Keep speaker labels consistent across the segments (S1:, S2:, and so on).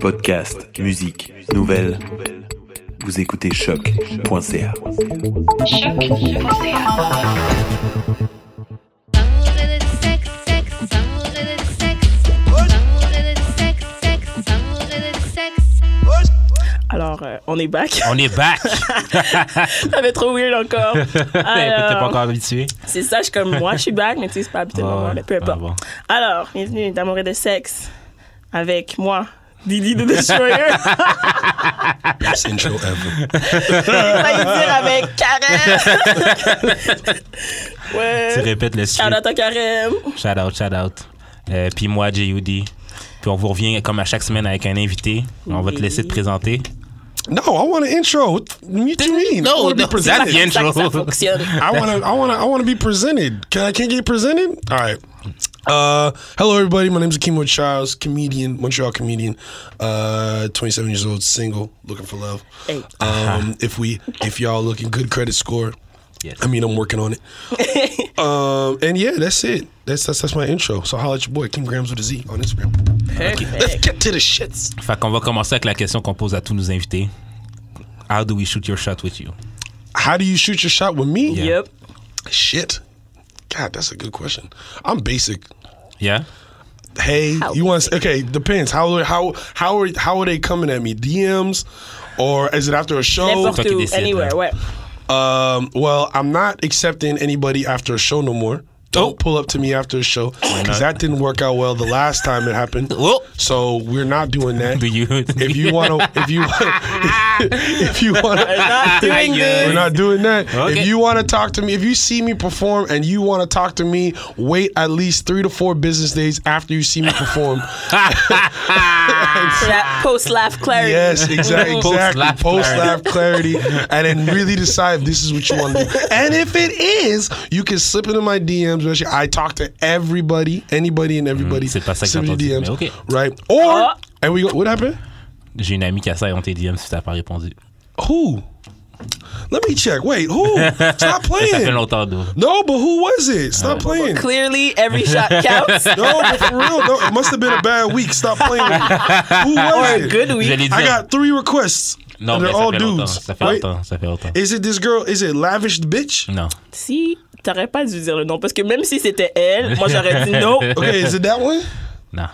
S1: Podcast, musique, nouvelles. Vous écoutez choc.ca.
S2: Alors, euh, on est back.
S3: On est back! Ben,
S2: Ça fait trop weird encore.
S3: T'es pas
S2: Alors,
S3: encore habitué?
S2: c'est ça, je suis comme moi, je suis back, mais tu sais, c'est pas habituellement
S3: Ouais,
S2: moi, mais peu
S3: ouais, Ah,
S2: importe.
S3: bon.
S2: Alors, bienvenue d'Amour et de sexe avec moi, Didi de Destroyer.
S4: Best intro ever.
S2: J'ai failli dire avec Karen.
S3: Tu
S2: ouais.
S3: répètes le
S2: Shout
S3: script.
S2: out à Karen.
S3: Shout out, shout out. Euh, Puis moi, JUD. Puis on vous revient comme à chaque semaine avec un invité. On va te
S2: Oui.
S3: laisser te présenter.
S4: No, I want an intro. What do you mean? I wanna be
S3: that's
S4: presented.
S3: the
S2: Ça,
S3: intro.
S2: ça fonctionne.
S4: I want to. I want to. I want to be presented. Can I can't get presented? All right. Uh, hello everybody. My name is Akimo Charles, comedian, Montreal comedian, uh, 27 years old, single, looking for love.
S2: Hey.
S4: Um, if we, if y'all looking good credit score,
S3: Yes.
S4: I mean I'm working on it. um, and yeah, that's it. That's that's that's my intro. So holla at your boy Kim Grams with a Z on Instagram. Let's
S2: Perfect.
S4: get to the shits.
S3: Fait qu'on va commencer avec la question qu'on pose à tous nos invités. How do we shoot your shot with you?
S4: How do you shoot your shot with me?
S3: Yeah.
S2: Yep.
S4: Shit. God, that's a good question. I'm basic.
S3: Yeah?
S4: Hey,
S2: How
S4: you want? Okay, depends. How how how are how are they coming at me? DMs, or is it after a show?
S2: N'importe
S3: toi qui
S2: où,
S3: décides, hein.
S2: anywhere,
S3: là.
S2: ouais.
S4: Um, well, I'm not accepting anybody after a show no more. Don't pull up to me after a show because that didn't work out well the last time it happened.
S3: Oh.
S4: So we're not doing that.
S3: Do you?
S4: If you want to, if you if you want to.
S2: Not doing
S3: Aïe,
S2: good.
S3: aïe.
S4: We're not doing that.
S3: Okay.
S4: If you want to talk to me, if you see me perform and you want to talk to me, wait at least three to four business days after you see me perform.
S3: Ah!
S2: That post-laugh clarity.
S4: yes, exactly. exactly.
S3: Post-laugh
S4: Post laugh clarity. and then really decide if this is what you want to do. And if it is, you can slip into my DMs. which I talk to everybody, anybody and everybody.
S3: Mm, c'est pas ça que
S4: Slip
S3: j'ai
S4: into
S3: entendu,
S4: DMs.
S3: mais okay.
S4: Right? Or,
S2: Oh.
S4: and we go, what happened?
S3: J'ai une amie qui a ça et on tes DM si t'as pas répondu.
S4: Who? Let me check. Wait, who? Stop
S3: Ça fait
S4: playing.
S3: longtemps, d'où.
S4: No, but who was it?
S2: Uh,
S4: Stop playing.
S2: Clearly, every shot counts.
S4: No, but for real, no, it must have been a bad week. Stop playing. With me. Who
S2: Or
S4: was
S2: a
S4: it?
S2: good
S3: Je
S2: week.
S3: l'ai dit.
S4: Ben I got three requests.
S3: non,
S4: and
S3: mais
S4: they're
S3: ça
S4: all
S3: fait longtemps.
S4: dudes.
S3: Ça fait
S4: Wait,
S3: longtemps. Ça fait longtemps.
S4: is it this girl? Is it lavish bitch?
S3: Non.
S2: Si, t'aurais pas dû dire le nom, parce que même si c'était elle, moi j'aurais dit non.
S4: Okay, is it that one?
S3: Non.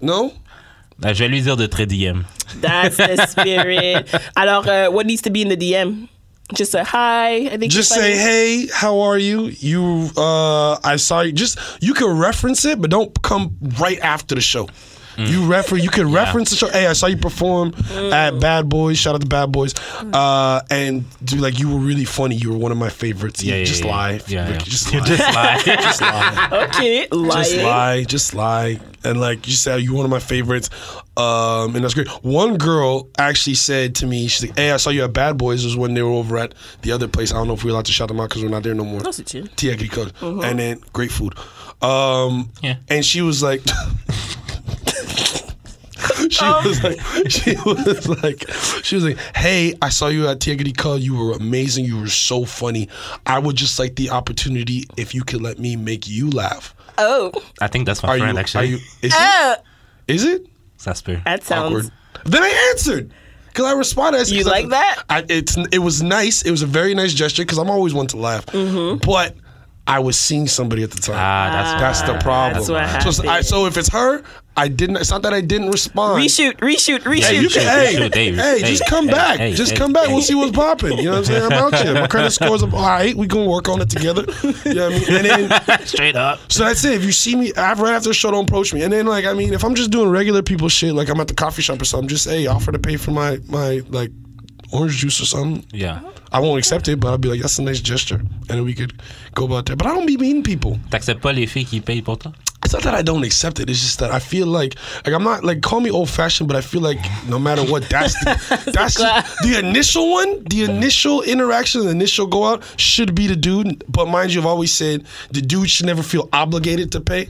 S4: No.
S3: Ah, Je vais lui dire de très DM.
S2: That's the spirit. Alors, uh, what needs to be in the DM? Just a hi. I think
S4: Just
S2: you're
S4: say,
S2: funny.
S4: hey, how are you? You, uh, I saw you. Just you can reference it, but don't come right after the show.
S3: Mm.
S4: You refer, you can reference the show. Hey, I saw you perform at Bad Boys. Shout out to Bad Boys.
S2: Mm.
S4: Uh, and do like you were really funny. You were one of my favorites.
S3: Yeah, yeah,
S4: just
S3: yeah.
S4: lie,
S3: Yeah, yeah.
S4: Ricky, just
S3: You
S4: lie,
S3: just lie.
S4: just lie.
S2: Okay,
S4: Just
S2: lying.
S4: lie, just lie, and like you said, you're one of my favorites, um, and that's great. One girl actually said to me, "She's like, hey, I saw you at Bad Boys. It was when they were over at the other place. I don't know if we're allowed to shout them out because we're not there no more.
S2: Non, c'est chill.
S4: Tea Agricole, and then great food. Um,
S3: Yeah.
S4: and she was like." She was like, she was like, she was like, hey, I saw you at Tiagri Call. You were amazing. You were so funny. I would just like the opportunity if you could let me make you laugh.
S2: Oh,
S3: I think that's my
S4: Are
S3: friend,
S4: you?
S3: actually.
S4: Are you? Is it?
S2: Ah,
S4: Is it
S3: Ça se peut.
S2: that sounds.
S4: awkward? Then I answered. Cause I responded. I said-
S2: You
S4: 'cause I-
S2: like that?
S4: I, it's it was nice. It was a very nice gesture because I'm always one to laugh.
S2: Mm-hmm.
S4: But I was seeing somebody at the time.
S3: Ah, that's Ah,
S4: that's the problem.
S2: that's what
S4: so, it's- I,
S2: happened.
S4: so if it's her, I didn't. It's not that I didn't respond.
S2: Reshoot, reshoot, reshoot.
S4: Hey, you can, hey,
S3: Shoot,
S4: hey,
S3: Dave. Hey,
S4: just come
S3: hey,
S4: back.
S3: hey,
S4: just
S3: hey,
S4: come back.
S3: hey.
S4: We'll see what's popping. You know what I'm saying? I'm out here. My credit scores up. All right, we gonna work on it together. You know what I mean? And then
S3: Straight up.
S4: so that's it. If you see me af- right after the show, don't approach me. And then like I mean, if I'm just doing regular people shit, like I'm at the coffee shop or something, just hey, offer to pay for my my like orange juice or something.
S3: Yeah.
S4: I won't accept it, but I'll be like, that's a nice gesture, and then we could go about that. But I don't be mean people.
S3: T'acceptes pas les filles qui payent pour toi?
S4: It's not that I don't accept it. It's just that I feel like like I'm not like call me old fashioned, but I feel like no matter what, that's the, that's the, the initial one, the initial interaction, the initial go out should be the dude. But mind you, I've always said the dude should never feel obligated to pay.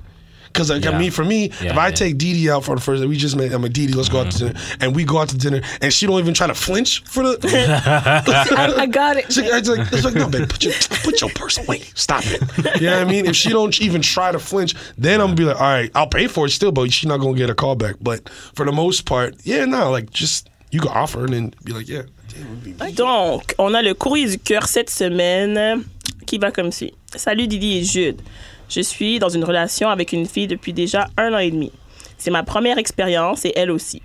S4: Because like, I
S3: Yeah.
S4: mean, for me,
S3: Yeah,
S4: if
S3: yeah.
S4: I
S3: Mm-hmm.
S4: take Dee Dee out for the first, we just met. I'm like Dee Dee, let's go out to dinner, and we go out to dinner, and she don't even try to flinch for the.
S2: I got it.
S4: It's like, it's like, it's like, no, babe, put your, put your purse away. Stop it. You know what I mean? If she don't even try to flinch, then I'm going to be like, all right, I'll pay for it still, but she's not going to get a call back. But for the most part, yeah, no, like just, you can offer and then be like, yeah. damn, it'd be-
S2: Donc, on a le courrier du cœur cette semaine euh, qui va comme suit. Salut Didi et Jude. Je suis dans une relation avec une fille depuis déjà un an et demi. C'est ma première expérience et elle aussi.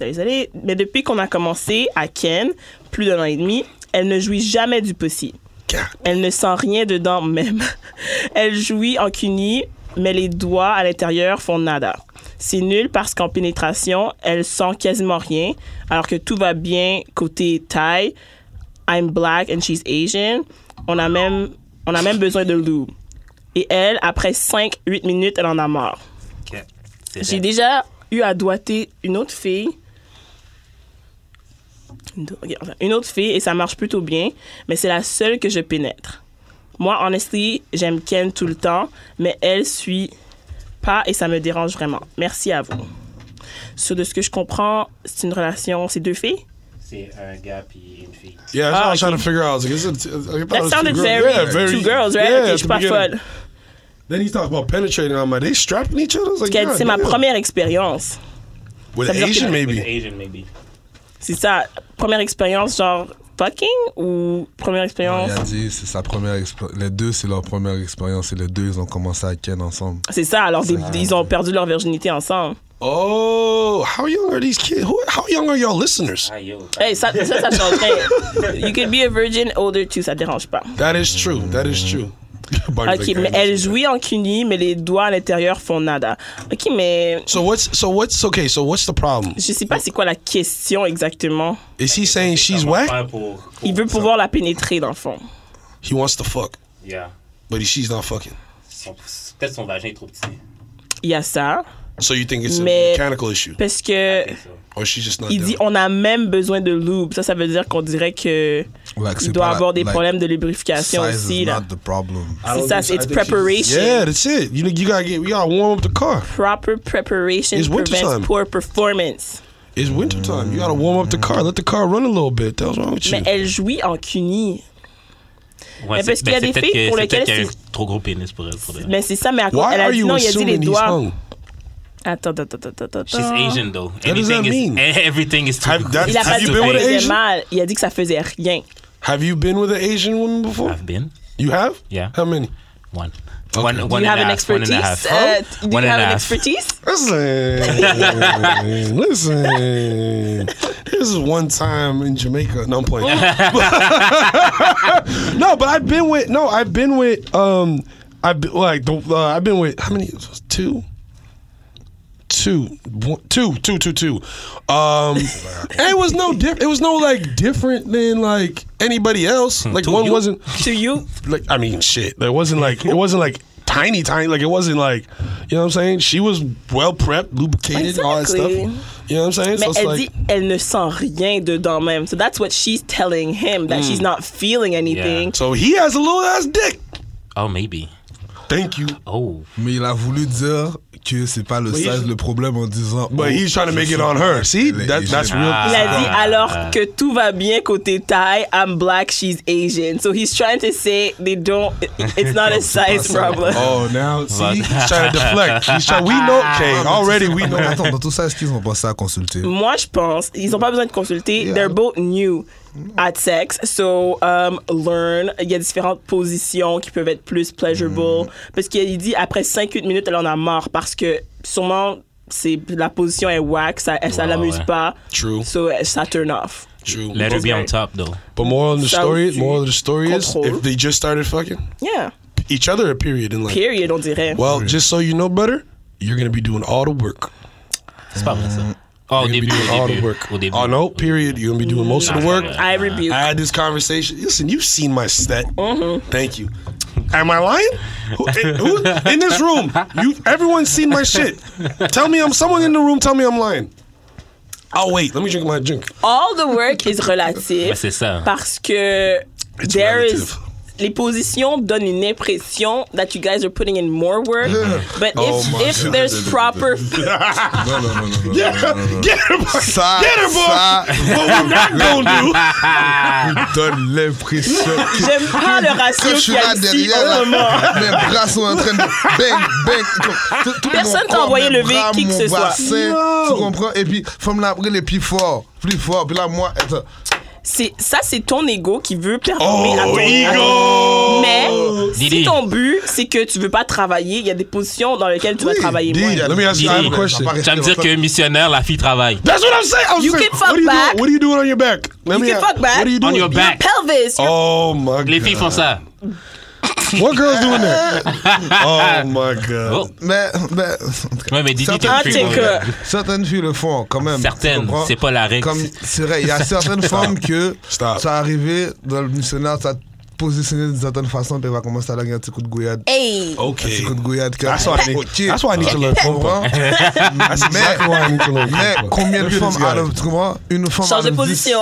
S2: Désolée, mais depuis qu'on a commencé à Ken, plus d'un an et demi, elle ne jouit jamais du possible.
S4: God.
S2: Elle ne sent rien dedans même. Elle jouit en cuni, mais les doigts à l'intérieur font nada. C'est nul parce qu'en pénétration, elle sent quasiment rien, alors que tout va bien côté taille. I'm black and she's Asian. On a même, on a même besoin de lube. Et elle, après 5-8 minutes, elle en a marre. J'ai déjà eu à doigter une autre fille. Une do- ok, enfin, Une autre fille et ça marche plutôt bien, mais c'est la seule que je pénètre. Moi, honestly, j'aime Ken tout le temps, mais elle suit pas et ça me dérange vraiment. Merci à vous. Sur de ce que je comprends, c'est une relation, c'est deux filles.
S3: C'est un gars puis une fille.
S4: Yeah, that's
S2: Ah,
S4: what I was trying to figure out. I was like, is it, I thought it
S2: That
S4: was
S2: sounded
S4: two Bah, girls.
S2: very,
S4: Yeah, very-
S2: two girls, right?
S4: yeah,
S2: Ok,
S4: at
S2: je
S4: the
S2: suis pas
S4: beginning.
S2: folle.
S4: Then he talks about penetrating. I'm like, they strapping each other? I was like,
S2: Ken,
S4: God,
S2: C'est ma
S4: damn.
S2: première expérience.
S4: With
S2: Ça veut dire
S4: Asian,
S2: que-
S4: maybe.
S3: Asian, maybe.
S2: C'est ça, première expérience genre fucking ou première expérience
S5: Il a dit, c'est sa première expérience. Les deux, c'est leur première expérience et les deux, ils ont commencé à ken ensemble.
S2: C'est ça, alors des- ils ont perdu leur virginité ensemble.
S4: Oh, how young are these kids? Who, how young are y'all listeners?
S3: Ah, yo.
S2: Hey, ça, ça, ça change rien. You could be a virgin older too, ça dérange pas.
S4: That is true. That is true. Barney's
S2: Ok,
S4: like,
S2: mais
S4: "Yeah,
S2: elle
S4: that's-
S2: jouit en cuni, mais les doigts à l'intérieur font nada. Ok, mais
S4: So what's so what's okay? So what's the problem?
S2: je sais pas c'est quoi la question exactement.
S4: Is he saying she's whack?
S3: Pas pour, pour-
S2: Il veut pouvoir la pénétrer dans le fond.
S4: He wants to fuck,
S3: Yeah.
S4: but he, she's not fucking.
S3: Son- Peut-être son vagin est trop petit.
S2: Eh Il y a ça,
S4: So you think it's a
S2: Mais-
S4: mechanical issue,
S2: parce
S5: Ah,
S2: que
S3: C'est ça.
S4: or she's just not?
S2: il
S4: down?
S2: dit on a même besoin de lube. Ça, ça veut dire qu'on dirait que
S5: Like, c'est
S2: il doit
S5: pas la-
S2: avoir des
S5: like,
S2: problèmes de lubrification
S5: Size
S2: aussi
S5: is
S2: là.
S5: not the problem.
S2: C'est ça, it's preparation.
S4: yeah, that's it. You you gotta get. We gotta warm up the car.
S2: Proper preparation
S4: It's wintertime.
S2: prevents poor performance.
S4: It's wintertime. You gotta warm up the car. Let the car run a little bit. That's wrong with you.
S2: Mais elle jouit en cuni.
S3: Ouais,
S2: Mais
S3: c'est-
S2: parce qu'il y a
S3: ben,
S2: des
S3: c'est
S2: filles
S3: peut-être que-
S2: pour
S3: c'est
S2: lesquelles
S3: peut-être qu'il y a
S2: c'est-
S3: un trop gros pénis pour elle. Pour elle.
S2: Mais Ben, c'est ça, mais à quoi
S4: Why
S2: elle a
S4: are
S2: dit
S4: you
S2: non, il a dit les
S4: assuming he's
S2: doigts.
S4: hung?
S2: Attends, attends, attends, attends, attends.
S3: She's Asian though.
S4: does that
S3: Everything is
S4: mean?
S3: everything is too
S4: Have- that-
S2: Il a
S4: Have
S2: pas dit
S4: you
S2: que
S4: been
S2: ça
S4: with an
S2: faisait
S4: Asian?
S2: mal. Il a dit que ça faisait rien.
S4: Have you been with an Asian woman before?
S3: I've been
S4: You have?
S3: Yeah.
S4: How many?
S3: one. One,
S2: Do
S3: one
S2: you
S3: and
S2: have an
S3: a half, one
S2: expertise?
S3: and a half.
S2: Uh,
S3: Oh,
S2: Do
S3: one
S2: you
S3: and
S2: have
S3: a
S2: an
S3: half.
S2: expertise?
S4: Listen, listen. This is one time in Jamaica. No, I'm playing. no, but I've been with no, I've been with um, I've been, like the uh, I've been with how many? Two, two, one, two, two, two, two. Um, and it was no diff. It was no like different than like anybody else. Like
S3: Two
S4: one
S3: you?
S4: wasn't
S2: Hmm. To you?
S4: like I mean shit. There wasn't like it wasn't like tiny tiny like it wasn't like you know what I'm saying? She was well prepped, lubricated, all that stuff.
S2: Exactly.
S4: You know what I'm saying?
S2: Mais
S4: so it's
S2: elle
S4: like
S2: dit elle ne sent rien dedans même. So that's what she's telling him, that
S3: Hmm.
S2: she's not feeling anything.
S4: so he has a little ass dick.
S3: Oh maybe.
S4: Thank you.
S3: Oh.
S5: Mais il a voulu dire que c'est pas le
S4: il-
S5: size le problème en disant. oh,
S4: But he's trying to
S5: je
S4: make it
S5: suis
S4: on her.
S5: pas
S4: See?
S5: les
S4: That, that's
S5: Asians.
S4: real.
S2: Il a
S3: Ah.
S2: dit alors que tout va bien côté taille, I'm black, she's Asian. So he's trying to say they don't, it's not a size problem.
S5: Oh, now,
S4: See?
S5: see?
S4: He's trying to deflect. He's trying, we know okay, already we
S5: Non,
S4: know
S5: mais attends, dans tout ça, est-ce qu'ils ont pensé à consulter
S2: Moi, je pense, ils n'ont pas besoin de consulter. They're both new at sex. So, um, learn. Il y a différentes positions qui peuvent être plus pleasurable. Parce qu'il dit, après 5-8 minutes, elle en a marre. Parce que sûrement, c'est la position est whack, ça, elle- ça
S3: Ouais,
S2: l'amuse
S3: ouais.
S2: pas.
S4: True.
S2: So, elle- ça turn off.
S4: True.
S3: Let her be on
S2: Okay.
S3: top though.
S4: But moral of the
S2: Ça
S4: story
S2: aussi.
S4: moral of the story is
S2: Contrôle.
S4: if they just started fucking
S2: Yeah.
S4: each other a period in like
S2: Period, on dirait.
S4: Well, just so you know, brother, you're gonna be doing all the work.
S3: C'est pas vrai ça. Oh, au
S4: You're
S3: début,
S4: gonna Mm-hmm. be doing
S3: au
S4: all the
S3: début,
S4: work.
S3: au début.
S4: Oh no, period. You're gonna be doing most of the
S3: Nah,
S4: work.
S3: nah, nah.
S2: I rebuke.
S4: I had this conversation. Listen, you've seen my stat.
S2: Mm-hmm.
S4: Thank you. Am I lying? Who, eh, who- in this room, you everyone's seen my shit. Tell me, I'm someone in the room. Tell me I'm lying. Oh wait, let me drink my drink.
S2: All the work is relative.
S3: Mais c'est ça.
S2: Parce que
S4: It's
S2: there
S4: relative.
S2: is les positions donnent une impression that you guys are putting in more work. But if,
S5: Oh my
S2: if
S5: God.
S2: there's proper
S5: Non, non, non, non, non. non,
S4: Get
S5: non, non.
S4: her, get her, boy.
S5: Ça,
S4: get her, boy.
S5: ça
S4: What we're not gonna do.
S5: donne l'impression que
S2: J'aime pas le ratio
S5: je suis
S2: qu'il y a
S5: là
S2: ici
S5: derrière,
S2: au moment.
S5: là, mes bras sont en train de bang, bang. Tout- tout
S2: Personne
S5: mon
S2: t'a
S5: corps,
S2: envoyé
S5: mes
S2: lever
S5: bras,
S2: qui que
S5: mon
S2: ce soit.
S5: bassin,
S4: No.
S5: Tu comprends? Et puis, femme là, après, les pieds forts, plus fort. Puis là, moi, attends.
S2: C'est ça, c'est ton ego qui veut performer à ton
S4: Oh,
S2: à
S4: ego.
S2: ton- Mais si
S3: Didi.
S2: ton but c'est que tu veux pas travailler, il y a des positions dans lesquelles tu vas
S5: Oui,
S2: travailler
S5: dis,
S2: Bah, moins.
S5: il y a-
S4: Let me ask you- I have a
S5: il y a-
S4: question.
S5: ça va
S3: Tu vas me dire
S5: rester-
S3: que missionnaire, la fille travaille.
S4: That's what I'm saying. I was
S2: You
S4: saying,
S2: can fuck
S4: what are you
S2: back.
S4: Doing? What are you doing on your back? Let
S2: You
S4: me
S2: can
S4: ask-
S2: fuck back.
S4: What are you
S3: On
S4: doing?
S3: your back.
S2: Pelvis, your-
S4: Oh my god.
S3: Les filles font ça.
S4: What girls doing that? oh my god.
S3: Oh.
S5: Mais, mais,
S3: Ouais, mais Didi,
S5: Certaines
S2: Ah,
S3: t'es
S2: t'es
S3: une fille.
S2: que-
S5: Certaines filles le font quand même.
S3: Certaines,
S5: tu comprends?
S3: c'est pas la règle.
S5: Comme c'est vrai, il y a certaines femmes que
S4: Stop.
S5: ça arrivé dans le missionnaire, ça te positionné d'une certaine façon, puis elle va commencer à languer un petit coup de gouillade.
S2: hey,
S5: Un
S4: Okay.
S5: petit coup de gouillade. que-
S4: That's why I need,
S5: Ok.
S4: that's why I need to learn
S5: Tu
S4: combo.
S5: comprends?
S4: That's exactly why I need to learn
S5: Mais
S4: combo.
S5: combien de
S4: Look at this
S5: femmes
S4: guy.
S5: out of- tu comprends? Une femme
S2: change de
S5: out of dix-
S2: position.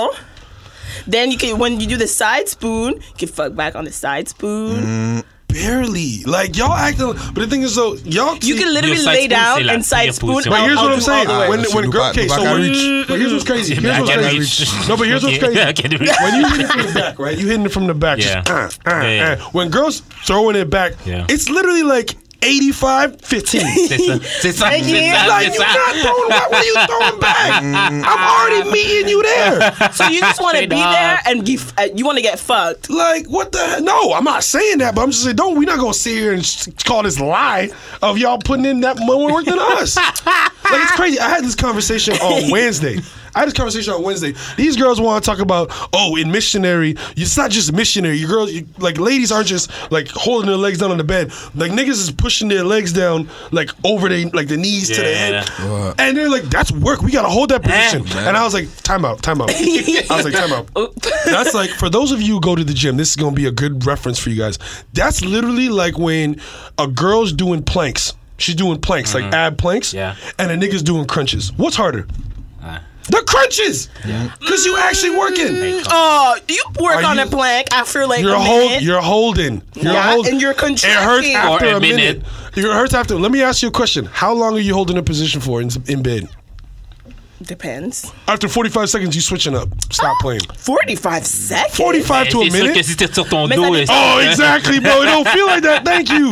S2: Then you can, when you do the side spoon, you can fuck back on the side spoon.
S4: Barely. Like y'all acting. But the thing is though, y'all.
S2: You can literally
S3: Your side
S2: lay
S3: spoon,
S2: down
S3: c'est la
S2: and side
S3: pire
S2: spoon.
S3: position.
S4: But
S2: I'll-
S4: here's
S2: I'll
S4: what
S2: do
S4: I'm saying.
S2: all the way.
S4: When when
S5: Shoot,
S4: girl,
S5: back-
S4: okay, so
S5: back and
S4: when,
S5: reach.
S4: but here's what's crazy.
S3: Mais
S4: Here's
S3: I
S4: what's
S3: can
S4: crazy.
S3: reach.
S4: No, but here's what's
S3: Okay,
S4: crazy.
S3: I can reach.
S4: When you hit it from the back, right? You hitting it from the back. just,
S3: Yeah.
S4: uh, uh,
S3: Yeah.
S4: uh. When girls throwing it back,
S3: Yeah.
S4: it's literally like 85, 15.
S3: C'est ça. C'est ça.
S2: Thank you.
S3: C'est ça.
S4: Like
S3: C'est
S4: you
S3: ça.
S4: not throwing back. What are you throwing back? I'm already meeting you there.
S2: So you just want to be
S3: Straight up.
S2: there and give, uh, you want to get fucked.
S4: Like what the? hell? No, I'm not saying that. But I'm just saying, don't we not gonna sit here and s- call this lie of y'all putting in that more work than us? like it's crazy. I had this conversation on Wednesday. I had this conversation on Wednesday. These girls want to talk about oh, in missionary, it's not just missionary. You girls, you, like ladies, aren't just like holding their legs down on the bed. Like niggas is pushing their legs down like over their like the knees to the
S3: Yeah.
S4: head.
S5: Ouais.
S4: And they're like, that's work. We gotta hold that position.
S5: Eh.
S4: And I was like, time out, time out. I was like, time out. That's like for those of you who go to the gym, this is gonna be a good reference for you guys. That's literally like when a girl's doing planks. She's doing planks, like ab planks,
S3: Yeah.
S4: and a nigga's doing crunches. What's harder?
S3: Ah.
S4: The crunches! Because you actually working.
S2: Oh, you work
S4: Are
S2: on
S4: you-
S2: a plank after like
S4: You're
S2: a
S4: hold,
S2: minute.
S4: you're holding. You're
S2: Yeah,
S4: holding.
S2: and you're
S4: It hurts
S2: contracting.
S4: after
S3: Or
S4: a,
S3: a minute.
S4: minute. It hurts after. Let me ask you a question. How long are you holding a position for in, in bed?
S2: Depends.
S4: After 45 seconds, you switching up. Stop playing.
S2: 45 seconds?
S4: 45 to a
S3: C'est sûr que
S4: minute.
S3: si t'es sur ton
S2: Mais ça
S3: dos,
S2: dépend.
S4: Oh, exactly, bro. It don't feel like that. Thank you.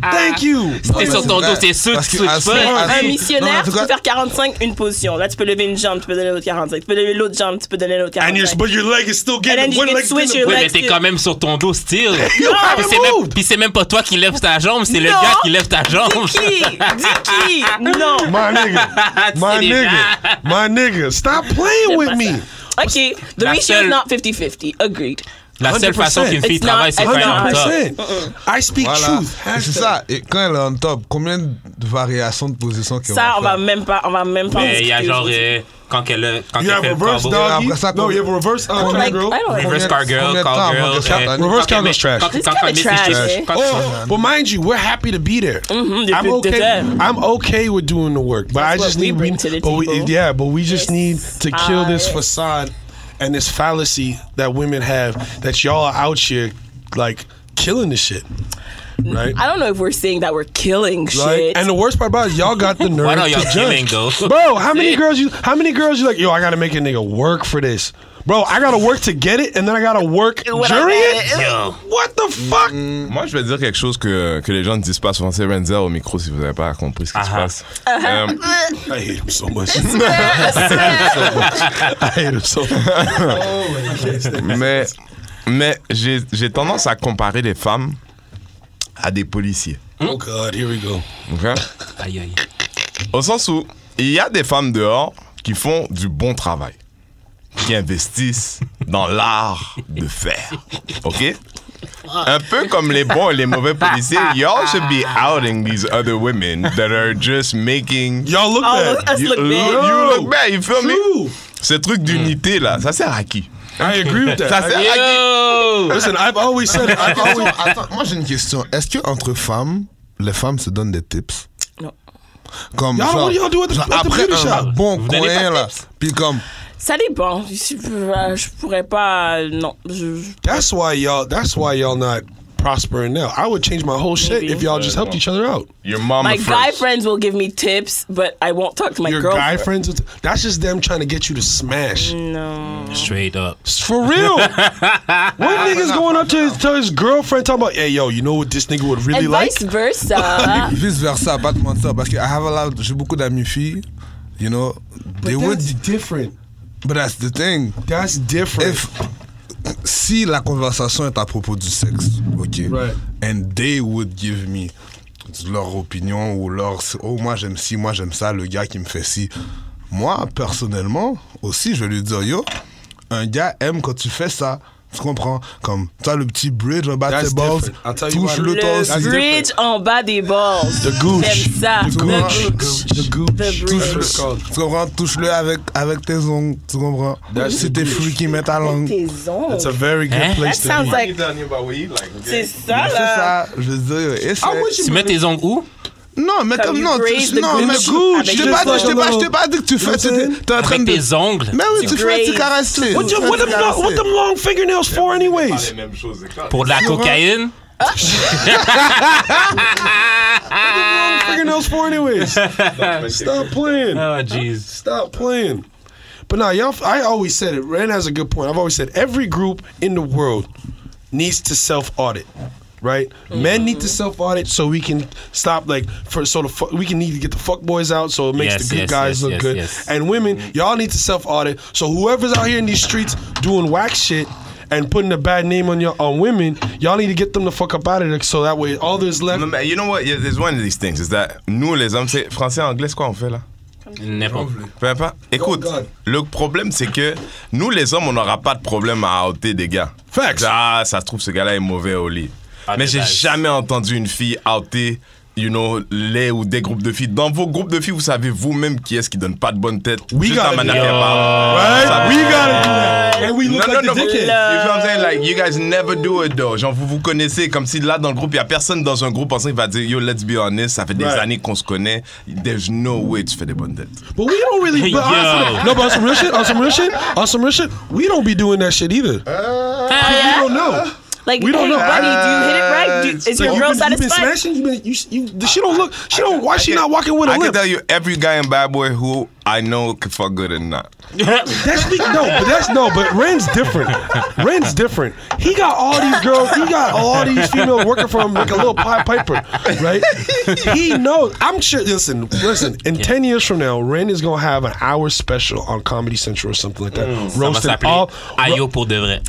S4: Thank you.
S3: T'es sur ton dos, c'est sûr que
S5: Parce
S3: tu
S5: que à
S3: switches
S5: ce
S3: pas.
S5: moment-
S2: Un
S5: Hey, non,
S2: missionnaire,
S5: en tout
S2: tu peux
S5: cas-
S2: faire 45 une position. Là, tu peux lever une jambe, tu peux donner l'autre 45. Tu peux lever l'autre jambe, tu peux donner l'autre
S4: And
S2: 45.
S4: your but your leg is still
S2: And then
S4: getting
S2: you
S4: one
S2: can
S4: leg.
S2: switch
S4: still-
S2: your
S3: Oui,
S2: leg.
S3: mais t'es quand même sur ton dos, still.
S4: You
S3: Puis
S4: haven't
S3: c'est même,
S4: moved.
S3: puis c'est même pas toi qui lèves ta jambe, c'est le
S2: Non.
S3: gars qui lève ta jambe.
S2: Dis qui? Dis qui? Non.
S3: C'est les
S4: My nigga, my nigga, my nigga. Stop playing with me.
S2: OK. The
S3: La
S2: ratio is
S3: seule-
S2: not 50-50. Agreed.
S3: La seule
S4: 100%.
S3: façon qu'une fille
S2: It's not-
S3: travaille, c'est
S2: it's
S3: quand même
S2: not-
S3: en top.
S4: 100%. I speak
S5: Voilà.
S4: truth.
S5: Et C'est ça. Et quand elle est en top, combien de variations de position qu'elle
S2: Ça, on
S5: faire?
S2: va même pas, on va même pas en
S3: Mais il y a
S2: discuter
S3: genre,
S2: aujourd'hui.
S3: euh, quand elle a- quand
S4: You
S3: elle
S4: have
S3: fait le
S4: reverse
S3: combo.
S5: dog.
S4: doggy.
S5: Après ça,
S4: No, you have reverse uh,
S2: Like, I
S4: girl.
S2: don't know.
S3: Reverse
S5: Combien
S3: Cargirl,
S5: de temps avant
S3: Cowgirl.
S5: que ça
S3: euh,
S5: arrive?
S4: Reverse
S3: quand elle
S4: Cowgirl
S3: met-
S4: is trash.
S3: quand-
S2: It's
S3: quand-
S2: kinda
S3: quand-
S2: trash,
S3: quand-
S2: eh?
S3: quand-
S4: Oh, but mind you, we're happy to be there.
S2: Mm-hmm, they
S4: I'm
S2: put- they're
S4: okay.
S2: there.
S4: I'm okay with doing the work, but I
S2: what
S4: just
S2: we
S4: need
S2: bring to the
S4: but we-
S2: table.
S4: yeah, but we just need to kill this
S2: I-
S4: facade and this fallacy that women have that y'all are out here like killing this shit, right?
S3: euh,
S2: I don't know if we're saying that we're killing
S4: Like,
S2: shit.
S4: and the worst part about it, is y'all got the nerve
S3: Why don't y'all
S4: to
S3: killing
S4: judge.
S3: though?
S4: Bro, how many girls you? How many girls you like? Yo, I gotta make a nigga work for this. Bro, I gotta work to get it, and then I gotta work
S2: When I
S4: during
S2: get
S5: Bah.
S2: it.
S4: it.
S3: Yo.
S4: What the fuck?
S6: Moi, je vais dire quelque chose que, que les gens ne disent pas souvent. C'est Renzel au micro si vous n'avez pas compris ce qui se
S3: Ah ah.
S6: passe. Euh,
S4: I hate him so much.
S6: I hate him so much. mais mais j'ai j'ai tendance à comparer les femmes à des policiers.
S4: oh God, here we go.
S6: ok?
S3: Aïe, aïe.
S6: Au sens où il y a des femmes dehors qui font du bon travail, qui investissent dans l'art de faire. OK? Un peu comme les bons et les mauvais policiers, y'all should be outing these other women that are just making
S4: Y'all look
S2: Oh,
S4: bad.
S2: us look
S6: you
S2: bad.
S6: look bad, you feel me?
S4: True. Mm.
S6: Ce truc d'unité là, ça sert à qui?
S3: Ah,
S4: I agree with that.
S6: Ça sert à qui?
S3: Yo!
S4: Listen, I've always said it. I've
S5: Attends,
S4: always.
S5: attends, moi j'ai une question. Est-ce que entre femmes, les femmes se donnent des tips
S2: Non.
S5: Comme
S4: Y'all,
S5: genre,
S4: what do y'all do at the-
S5: genre
S4: at the
S5: après
S4: beauty
S5: un
S4: shop?
S5: bon
S3: donnez pas
S5: coin
S3: de
S5: là, puis comme
S2: Ça dépend. Je, euh, je pourrais pas. euh, Non. Je- je-
S4: That's why y'all. That's why y'all not prospering now. I would change my whole shit
S2: Maybe.
S4: if y'all just helped each other out.
S6: Your mama
S2: my
S6: first.
S2: guy friends will give me tips, but I won't talk to my
S4: Your guy
S2: girlfriend. Mm.
S4: friends, with- that's just them trying to get you to smash.
S2: non.
S3: Straight up.
S4: For real. what niggas going up to his, to his girlfriend talking about, hey, yo, you know what this nigga would really
S2: And
S4: like?
S2: vice versa.
S5: Vice versa, pas te mentir, parce que I have a lot, j'ai beaucoup d'amis filles, you know, they would,
S4: different.
S5: but that's the thing.
S4: That's different.
S5: If- si la conversation est à propos du sexe, ok,
S4: Right.
S5: and they would give me leur opinion ou leur oh moi j'aime ci, moi j'aime ça, le gars qui me fait ci. Moi personnellement aussi, je vais lui dire yo, un gars aime quand tu fais ça. Tu comprends? Comme, t'as le petit bridge en bas de
S4: That's
S5: tes balls,
S4: different. I'll tell you
S5: touche
S4: what.
S5: le
S2: le
S5: torse,
S2: bridge en bas des balles.
S4: the gooch.
S2: J'aime ça.
S5: Tu
S2: Le
S5: comprends?
S2: gooch.
S4: The gooch.
S2: The
S5: Touche
S2: bridge.
S5: le, tu comprends? Touche-le avec, avec tes ongles, tu comprends? C'est tes fruits qui mettent ta langue.
S2: Tes
S4: It's a
S2: ongles.
S4: very good
S3: Hein?
S2: That
S4: place to
S2: sounds
S4: be.
S2: like. C'est ça,
S5: C'est ça,
S2: là.
S5: je veux dire,
S4: Ah,
S5: essaie.
S3: Tu mets tes ongles où?
S5: Non, mais
S2: Comme
S5: comme
S2: you
S5: non,
S2: graze
S5: tu-
S2: the
S5: non,
S2: gooch
S5: mais
S2: avec
S5: gooch, je t'ai
S2: le
S5: pas, dit- je t'ai
S4: doigt.
S5: pas, je t'ai pas dit que tu fais, tu- t'es en train
S3: Avec
S5: de. Bah
S3: tes ongles.
S5: Mais oui,
S2: Tu
S5: tu fais, tu
S2: graze.
S5: caresses les.
S4: What, you, what, them, long- what them long fingernails for, anyways?
S3: Pour de la
S5: hein.
S3: cocaïne.
S4: Long fingernails for, anyways? Stop playing.
S5: Ah
S3: Oh, jeez.
S4: Stop playing. But now, y'all, I always said it. Rand has a good point. I've always said every group in the world needs to self audit, right?
S3: Mm-hmm.
S4: Men need to self audit so we can stop, like, for so the fu- we can need to get the fuck boys out so it makes
S3: Yes,
S4: the good
S3: yes,
S4: guys
S3: yes,
S4: look
S3: yes,
S4: good.
S3: yes.
S4: And women, y'all need to self audit. So whoever's out here in these streets doing whack shit. And putting a bad name on your on women, y'all need to get them the fuck up out of there, so that way all there's left.
S6: No, man, you know what? Yeah, There's one of these things. Is that nous les hommes, c'est français, anglais, c'est quoi on fait là?
S3: N'importe
S6: Peu importe. Écoute,
S4: Oh, God.
S6: le problème c'est que nous les hommes, on n'aura pas de problème à outer des gars.
S4: Facts.
S6: Ah, ça se trouve ce gars-là est mauvais au lit.
S3: Ah,
S6: Mais
S3: des
S6: j'ai
S3: bases.
S6: jamais entendu une fille outer, you know, les ou des groupes de filles. Dans vos groupes de filles, vous savez vous-même qui est-ce qui donne pas de bonne tête.
S4: We
S6: Juste
S4: gotta
S6: la
S4: be-
S6: manière qu'elle parle. Ça-
S4: Right? We gotta do that, and we look
S6: non,
S4: like
S6: non,
S4: the
S6: non.
S4: dickheads.
S6: You feel what I'm saying? Like, you guys never do it though. Genre, vous vous connaissez comme si là, dans le groupe, il n'y a personne dans un groupe pensant qu'il va dire Yo, let's be honest, ça fait des
S4: Right.
S6: années qu'on se connaît. There's no way tu fais des bonnes têtes.
S4: But we don't really.
S3: Hey,
S4: but on
S3: yo.
S4: some- no, but on some real shit, on some real shit, on some real shit, we don't be doing that shit either.
S6: Uh,
S4: We
S2: Ah, yeah?
S4: don't know.
S2: Like,
S4: We
S2: hey,
S4: don't
S2: buddy, do
S4: know.
S2: you hit it right? Do-
S6: Like,
S2: Is your
S4: you
S2: girl
S4: been, you been
S2: satisfied?
S4: smashing. You been. You, you, the- she don't look. She don't. Why she
S6: can-
S4: not walking with a
S6: I can
S4: limp?
S6: tell you every guy in Bad Boy who I know can fuck good and not.
S4: That's be- no, but that's no. But Ren's different. Ren's different. He got all these girls. He got all these females working for him like a little Pied Piper, right? He knows. I'm sure. Listen, listen. In ten years from now, Ren is gonna have an hour special on Comedy Central or something like that.
S3: Ça va
S4: roasting
S3: s'appeler
S4: all.
S3: Ayo pour de vrai.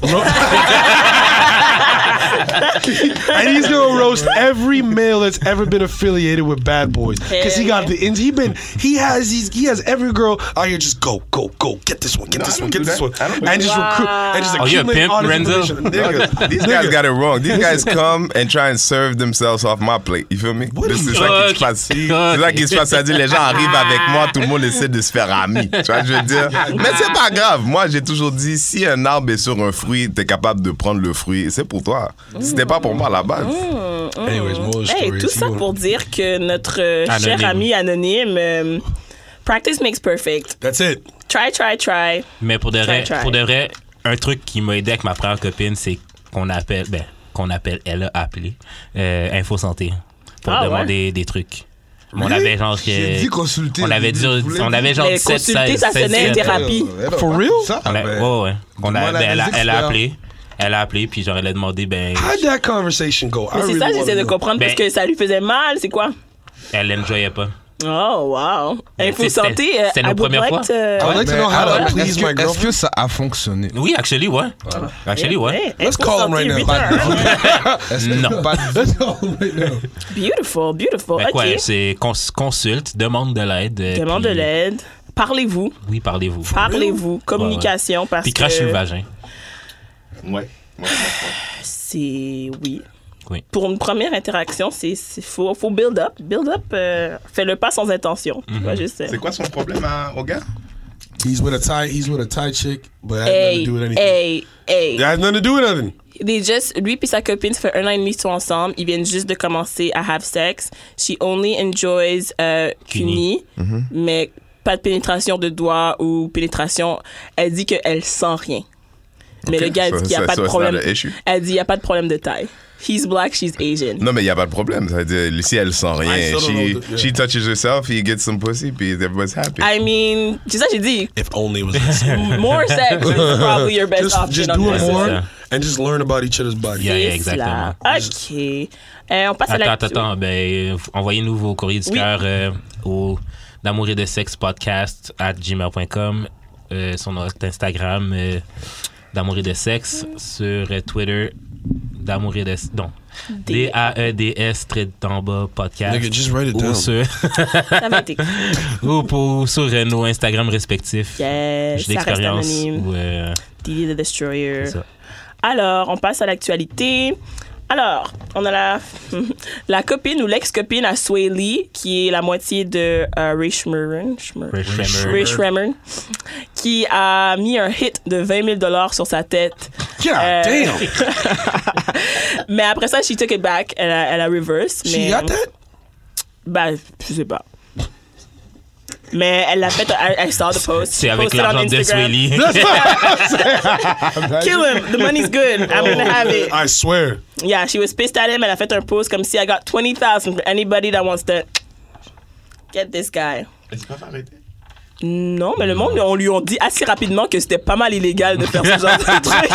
S4: and he's gonna roast every male that's ever been affiliated with Bad Boys because he got the ins. He been he has he's, he has every girl out here just go go go get this one get this one get this one and just recruit and just
S3: Oh, you a
S4: accumulate
S3: pimp,
S4: all this
S3: Renzo?
S4: information. Nigga,
S6: These guys got it wrong. These guys come and try and serve themselves off my plate. You feel me? C'est c'est ça qui
S3: Ok.
S6: se passe. C'est ça qui se passe. C'est-à-dire, les gens arrivent avec moi, tout le monde essaie de se faire ami. Tu vois, je veux dire. Mais c'est pas grave. Moi, j'ai toujours dit, si un arbre est sur un fruit, t'es capable de prendre le fruit. C'est pour toi. C'était pas pour moi à la base.
S4: Anyways, more
S2: Hey,
S4: stories.
S2: tout ça
S4: You
S2: pour dire que notre euh, cher
S3: Anonyme.
S2: ami anonyme, euh, practice makes perfect.
S4: That's it.
S2: Try, try, try.
S3: Mais pour de, vrai,
S2: Try, try.
S3: pour de vrai, un truc qui m'a aidé avec ma première copine, c'est qu'on appelle, ben, qu'on appelle, elle a appelé euh, Info Santé pour
S2: Ah,
S3: demander des trucs. Mais On avait genre.
S5: J'ai
S3: euh,
S5: dit consulter.
S3: On avait, dit,
S5: Vous voulez
S3: on avait genre
S2: Mais
S3: 17,
S2: consulter,
S3: 16,
S2: ça sonnait
S3: 16,
S2: thérapie.
S4: For real?
S5: Ça,
S2: Ah,
S3: On Oh, a-
S5: ben,
S3: ouais, ouais. On a-
S5: Demande à
S3: ben, elle, a,
S5: des
S3: elle a
S5: experts.
S3: appelé. Elle a appelé, puis genre, elle a demandé, ben,
S2: Ah!
S4: How'd that conversation go? I
S2: Mais c'est
S4: really
S2: ça,
S4: wanna
S2: j'essaie de
S4: know.
S2: comprendre
S3: Ben-
S2: parce que ça lui faisait mal, c'est quoi?
S3: elle l'enjoyait pas.
S2: Oh, wow. Info
S3: Ben, c'est-
S2: santé,
S3: c'est-
S2: euh,
S3: c'est nos
S2: I would
S3: premières
S2: like
S3: fois.
S2: to-
S7: Ah,
S4: I would like to
S5: mais
S4: know how
S5: alors,
S4: to please
S5: est-ce
S4: my
S5: que, est-ce
S4: girlfriend.
S5: que ça a fonctionné?
S3: Oui, actually, ouais. Actually, ouais.
S2: Let's
S4: call him right now.
S2: hein.
S5: Est-ce que
S3: Non.
S5: Pas de-
S2: Beautiful, beautiful.
S3: Fait que, ouais,
S2: OK.
S3: Ben, c'est cons- consulte, demande de l'aide. euh,
S2: Demande de
S3: puis-
S2: l'aide. Parlez-vous.
S3: Oui, parlez-vous.
S2: Parlez-vous. Communication, parce
S3: Puis crache
S2: que...
S3: sur le vagin.
S6: Ouais.
S2: C'est oui.
S3: Oui.
S2: Pour une première interaction, c'est c'est- faut, faut build up. Build up, euh, fais-le pas sans intention.
S3: Mhm.
S2: Tu vois, juste. euh,
S6: C'est quoi son problème à, au gars?
S4: He's with a Thai. He's with a Thai chick, but that had nothing
S2: Hey,
S4: to do with anything.
S2: hey, hey.
S4: That has nothing to do with nothing.
S2: They just, lui et sa copine, ça fait un an et demi qu'ils sont ensemble. Ils viennent juste de commencer à have sex. She only enjoys euh,
S3: Cuny.
S2: Cuny, mais pas de pénétration de doigts ou pénétration. Elle dit qu'elle sent rien. Mais le gars dit qu'il n'y a pas de problème. Elle dit qu'il n'y a pas de problème de taille. He's black, she's Asian.
S6: Non, mais il n'y a pas de problème. Ça veut dire, si elle sent rien,
S5: I still
S6: she,
S5: don't know the-
S6: she touches herself, he gets some pussy, puis everybody's happy.
S2: I mean, c'est ça que j'ai dit.
S4: If only it was this.
S2: More sex is probably your best
S4: just,
S2: option.
S4: just
S2: on
S4: do
S2: this.
S4: it more
S3: Yeah.
S4: and just learn about each other's body.
S3: Yeah.
S2: Et
S3: Yeah, exactement.
S2: cela. OK. Euh, on passe à la...
S3: Attends, attends, attends. Ben, euh, envoyez-nous vos courriers du
S2: Oui.
S3: cœur euh, au d'amour et de sexe podcast at gmail.com, euh, sur notre Instagram euh, d'amour et de sexe, sur euh, Twitter d'amour et de non D A E D S trait d'en bas podcast.
S4: Nigga, just write it
S3: ou
S4: down.
S3: sur
S2: Ça va être...
S3: ou pour- sur euh, nos Instagram respectifs.
S2: Yes,
S3: J'ai
S2: ça reste
S3: d'expérience.
S2: anonyme.
S3: ou, euh,
S2: Didi the Destroyer.
S3: C'est ça.
S2: Alors, on passe à l'actualité. Alors, on a la, la copine ou l'ex-copine à Sway Lee, qui est la moitié de euh, Ray Schmeren, Schmer-
S3: Ray Schremer.
S2: Ray Schremer, qui a mis un hit de 20 000 sur sa tête.
S4: God
S2: Euh,
S4: damn.
S2: Mais après ça, she took it back. Elle a, elle a reverse.
S4: She
S2: mais,
S4: got that?
S2: Bah, je sais pas. Mais elle l'a fait, elle, elle sort de post.
S3: C'est avec
S2: Posted on
S3: l'argent de
S2: Instagram.
S3: Swelly.
S2: Kill him, the money's good. I'm gonna have it.
S4: I swear.
S2: Yeah, she was pissed at him, and I fait un post comme si I got 20,000 for anybody that wants to get this guy. Non, mais le monde, on lui a dit assez rapidement que c'était pas mal illégal de faire ce genre de truc.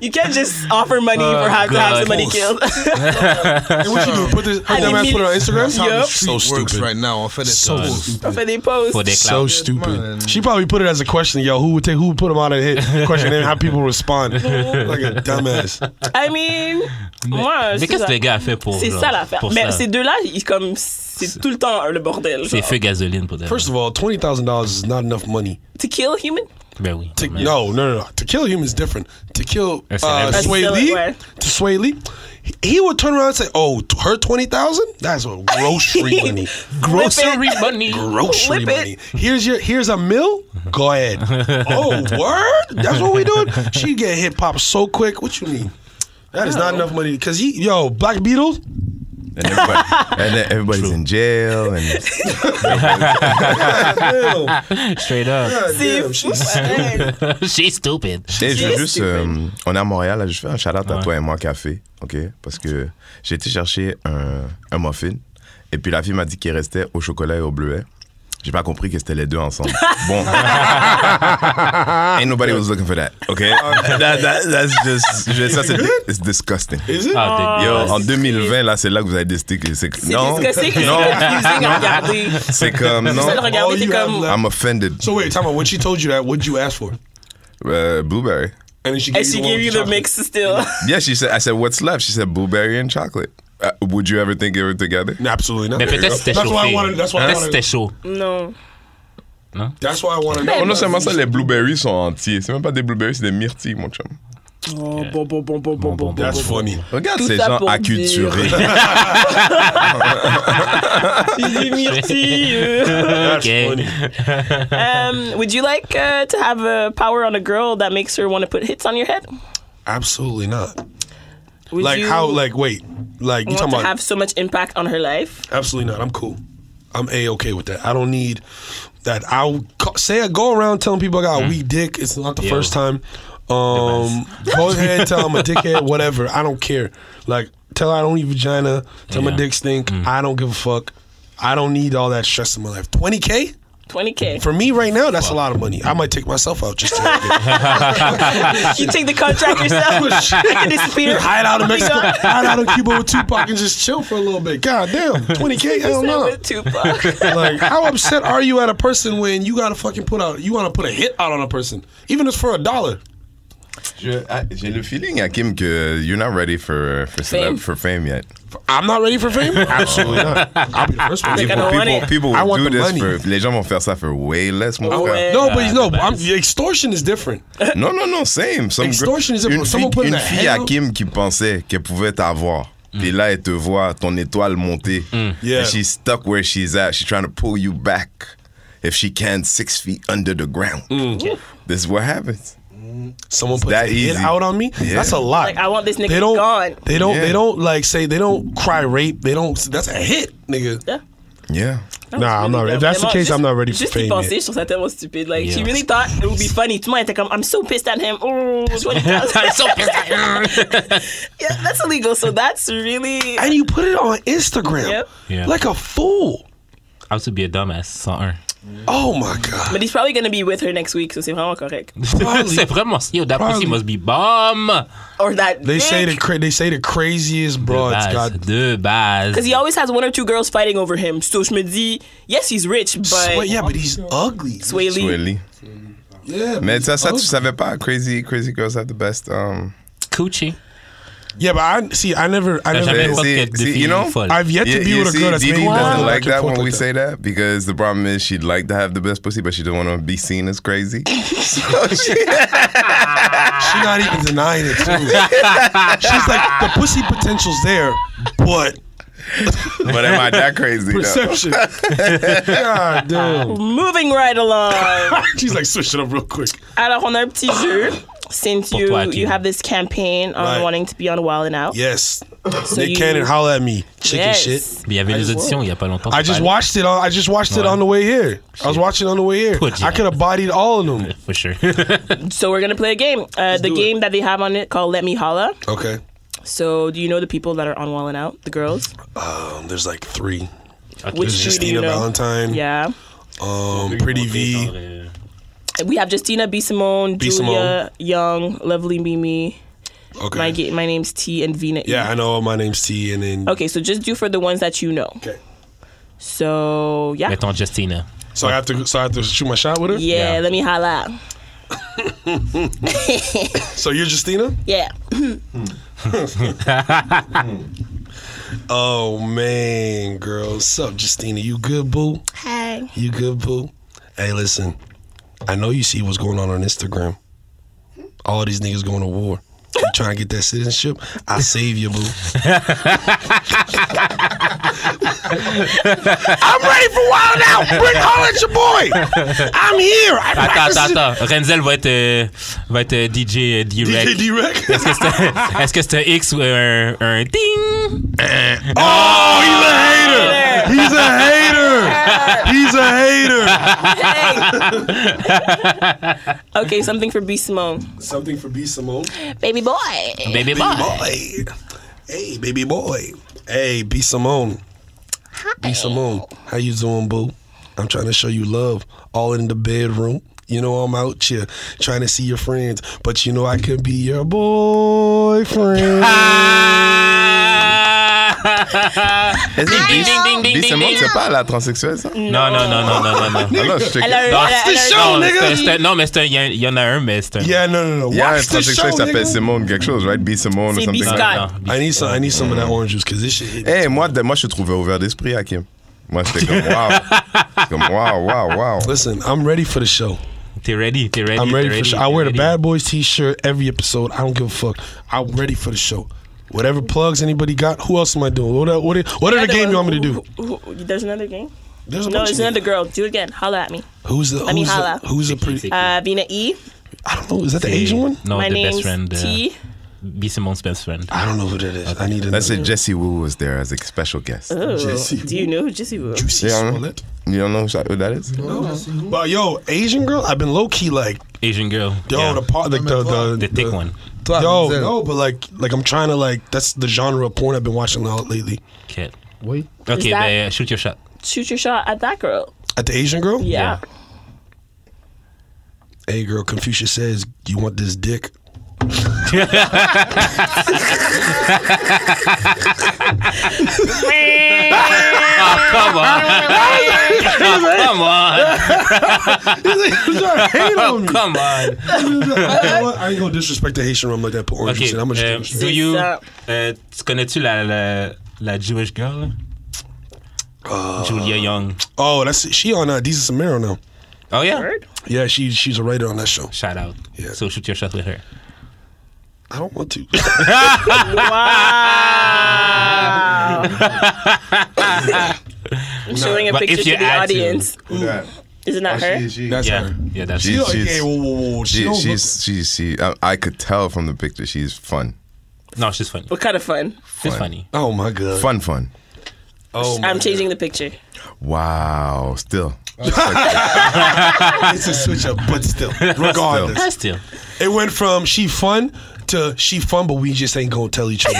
S2: you can't just offer money
S3: Oh,
S2: for have to have
S3: God.
S2: somebody killed.
S4: Hey, what you doing? Put this. Her
S2: I
S4: dumb ass
S2: mean-
S4: put it on Instagram.
S5: That's how the
S2: Yup.
S5: street
S4: So
S5: works
S4: stupid.
S5: right now. On fait des
S4: So
S5: choses.
S2: On fait des posts.
S3: Pour des
S4: So
S3: clouds.
S4: stupid.
S5: man.
S4: She probably put it as a question, yo. Who would take? Who would put him on a hit? Question and how people respond. like a dumbass.
S2: I mean, moi,
S3: Mais
S2: c'est
S3: qu'est-ce
S2: ça,
S3: que le gars a fait pour
S2: c'est
S3: genre,
S2: ça l'affaire.
S3: pour
S2: Mais
S3: ça?
S2: ces deux-là, ils comme c'est tout le temps le bordel.
S3: C'est
S2: genre.
S3: feu gasoline pour de vrai.
S4: First of all, twenty thousand dollars is not enough money.
S2: To kill a human?
S3: Ben oui.
S4: To,
S3: Mais-
S4: no, no, no, no. To kill him is different. To kill
S3: That's
S4: uh,
S3: another-
S4: Sway
S2: That's
S4: Lee,
S2: another way.
S4: to Sway Lee, he- he would turn around and say, "Oh, t- her twenty thousand? That's a grocery money.
S3: Grocery money.
S4: Grocery
S2: Flip it.
S4: money. Here's your here's a mill. Go ahead. oh, word. That's what we doing. She get hip hop so quick. What you mean? That is not enough money. Cause he, yo, Black Beetle.
S6: And, everybody, and then everybody's in jail. And
S4: Damn. God
S3: Straight up.
S4: damn,
S2: C'est fou.
S4: she's
S2: pareil.
S3: She's stupid.
S6: Et je veux
S2: Yes,
S6: juste,
S2: stupid.
S6: euh, on est à Montréal, là, je fais un shout-out à
S3: Ouais.
S6: toi et moi café, ok? Parce que j'ai été chercher un, un muffin, et puis la fille m'a dit qu'il restait au chocolat et au bleuet. J'ai pas compris que c'était les deux ensemble. Bon. Ain't nobody was looking for that, ok? That- that- that's just, je- ça c'est it's disgusting.
S3: Ah,
S6: Yo,
S3: dégueulasse.
S2: Oh,
S6: en 2020, là, c'est là que vous avez décidé que c'est...
S2: C'est disgusting, c'est
S6: non,
S2: confusing à regarder.
S6: c'est comme, non,
S2: Ça le
S4: All
S2: regarder, c'est
S4: you have
S2: comme...
S4: left-
S6: I'm offended.
S4: So wait, tell me when she told you that, what'd you ask for?
S6: Euh, blueberry.
S4: And then she
S2: And she
S4: one
S2: gave you
S4: with
S2: the
S4: chocolate.
S2: mix still.
S6: Yeah, she said. I said, "What's left?" She said, "Blueberry and chocolate." Uh, would you ever think they were together?
S4: No, Absolutely not.
S3: Mais peut-être c'était
S4: That's why I
S3: chauffé.
S4: wanted. That's why I
S3: Peut-être c'était
S4: wanted.
S3: chaud.
S2: Non.
S4: That's why I wanted.
S6: Oh, non seulement ça, les blueberries sont entiers. C'est même pas des blueberries, c'est des myrtilles, mon chum.
S2: Oh, bon, bon, bon, bon, bon, bon.
S4: That's funny.
S6: Regarde
S2: Tout
S6: ces
S2: ça
S6: gens
S2: pour
S6: acculturés.
S2: Des myrtilles.
S3: Ok.
S2: um, would you like uh, to have a power on a girl that makes her want to put hits on your head?
S4: Absolutely not.
S2: Would
S4: like
S2: you
S4: how? Like wait. Like you
S2: want
S4: talking
S2: to
S4: about?
S2: have so much impact on her life?
S4: Absolutely not. I'm cool. I'm a okay with that. I don't need that. I say I go around telling people I got a weak dick. It's not the
S3: Hmm. Yo.
S4: first time. Um, go ahead, tell I'm a dickhead, whatever. I don't care. Like tell her I don't eat vagina. Tell my
S3: Yeah. Hmm.
S4: dick stink. I don't give a fuck. I don't need all that stress in my life. Twenty k
S2: 20K.
S4: for me right now. That's a lot of money. I might take myself out just to
S2: you take the contract yourself. I can disappear.
S4: Oh, hide out in Mexico, hide out in Cuba with Tupac, and just chill for a little bit. God damn, twenty k. Hell no.
S2: Tupac.
S4: like, how upset are you at a person when you gotta fucking put out, you wanna put a hit out on a person, even if it's for a dollar?
S6: Je- ah, J'ai le feeling, Hakim, que you're not ready for for
S2: Fame.
S6: celeb, for fame yet.
S4: I'm not ready for fame. Absolutely not. I'll be the first one.
S2: They're
S6: People,
S2: gonna want
S6: people,
S2: it.
S6: people
S4: I
S6: will
S4: want
S6: do
S4: the
S6: this
S4: money.
S6: for. Les gens vont faire ça for way less, mon
S2: Ah ouais.
S6: frère.
S4: No, but you know, I'm, extortion is different.
S6: Non, non, non, same. Some girl-
S4: Extortion is a-
S6: une
S4: someone
S6: fille,
S4: put in
S6: une
S4: a
S6: fille
S4: hell.
S6: Hakim qui pensait qu'elle pouvait t'avoir. Puis là, elle te voit ton étoile monter.
S4: Mm. Yeah.
S6: And she's stuck where she's at. She's trying to pull you back. If she can, six feet under the ground.
S4: Mm.
S6: This is what happens.
S4: Someone puts
S6: that
S4: a hit
S6: easy.
S4: out on me.
S6: Yeah.
S4: That's a lot.
S2: Like, I want this nigga
S4: they don't,
S2: gone.
S4: They don't.
S6: Yeah.
S4: They don't like say. They don't cry rape. They don't. That's a hit, nigga.
S2: Yeah.
S6: Yeah.
S4: Nah, I'm not ready. If that's the
S2: Vraiment,
S4: case,
S2: juste-
S4: I'm not ready for
S2: Juste y
S4: fame
S2: penser,
S4: yet.
S2: je trouve ça tellement stupide. Like, she
S3: Yeah.
S2: really thought it would be funny. Tout le monde était comme, I'm so pissed at him. Oh, 20,000.
S3: I'm so pissed at her.
S2: yeah, that's illegal. So that's really...
S4: And you put it on Instagram
S2: Yep.
S3: Yeah.
S4: like a fool.
S3: How to be a dumbass 101.
S4: Oh my god.
S2: But he's probably gonna be with her next week, so c'est vraiment correct.
S3: C'est vraiment yo that pussy
S4: Probably.
S3: must be bomb.
S2: Or that
S4: They say the cra- they say the craziest broads
S3: base,
S4: Oh, got
S3: de base.
S2: Because he always has one or two girls fighting over him. So je me dis, yes, he's rich, but...
S4: Sway- yeah, but he's ugly.
S2: Sway Lee.
S6: Swelly.
S4: Yeah, Oh,
S6: Mais ça, ça, tu
S4: ugly.
S6: savais pas. Crazy, crazy girls have the best. Um,
S3: Coochie.
S4: Yeah, but I see. I never. I
S3: T'as jamais
S4: never.
S6: see-
S3: fucked quelqu'un de
S6: see,
S3: fille
S6: you know,
S3: folle.
S4: I've yet to
S6: you-
S4: be
S6: you
S4: with a
S6: see,
S4: girl that's
S6: Didi
S4: made me
S6: doesn't
S4: go back
S6: like
S4: and
S6: that
S4: forth
S6: when we
S4: like
S6: say that because the problem is she'd like to have the best pussy, but she don't want to be seen as crazy. So she-
S4: She's not even denying it. Too. She's like the pussy potential's there, but
S6: but am I that crazy? though?
S4: perception. God damn.
S2: Moving right along.
S4: She's like switch it up real quick.
S2: Alors, on a un petit jeu. Since
S3: Pour
S2: you,
S3: toi, Kim.
S2: you have this campaign on
S4: Right.
S2: wanting to be on Wild and Out.
S4: Yes. Nick
S2: you-
S4: Cannon, holla at me, chicken
S2: Yes.
S4: shit.
S3: Mais il y avait les auditions il y a pas longtemps.
S4: I just watched it. On, I just watched it on the way here. I was watching on the way here.
S3: Put
S4: I
S3: you-
S4: could have bodied all of them.
S3: For sure.
S2: So we're gonna play a game. Uh, the
S4: do it.
S2: game that they have on it called Let Me Holla.
S4: Okay.
S2: So do you know the people that are on Wild and Out? The girls?
S4: Um, there's like three.
S2: Which
S4: There's
S2: two do you
S4: Justina
S2: know?
S4: Valentine.
S2: Yeah.
S4: Um, Pretty V.
S3: euh,
S2: We have Justina, B. Simone,
S4: B.
S2: Julia, Young, Lovely Mimi.
S4: Okay.
S2: My ga- my name's T and Vina. E.
S4: Yeah, I know. My name's T, and then
S2: Okay, so just do for the ones that you know.
S4: Okay.
S2: So yeah.
S3: Mettons Justina.
S4: So I have to. So I have to shoot my shot with her.
S2: Yeah,
S3: Yeah.
S2: let me holla.
S4: So you're Justina.
S2: Yeah.
S4: Oh man, girl, what's up, Justina? You good, boo?
S2: Hi.
S4: You good, boo? Hey, listen, I know you see what's going on on Instagram. All these niggas going to war. You trying to get that citizenship? I save you, boo. I'm ready for wild out. Bring holler at your boy. I'm here. I
S3: Attends, attends, attends. Renzel va être, euh, va être euh, DJ euh, D-Rec.
S4: direct.
S3: Est-ce que c'est un- est-ce que c'est un X ou un, un ding?
S4: Oh, he's a hater. He's a hater. He's a hater.
S2: Hey. okay, something for B. Simone.
S4: Something for B Simone.
S2: Baby boy.
S3: Baby boy.
S4: Baby boy. Hey, baby boy. Hey, B Simone. B Simone. How you doing, boo? I'm trying to show you love all in the bedroom. You know I'm out here trying to see your friends, but you know I could be your boyfriend.
S3: Ah!
S6: Est-ce que
S3: Ding,
S6: Dis-
S3: ding, ding, ding,
S6: Dis
S3: ding,
S6: Simone,
S3: ding.
S6: c'est pas la transsexuelle, ça?
S3: Non, non, non, non, non, non, non.
S6: Alors, je check.
S2: Mm. Elle a eu-
S3: Non,
S2: elle a-
S3: c'est
S2: elle a eu-
S3: Non, c'est un- c'est un- non, mais c'est un- il y, a- il y en a un, mais c'est un.
S4: yeah, no, no, no.
S6: Il y a un
S4: Watch the
S6: transsexuel
S4: show,
S6: qui s'appelle
S4: nigga.
S6: Simone quelque chose, right? B Simone ou
S2: C'est B.
S6: something.
S3: Non,
S2: Scott.
S3: non,
S4: I need some. I need some of that orange juice because this shit. hit.
S6: Hey, moi, de- moi, je suis trouvé ouvert d'esprit, Hakim. Moi, j'étais comme, wow. J'étais comme, wow, wow, wow.
S4: Listen, I'm ready for the show.
S3: T'es ready, t'es ready.
S4: I'm
S3: t'es
S4: ready, for the show. I wear the
S3: t'es
S4: Bad Boys T-shirt every episode. I don't give a fuck. I'm ready for the show. Whatever plugs anybody got, who else am I doing? What what what, other
S2: Another
S4: game you
S2: one.
S4: want me to do?
S2: Who- who- who- There's another game?
S4: There's a
S2: No,
S4: bunch
S2: there's
S4: of
S2: another
S4: them.
S2: girl. Do it again. Holla at me.
S4: Who's the
S2: I mean,
S4: who's the,
S2: holla.
S4: who's the
S3: ready. C'est qui?
S4: pretty?
S2: Uh, Vina E.
S4: I don't know. Is that the Asian one?
S3: Non,
S2: My
S3: the
S2: name's
S3: best friend. euh,
S2: T.
S3: B. Simone's best friend.
S4: I don't know who that is. I need to know.
S6: That's it. Jesse Wu was there as a special
S3: uh,
S6: guest.
S2: Ooh,
S4: Jesse
S2: Do you know who Jesse Wu? is?
S4: Juicy
S6: Yeah, I know.
S4: Smollett.
S6: You don't know who that is?
S4: But yo, Asian girl, I've been low key like
S3: Asian girl.
S4: yo
S3: yeah.
S4: the part like the the,
S3: The thick one.
S7: Toi,
S4: Yo,
S7: Denzel.
S4: no, but like, like I'm trying to like. That's the genre of porn I've been watching a lot lately.
S3: Ok.
S7: Oui.
S3: Ok,
S2: that-
S3: ben, shoot your shot.
S2: Shoot your shot at that girl.
S4: At the Asian girl,
S2: Yeah.
S4: Hey, girl, Confucius says you want this dick.
S3: Ah, come on! Ah, come on! Oh, come on!
S4: I ain't gonna disrespect the Haitian rum like that. Put orange
S3: Ok,
S4: juice in. I'm gonna
S3: euh,
S4: just
S3: do
S2: C'est
S3: you...
S2: ça.
S3: euh, tu connais-tu la, la, la Jewish girl? là?
S6: Ah.
S3: Julia Young.
S4: Oh, that's she on uh, Deezus and Samero now.
S3: Oh yeah?
S2: Word?
S4: Yeah, she she's a writer on that show.
S3: Shout out.
S4: Yeah.
S3: So shoot your shot with her.
S4: I don't want to.
S2: Wow. I'm showing a
S3: But
S2: picture
S3: if you
S2: to the
S3: had to-
S2: audience. Isn't
S4: Oh,
S2: that her?
S4: That's
S3: yeah.
S4: her.
S3: Yeah, that's
S6: She's-
S4: Okay, whoa, whoa, whoa. She
S6: She,
S4: don't look-
S6: she's, she's, she, I, I could tell from the picture she's fun.
S3: No, she's funny.
S2: What kind of fun?
S3: She's funny.
S4: oh my god.
S6: Fun, fun.
S4: Oh,
S2: I'm changing the picture.
S6: Wow, still.
S4: it's a switch up, but still, regardless,
S3: Ah, Still.
S4: it went from she fun to she fun, but we just ain't gonna tell each other.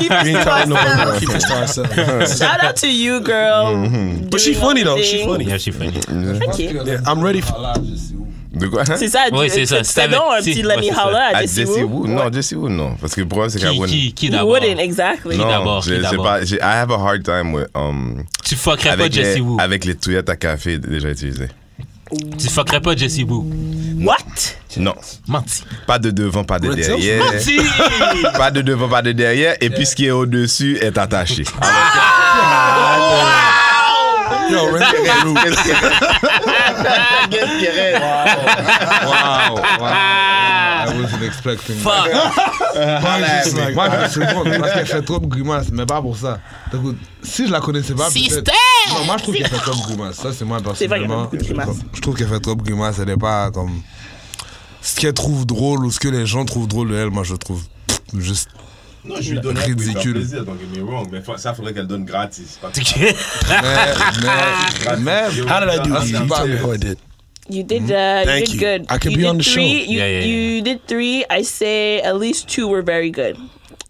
S2: Keep us
S4: we ain't
S2: to
S4: telling nobody.
S2: ourselves.
S4: Keep it to ourselves.
S2: Shout out to you, girl.
S4: Mm-hmm. But she
S2: Doing
S4: funny
S2: your
S4: though. She
S2: thing.
S4: funny.
S3: Yeah, she funny.
S2: Ok.
S4: Yeah, I'm ready for.
S6: De quoi hein?
S2: C'est ça,
S3: Oui, c'est ça.
S2: C'était donc un
S3: Si,
S2: petit let
S3: ouais,
S2: me
S3: c'est ça.
S2: holler
S6: Ah,
S2: à Jesse
S6: Jessie
S2: Wu.
S6: Wu? Non, Jessie Wu, non. Parce que le problème, c'est qu'elle
S3: Qui,
S6: wouldn't.
S3: qui, qui
S2: You
S3: d'abord
S2: wouldn't, exactly.
S3: Qui
S6: Non,
S3: d'abord, qui
S6: je sais
S3: d'abord.
S6: pas. j'ai- I have a hard time with, um,
S3: Tu fuckerais pas
S6: avec,
S3: Jesse
S6: les,
S3: Wu.
S6: avec les touillettes à café déjà utilisées.
S3: Tu fuckerais pas Jesse Wu.
S2: What?
S6: Non.
S3: Menti.
S6: Pas de devant, pas de
S4: Red Sauce?
S6: derrière. Pas de devant, pas de derrière. Et puis ce qui est au-dessus est attaché. Ah,
S4: Yo, Ren-
S6: Qu'est-ce qu'il Qu'est-ce qu'il reste?
S5: Wow,
S2: Ah.
S5: wow. I wasn't expecting that.
S4: Voilà,
S5: Moi,
S4: mais-
S5: je suis bon, parce qu'elle fait trop de grimaces, mais pas pour ça. T'écoutes, si je la connaissais pas, peut-être... Non, moi, je trouve qu'elle fait trop de grimaces. Ça, c'est moi,
S2: C'est vrai qu'elle fait
S5: personnellement.
S2: beaucoup de grimaces.
S5: Je trouve qu'elle fait trop de grimaces. Elle est pas comme... Ce qu'elle trouve drôle ou ce que les gens trouvent drôle de elle, moi, je trouve pff, juste...
S6: Je lui
S5: donnerais pour lui faire Ridicule. plaisir,
S6: donc me wrong, mais ça faudrait qu'elle donne gratis.
S5: Mais... mais
S4: How did I do?
S5: Ah, c'est
S4: You
S5: pas-
S4: tell me how I did.
S2: You did, uh,
S4: Thank
S2: you did
S4: you.
S2: good.
S4: I could
S2: you
S4: be
S2: did
S4: on the show.
S2: three. You,
S3: Yeah, yeah,
S2: you did three. I say at least two were very good.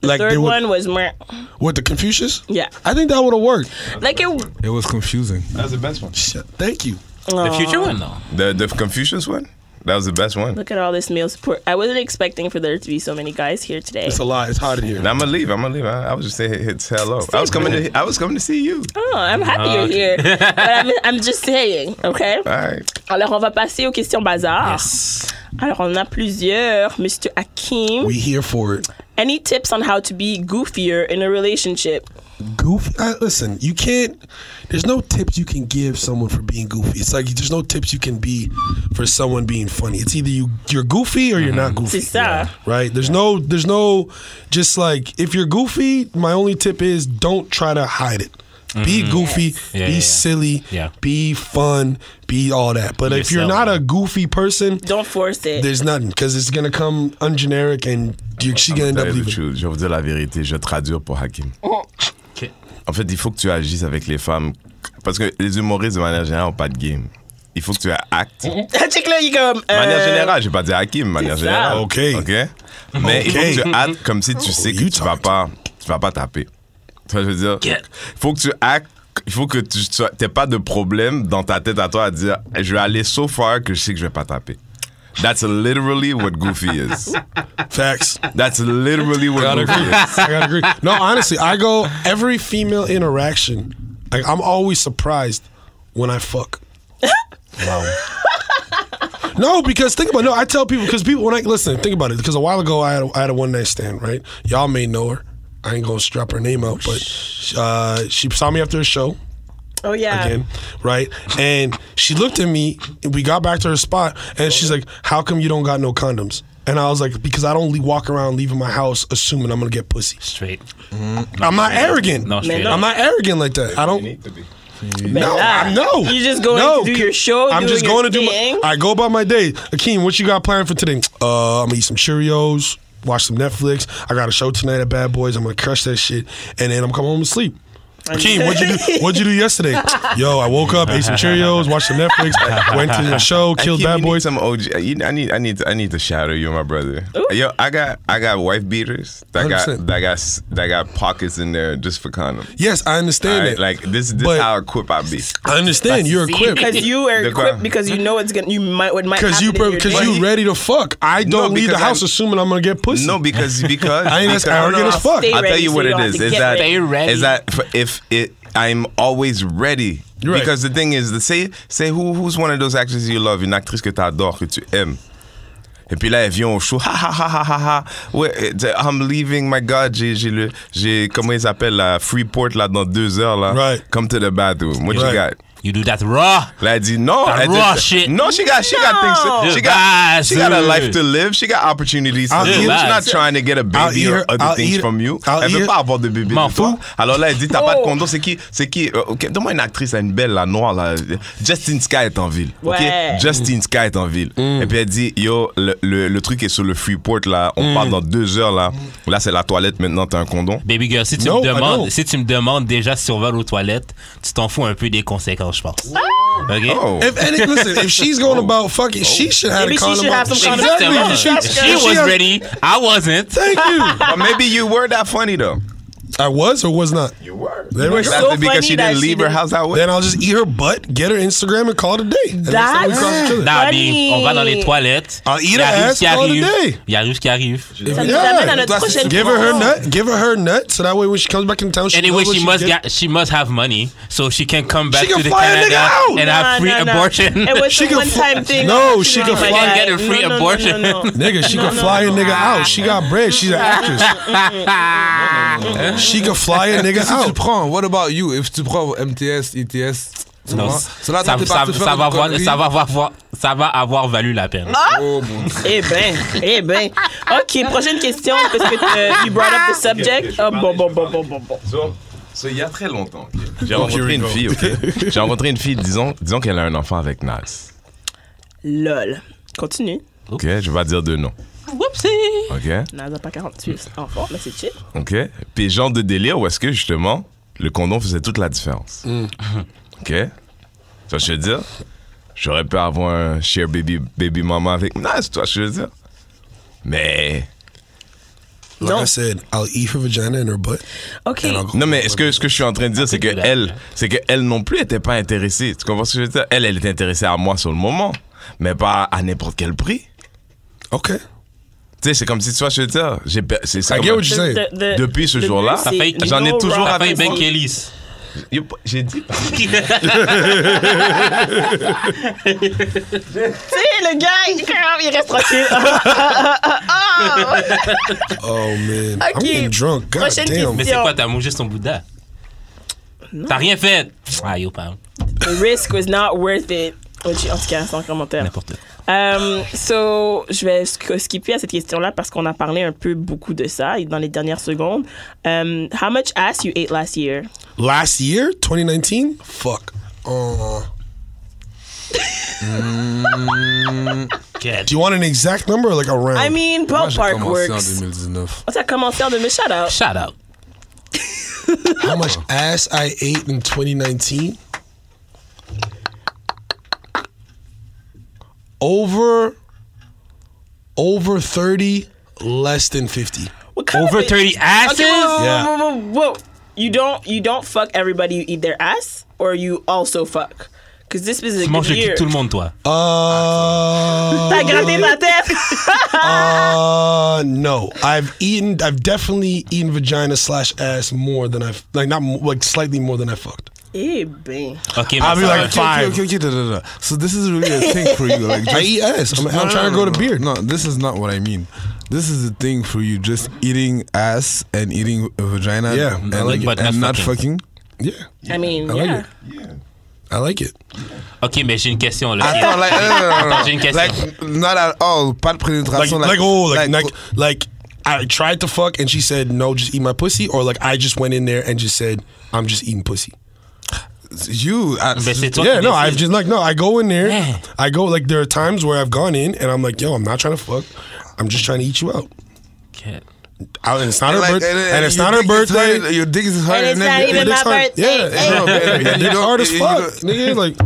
S2: The
S4: Like they
S2: third
S4: were-
S2: one was meh.
S4: What the Confucius?
S2: Yeah.
S4: I think that would have worked.
S2: Like it.
S5: It was confusing.
S6: That's the best one.
S4: Shit, Thank you.
S3: The future one, non.
S6: The, the Confucius one? That was the best one.
S2: Look at all this male support. I wasn't expecting for there to be so many guys here today.
S4: It's a lot. It's hot in here.
S6: And I'm gonna leave. I'm gonna leave. I, I was just saying, it's hello. I was coming to. I was coming to see you.
S2: Oh, I'm happy
S3: Ah,
S2: you're
S3: ok.
S2: here. But I'm, I'm just saying, okay?
S6: All right.
S2: Alors, on va passer aux questions bazar.
S3: Yes.
S2: Alors, on a plusieurs. Mr. Hakim.
S4: We here for it.
S2: Any tips on how to be goofier in a relationship?
S4: Goofy. I, listen, you can't. There's no tips you can give someone for being goofy. It's like there's no tips you can be for someone being funny. It's either you you're goofy or you're not
S3: Mm-hmm.
S4: goofy.
S2: C'est
S3: uh,
S2: ça.
S4: Right? There's no. There's no. Just like if you're goofy, my only tip is don't try to hide it. Be goofy,
S3: Mm-hmm. Yeah,
S4: be
S3: yeah, yeah.
S4: silly,
S3: Yeah.
S4: be fun, be all that. But if you're
S3: Yourself.
S4: not a goofy person,
S2: Don't force it.
S4: There's nothing because it's gonna come ungeneric and you, she gonna end up
S6: Tell you the
S4: leaving.
S6: truth. Je vais vous dire la vérité. Je vais traduire pour Hakim.
S3: Ok.
S6: En fait, il faut que tu agisses avec les femmes. Parce que les humoristes, de manière générale, n'ont pas de game. Il faut que tu actes. De
S2: Mm-hmm. Ah, Check là, il est comme. euh,
S6: manière générale, je vais pas dire Hakim, de manière
S2: ça.
S6: générale.
S4: Ok. Oh,
S6: OK? Mais il faut que tu actes comme si tu sais que
S4: you
S6: tu vas pas, tu vas pas taper. Tu vois, je veux dire,
S3: Yeah.
S6: il faut que tu actes. Il faut que tu n'aies pas de problème dans ta tête à toi à dire je vais aller so far que je sais que je vais pas taper. That's literally what goofy is.
S4: Facts.
S6: That's literally what
S4: Gotta
S6: goofy
S4: agree.
S6: is.
S4: I gotta agree. No, honestly, I go every female interaction. Like, I'm always surprised when I fuck. Wow. No, because think about it. No, I tell people because people when I listen, think about it. Because a while ago, I had a, I had a one night stand. Right, y'all may know her. I ain't gonna strap her name out, but uh, she saw me after a show.
S2: Oh, yeah.
S4: again, right? And she looked at me, and we got back to her spot, and she's like, How come you don't got no condoms? And I was like, Because I don't le- walk around leaving my house assuming I'm gonna get pussy.
S3: Straight.
S4: I'm not arrogant.
S3: Non, straight.
S2: non.
S4: I'm not arrogant like that. I don't. No,
S2: là,
S4: I'm no.
S2: you're just going
S4: No,
S2: to do your show,
S4: I'm
S2: doing
S4: just
S2: your
S4: going to do
S2: thing.
S4: my. I go about my day. Akeem, what you got planned for today? Uh, I'm gonna eat some Cheerios, watch some Netflix. I got a show tonight at Bad Boys. I'm gonna crush that shit, and then I'm coming home and sleep. Akeem, what'd you do? What'd you do yesterday? Yo, I woke up, ate some Cheerios, watched some Netflix, went to the show, killed Bad
S6: Hakeem, you need
S4: Boys.
S6: Some OG. You, I need. I need. To, I need to shadow you, my brother. Yo, I got. I got wife beaters. That got.
S4: 100%.
S6: That got. s- That got pockets in there just for condom.
S4: Yes, I understand it.
S6: Alright, like this. This
S4: But-
S6: how equipped I be.
S4: I understand you're equipped
S2: Because you are
S6: De quoi?
S2: equipped because you know it's gonna you might what might
S4: because you
S2: happen in your
S4: because
S2: day.
S4: you ready to fuck. I don't leave the
S6: because
S4: house
S6: I'm-
S4: assuming I'm gonna get pussy.
S6: No, because because
S4: I ain't as
S6: because,
S4: arrogant as fuck.
S2: Stay
S6: I'll tell
S2: ready
S6: you
S2: so
S6: what
S2: you
S6: it
S2: don't have
S6: is.
S2: to
S6: Is
S2: get
S6: that
S2: ready.
S3: Stay ready.
S6: is that f- if it I'm always ready.
S4: You're right.
S6: Because the thing is, the say say who who's one of those actresses you love, une actrice que t'adores, que tu aimes. Et puis là, elle vient au show, ha ha ha ha ha ha. Ouais, euh, I'm leaving, my God, j'ai j'ai le j'ai comment ils appellent la Freeport là dans deux heures là.
S4: Right.
S6: Come to the bathroom. What
S4: Right.
S6: you got?
S3: You do that raw.
S6: Là, elle dit non.
S3: That
S6: elle dit-
S3: raw shit.
S6: No, she got she got things. To, she got she got a life to live. She got opportunities. To
S4: I'll
S6: live.
S4: eat
S6: She's
S3: her.
S6: not trying to get a
S4: I'll
S6: baby
S4: eat
S6: or
S4: her.
S6: other
S4: I'll
S6: things
S4: eat her.
S6: from you.
S4: I'll
S6: elle
S4: eat
S6: veut
S4: her.
S6: pas avoir de bébé.
S3: M'en
S6: de toi.
S3: fous.
S6: Alors là, elle dit t'as pas de
S2: Oh.
S6: condom. C'est qui c'est qui euh, ok, Donne-moi une actrice, une belle là, noire là. Justine Sky est en ville. ok?
S2: Ouais.
S6: Justine Sky est en ville.
S4: Mm.
S6: Et puis elle dit yo le, le, le truc est sur le Freeport là.
S4: Mm.
S6: On part dans deux heures là. Là c'est la toilette maintenant. T'as un condom.
S3: Baby girl, si tu,
S4: No,
S3: me
S4: I
S3: demandes,
S4: don't.
S3: si tu me demandes déjà si on va aux toilettes, tu t'en fous un peu des conséquences, je pense.
S2: Ah!
S3: OK?
S6: Oh.
S4: If any, listen, if she's going about fucking, she should have
S2: Maybe
S4: a
S2: she
S4: condom.
S2: should have
S4: on.
S2: some condom.
S4: Exactly.
S3: Exactement.
S4: She-
S2: That's
S3: She
S2: good.
S4: she
S3: was
S4: had-
S3: ready. I wasn't.
S4: Thank you.
S6: But maybe you were that funny though.
S4: I was or was not.
S6: You were.
S4: That makes
S2: So
S6: because
S2: funny
S6: she
S2: that
S6: didn't
S2: she
S6: leave her
S2: didn't-
S6: house that way.
S4: Then I'll just eat her butt, get her Instagram, and call it a day. And that's how we cross each other.
S2: That's-
S3: Non,
S2: Funny.
S3: mais on va dans les toilettes.
S4: I'll Ah, eat
S3: Il
S4: her
S3: arrive ce
S4: ass
S3: qui
S4: all the
S3: arrive.
S4: day.
S3: Il arrive ce qui arrive.
S2: Ça nous
S4: Yeah.
S2: amène à notre
S6: That's-
S2: prochaine
S4: Give her her
S2: question.
S4: nut. Give her her nut. So that way, when she comes back in town, she
S3: Anyway,
S4: knows what
S3: she must
S4: did.
S3: get, she must have money so she can come back
S4: can
S3: to the
S4: fly a nigga
S3: Canada
S4: out.
S3: and have free
S2: No, no, no.
S3: abortion.
S2: It was
S4: She
S2: a
S4: can
S2: one-time
S4: fly-
S2: thing.
S4: No, she can
S2: my
S4: fly-
S2: God.
S3: Get a free
S2: No, no, no,
S3: abortion.
S2: no, no.
S4: Nigga, she could fly a nigga out. She got bread. She's an actress. She could fly a nigga
S7: Si tu
S4: out.
S7: prends, what about you? If tu prends MTS, ITS, tu
S3: Non,
S7: vois,
S3: ça,
S7: so là,
S3: ça,
S7: t'es
S3: ça,
S7: parti faire
S3: va
S7: une
S3: avoir,
S7: connerie.
S3: ça, va avoir, ça va avoir valu la peine.
S7: Oh, mon Dieu.
S2: Eh ben, eh ben. OK, prochaine question, parce que euh, you brought up the subject. Ah, bon, bon, bon, bon, bon, bon.
S6: So, so, il y a très longtemps, ok, j'ai rencontré une fille, ok? J'ai rencontré une fille, disons, disons qu'elle a un enfant avec Nas.
S2: Lol. Continue.
S6: Ok, je vais pas dire de nom.
S2: Whoopsie.
S6: Ok,
S2: Nada pas 48 enfants, mais c'est chill.
S6: ok. Puis genre de délire où est-ce que justement le condom faisait toute la différence. Ok. Ça je veux dire, j'aurais pu avoir un share baby baby maman avec Nas, toi je veux dire. Mais
S4: Like I said, I'll eat her vagina and her butt.
S2: OK.
S6: Non, mais ce que, ce que je suis en train
S7: Ah,
S6: de dire, c'est que
S7: hein.
S3: Articulate.
S6: elle, c'est que elle non plus était pas intéressée. Tu comprends ce que je veux dire? Elle, elle était intéressée à moi sur le moment, mais pas à n'importe quel prix.
S4: Okay.
S6: Tu sais, c'est comme si tu vois, je veux dire, j'ai, per- c'est,
S7: Ah,
S6: c'est
S4: I
S6: comme
S4: get
S6: un-
S4: what you're saying.
S6: Depuis ce jour-là,
S2: but c'est
S3: fait-
S6: j'en ai
S2: no
S6: toujours
S2: wrong.
S3: Ça fait
S6: avec
S3: Ben Kelly's.
S6: Yo, J'ai dit.
S2: Tu sais, le gars, il, il reste tranquille.
S4: Oh man, I'm
S2: Okay.
S4: getting drunk. God
S2: Prochaine
S4: damn.
S3: Mais
S2: question.
S3: c'est quoi, t'as mangé son Bouddha? T'as rien fait. Ah, yo, pardon.
S2: The risk was not worth it. En tout cas, c'est en commentaire.
S3: N'importe quoi.
S2: Um, so, je vais sk- skipper à cette question-là parce qu'on a parlé un peu beaucoup de ça et dans les dernières secondes. Um, how much ass you ate last year?
S4: Last year, 2019. Fuck. Uh, do you want an exact number or like a round?
S2: I mean,
S7: Moi, j'ai
S2: ballpark
S7: commencé en
S2: works.
S7: 2019.
S2: Ça a commencé en 2000. Shout out.
S3: Shout out.
S4: how much ass I ate in 2019? Over, over 30, less than 50.
S2: What kind
S3: Over
S2: of-
S3: 30 asses?
S2: Okay, whoa, whoa,
S4: Yeah.
S2: whoa, whoa, whoa. You don't you don't fuck everybody you eat their ass or you also fuck? Because this is a
S3: Tu
S2: good
S3: manges le cul
S2: year.
S3: de tout le monde, toi.
S7: Ah,
S4: Uh,
S2: T'as gratté ta tête.
S4: Uh, no. I've eaten. I've definitely eaten vagina slash ass more than I've like not mo- like slightly more than I fucked.
S2: eh ben.
S3: OK, mais
S4: I'll be
S3: ça-
S4: like five.
S7: Okay, okay, okay, da, da, da. So this is really a E thing for you. Like,
S4: I
S7: just-
S4: eat ass. I'm,
S7: No,
S4: I'm
S7: no,
S4: trying to
S7: no,
S4: grow
S7: no,
S4: the
S7: no.
S4: beard.
S7: No, this is not what I mean. This is the thing for you, just eating ass and eating a vagina.
S4: Yeah,
S7: and,
S4: I like it.
S7: and
S3: But not
S7: not
S3: fucking.
S7: fucking.
S4: Yeah,
S2: I mean,
S4: I like
S2: yeah.
S4: it. I like it.
S3: OK, mais j'ai une question, là.
S7: Attends, like, no, no, no, no.
S3: Attends, j'ai une question.
S7: Like, not at all. Pas de
S4: Like,
S7: pénétration.
S4: like oh like like, like I tried to fuck and she said no, just eat my pussy, or like I just went in there and just said I'm just eating pussy.
S7: you. uh,
S3: Mais c'est toi
S4: Yeah,
S3: qui
S4: no, I've
S3: décides.
S4: just like no, I go in there.
S3: Yeah.
S4: I go like there are times where I've gone in and I'm like, yo, I'm not trying to fuck. I'm just trying to eat you out.
S3: OK.
S4: I, and it's not her
S7: like,
S4: birthday.
S7: uh,
S4: And it's
S7: your
S4: not her
S7: dick is
S4: birthday.
S7: hard, Your dick is hard.
S2: And it's
S7: then
S2: not even
S7: you-
S2: my
S7: your dick's hard.
S2: birthday.
S4: Yeah,
S7: No, baby,
S4: my
S7: you
S4: dick's
S7: don't-
S4: hard as
S7: you
S4: fuck.
S7: don't-
S4: Nigga, like,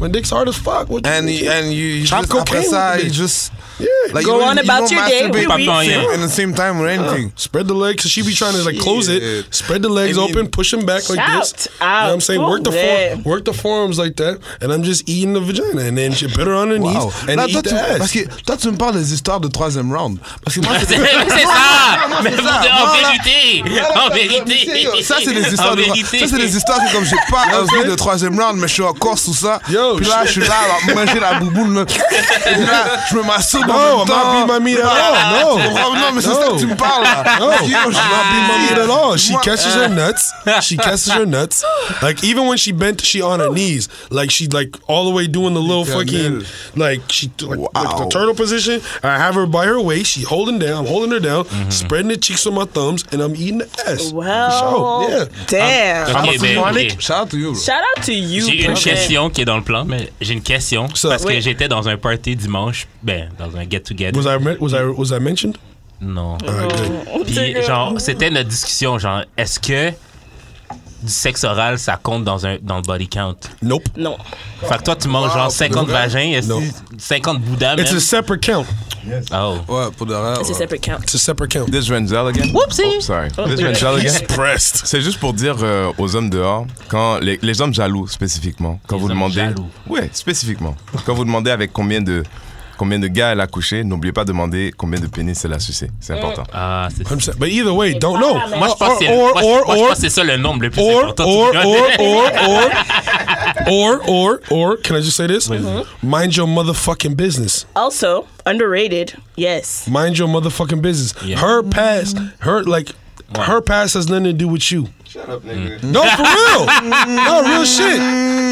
S4: my dick's hard as fuck. What
S7: And
S4: you,
S7: and you, you
S4: Chop
S7: just, après
S4: cocaine
S7: ça,
S4: with the
S7: you
S4: bitch.
S7: just
S4: yeah,
S7: like
S4: go
S7: you don't-
S2: on
S7: you
S2: about
S7: don't
S2: your day,
S7: masturbate
S2: oui,
S3: oui.
S7: same- in the same time or anything.
S4: spread the legs. She be trying to like close it,
S7: Shit.
S4: spread the legs
S7: I mean-
S4: open, push them back like
S2: Shout
S4: this. You know what I'm saying?
S2: out.
S4: Work the
S2: Ouais.
S4: form, work the forearms like that, and I'm just eating the vagina, and then she put her on her knees
S7: Wow.
S4: and
S7: Là,
S4: eat
S7: toi,
S4: the
S7: tu,
S4: ass.
S7: parce que toi, tu me parles des histoires de troisième round. Parce que moi,
S3: C'est c'est ça! Mais
S7: Ah, c'est
S3: vous-
S7: ça.
S3: en
S7: Voilà.
S3: vérité!
S7: Voilà,
S3: En
S7: ça,
S3: vérité!
S7: ça, c'est des
S3: En
S7: histoires de.
S3: vérité.
S7: Ça, c'est des histoires que, comme j'ai pas envie de troisième round, mais je suis encore sous ça.
S4: Yo, Oh,
S7: Puis là, je suis là à manger la bouboune. Là. Et puis là, je me masturbe
S4: No,
S7: en même
S4: I'm not
S7: temps.
S4: being my meat at all.
S7: Tu
S4: No.
S7: comprends? Non, mais c'est
S4: No.
S7: ça que tu me parles, là.
S4: No,
S7: Yo,
S4: she's
S7: je
S4: not
S7: vais
S4: being
S7: appeler
S4: my meat at all. She
S7: Moi-
S4: catches her nuts. She catches her nuts. Like even when she bent, she on her knees. Like she like all the way doing the little fucking like she like, like the turtle position. I have her by her waist. She holding down. I'm holding her down,
S7: Mm-hmm.
S4: spreading the cheeks with my thumbs, and I'm eating the ass.
S2: Well,
S4: For sure,
S2: damn.
S3: Ok, ben, ok.
S7: Ah, Shout out to you, bro.
S2: Shout out to you.
S3: J'ai une
S2: bro.
S3: question qui est dans le plan, mais j'ai une question.
S4: Ça.
S3: parce
S2: Oui.
S3: que j'étais dans un party dimanche, ben, dans un get-together.
S4: Was I me- was I was I mentioned?
S3: Non.
S7: Euh,
S2: Oh,
S3: Puis,
S2: c'est-
S3: genre, c'était notre discussion, genre, est-ce que du sexe oral, ça compte dans, un, dans le body count?
S4: Nope.
S2: Non.
S3: Fait que toi, tu manges genre 50 vagins, est-ce que
S4: Non.
S3: 50 bouddhas, même.
S4: It's a separate count.
S3: Oh.
S7: Ouais, pour de vrai.
S2: It's a
S7: ouais.
S2: separate count.
S4: It's a separate count.
S6: This Renzel again.
S2: Whoopsie.
S6: Oh, sorry.
S2: Oh,
S6: This
S2: yeah.
S6: Renzel again.
S4: Pressed.
S6: C'est juste pour dire euh, aux hommes dehors, quand les, les hommes jaloux spécifiquement, quand
S3: Les
S6: vous
S3: hommes
S6: demandez,
S3: jaloux.
S6: oui, spécifiquement, quand vous demandez avec combien de combien de gars elle a couché, n'oubliez pas de demander combien de pénis elle a sucé. C'est important.
S3: Ah, c'est ça.
S4: 100%. But either way, don't know.
S3: Moi, je pense que c'est-
S4: Or-
S3: moi, je-
S4: or-
S3: moi, je
S4: or-
S3: pense que c'est ça le nombre le plus
S4: or
S3: important.
S4: or or or or or or or can I just say this? Mind your motherfucking business.
S2: Also, underrated. Yes.
S4: Mind your motherfucking business.
S3: Yeah.
S4: Her past, her like her past has nothing to do with you. No, for real. no, real shit.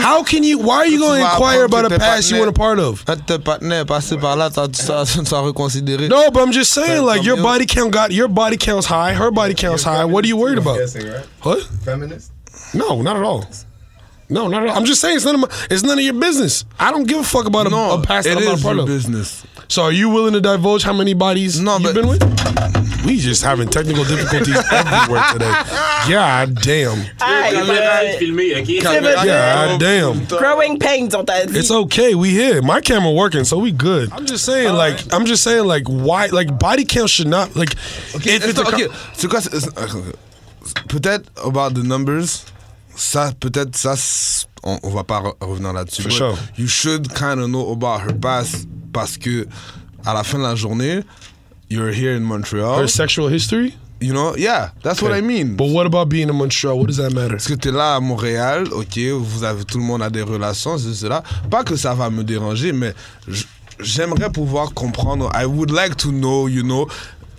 S4: How can you? Why are you going to
S7: why I
S4: inquire about
S7: prompted
S4: a
S7: the
S4: past you
S7: partner.
S4: weren't a part of?
S7: Quand tes partenaires passent par là, t'as ça, ça reconsidéré.
S4: No, but I'm just saying, like your
S7: you.
S4: body count got your body counts high, her body counts high. What are you worried about? What?
S7: Feminist?
S4: No, not at all. No, not at all. I'm just saying it's none of my, it's none of your business. I don't give a fuck about a,
S7: No,
S4: a past that
S7: it
S4: I'm not a
S7: is
S4: part
S7: your
S4: of.
S7: business.
S4: So, are you willing to divulge how many bodies
S7: No,
S4: you've
S7: but-
S4: been with? We just having technical difficulties everywhere today. God damn.
S2: Aïe, euh,
S3: filmé, OK?
S2: vrai.
S4: God damn.
S2: growing pains, on t'a dit.
S4: It's okay. We here. My camera working, so we good. I'm just saying, like, I'm just saying, like, why, like, body count should not, like,
S7: Okay,
S4: if it's a
S7: attends,
S4: co-
S7: ok. C'est quoi c'est- c'est- Peut-être about the numbers, ça peut-être ça c'est- on, on va pas re- revenir là-dessus.
S4: For
S7: but
S4: sure.
S7: You should kind of know about her past parce que à la fin de la journée, you're here in Montreal.
S4: her sexual history.
S7: You know, yeah, that's what I mean.
S4: But what about being in Montreal? What does that matter?
S7: Parce que t'es là à Montréal, ok, vous avez tout le monde a des relations, c'est cela. Pas que ça va me déranger, mais j- j'aimerais pouvoir comprendre. I would like to know, you know,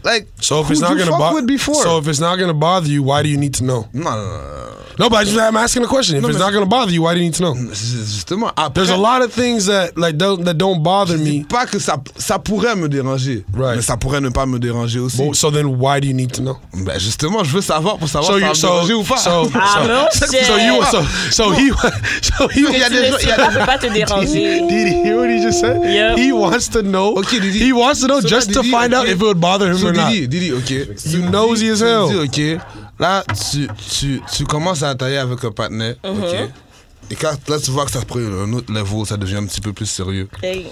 S7: like
S4: So if
S7: who
S4: it's not
S7: you
S4: gonna
S7: fuck
S4: bother,
S7: with before.
S4: so if it's not gonna bother you, why do you need to know?
S7: non, non, non, non.
S4: No, but I just, I'm asking a question. If it's not gonna bother you, why do you need to know?
S7: C'est- justement. Après,
S4: There's a lot of things that like don't, that don't bother me.
S7: pas que ça, ça pourrait me déranger,
S4: Right.
S7: mais ça pourrait ne pas me déranger aussi.
S4: Well, so then, why do you need to know?
S7: Ben justement, je veux savoir pour savoir
S4: So
S7: si ça va
S4: you
S7: me
S4: so
S7: déranger ou
S4: so
S7: pas.
S4: so,
S2: Ah, non, shit.
S4: so you so so he so he.
S7: Il y a des gens- il y a
S2: Ça peut pas te déranger.
S4: Did he hear what he just said?
S2: Yeah.
S4: He wants to know.
S7: Okay, Didi.
S4: He wants to know
S7: So
S4: just
S7: now,
S4: to
S7: Didi,
S4: find out
S7: okay.
S4: if it would bother him
S7: So,
S4: or not.
S7: Didi, Didi, ok.
S4: You nosy as hell.
S7: Tu dis, ok, là, tu, tu, tu commences à tailler avec un partenaire, ok. Et quand là, tu vois que ça prend un autre level, ça devient un petit peu plus sérieux.
S2: Hey.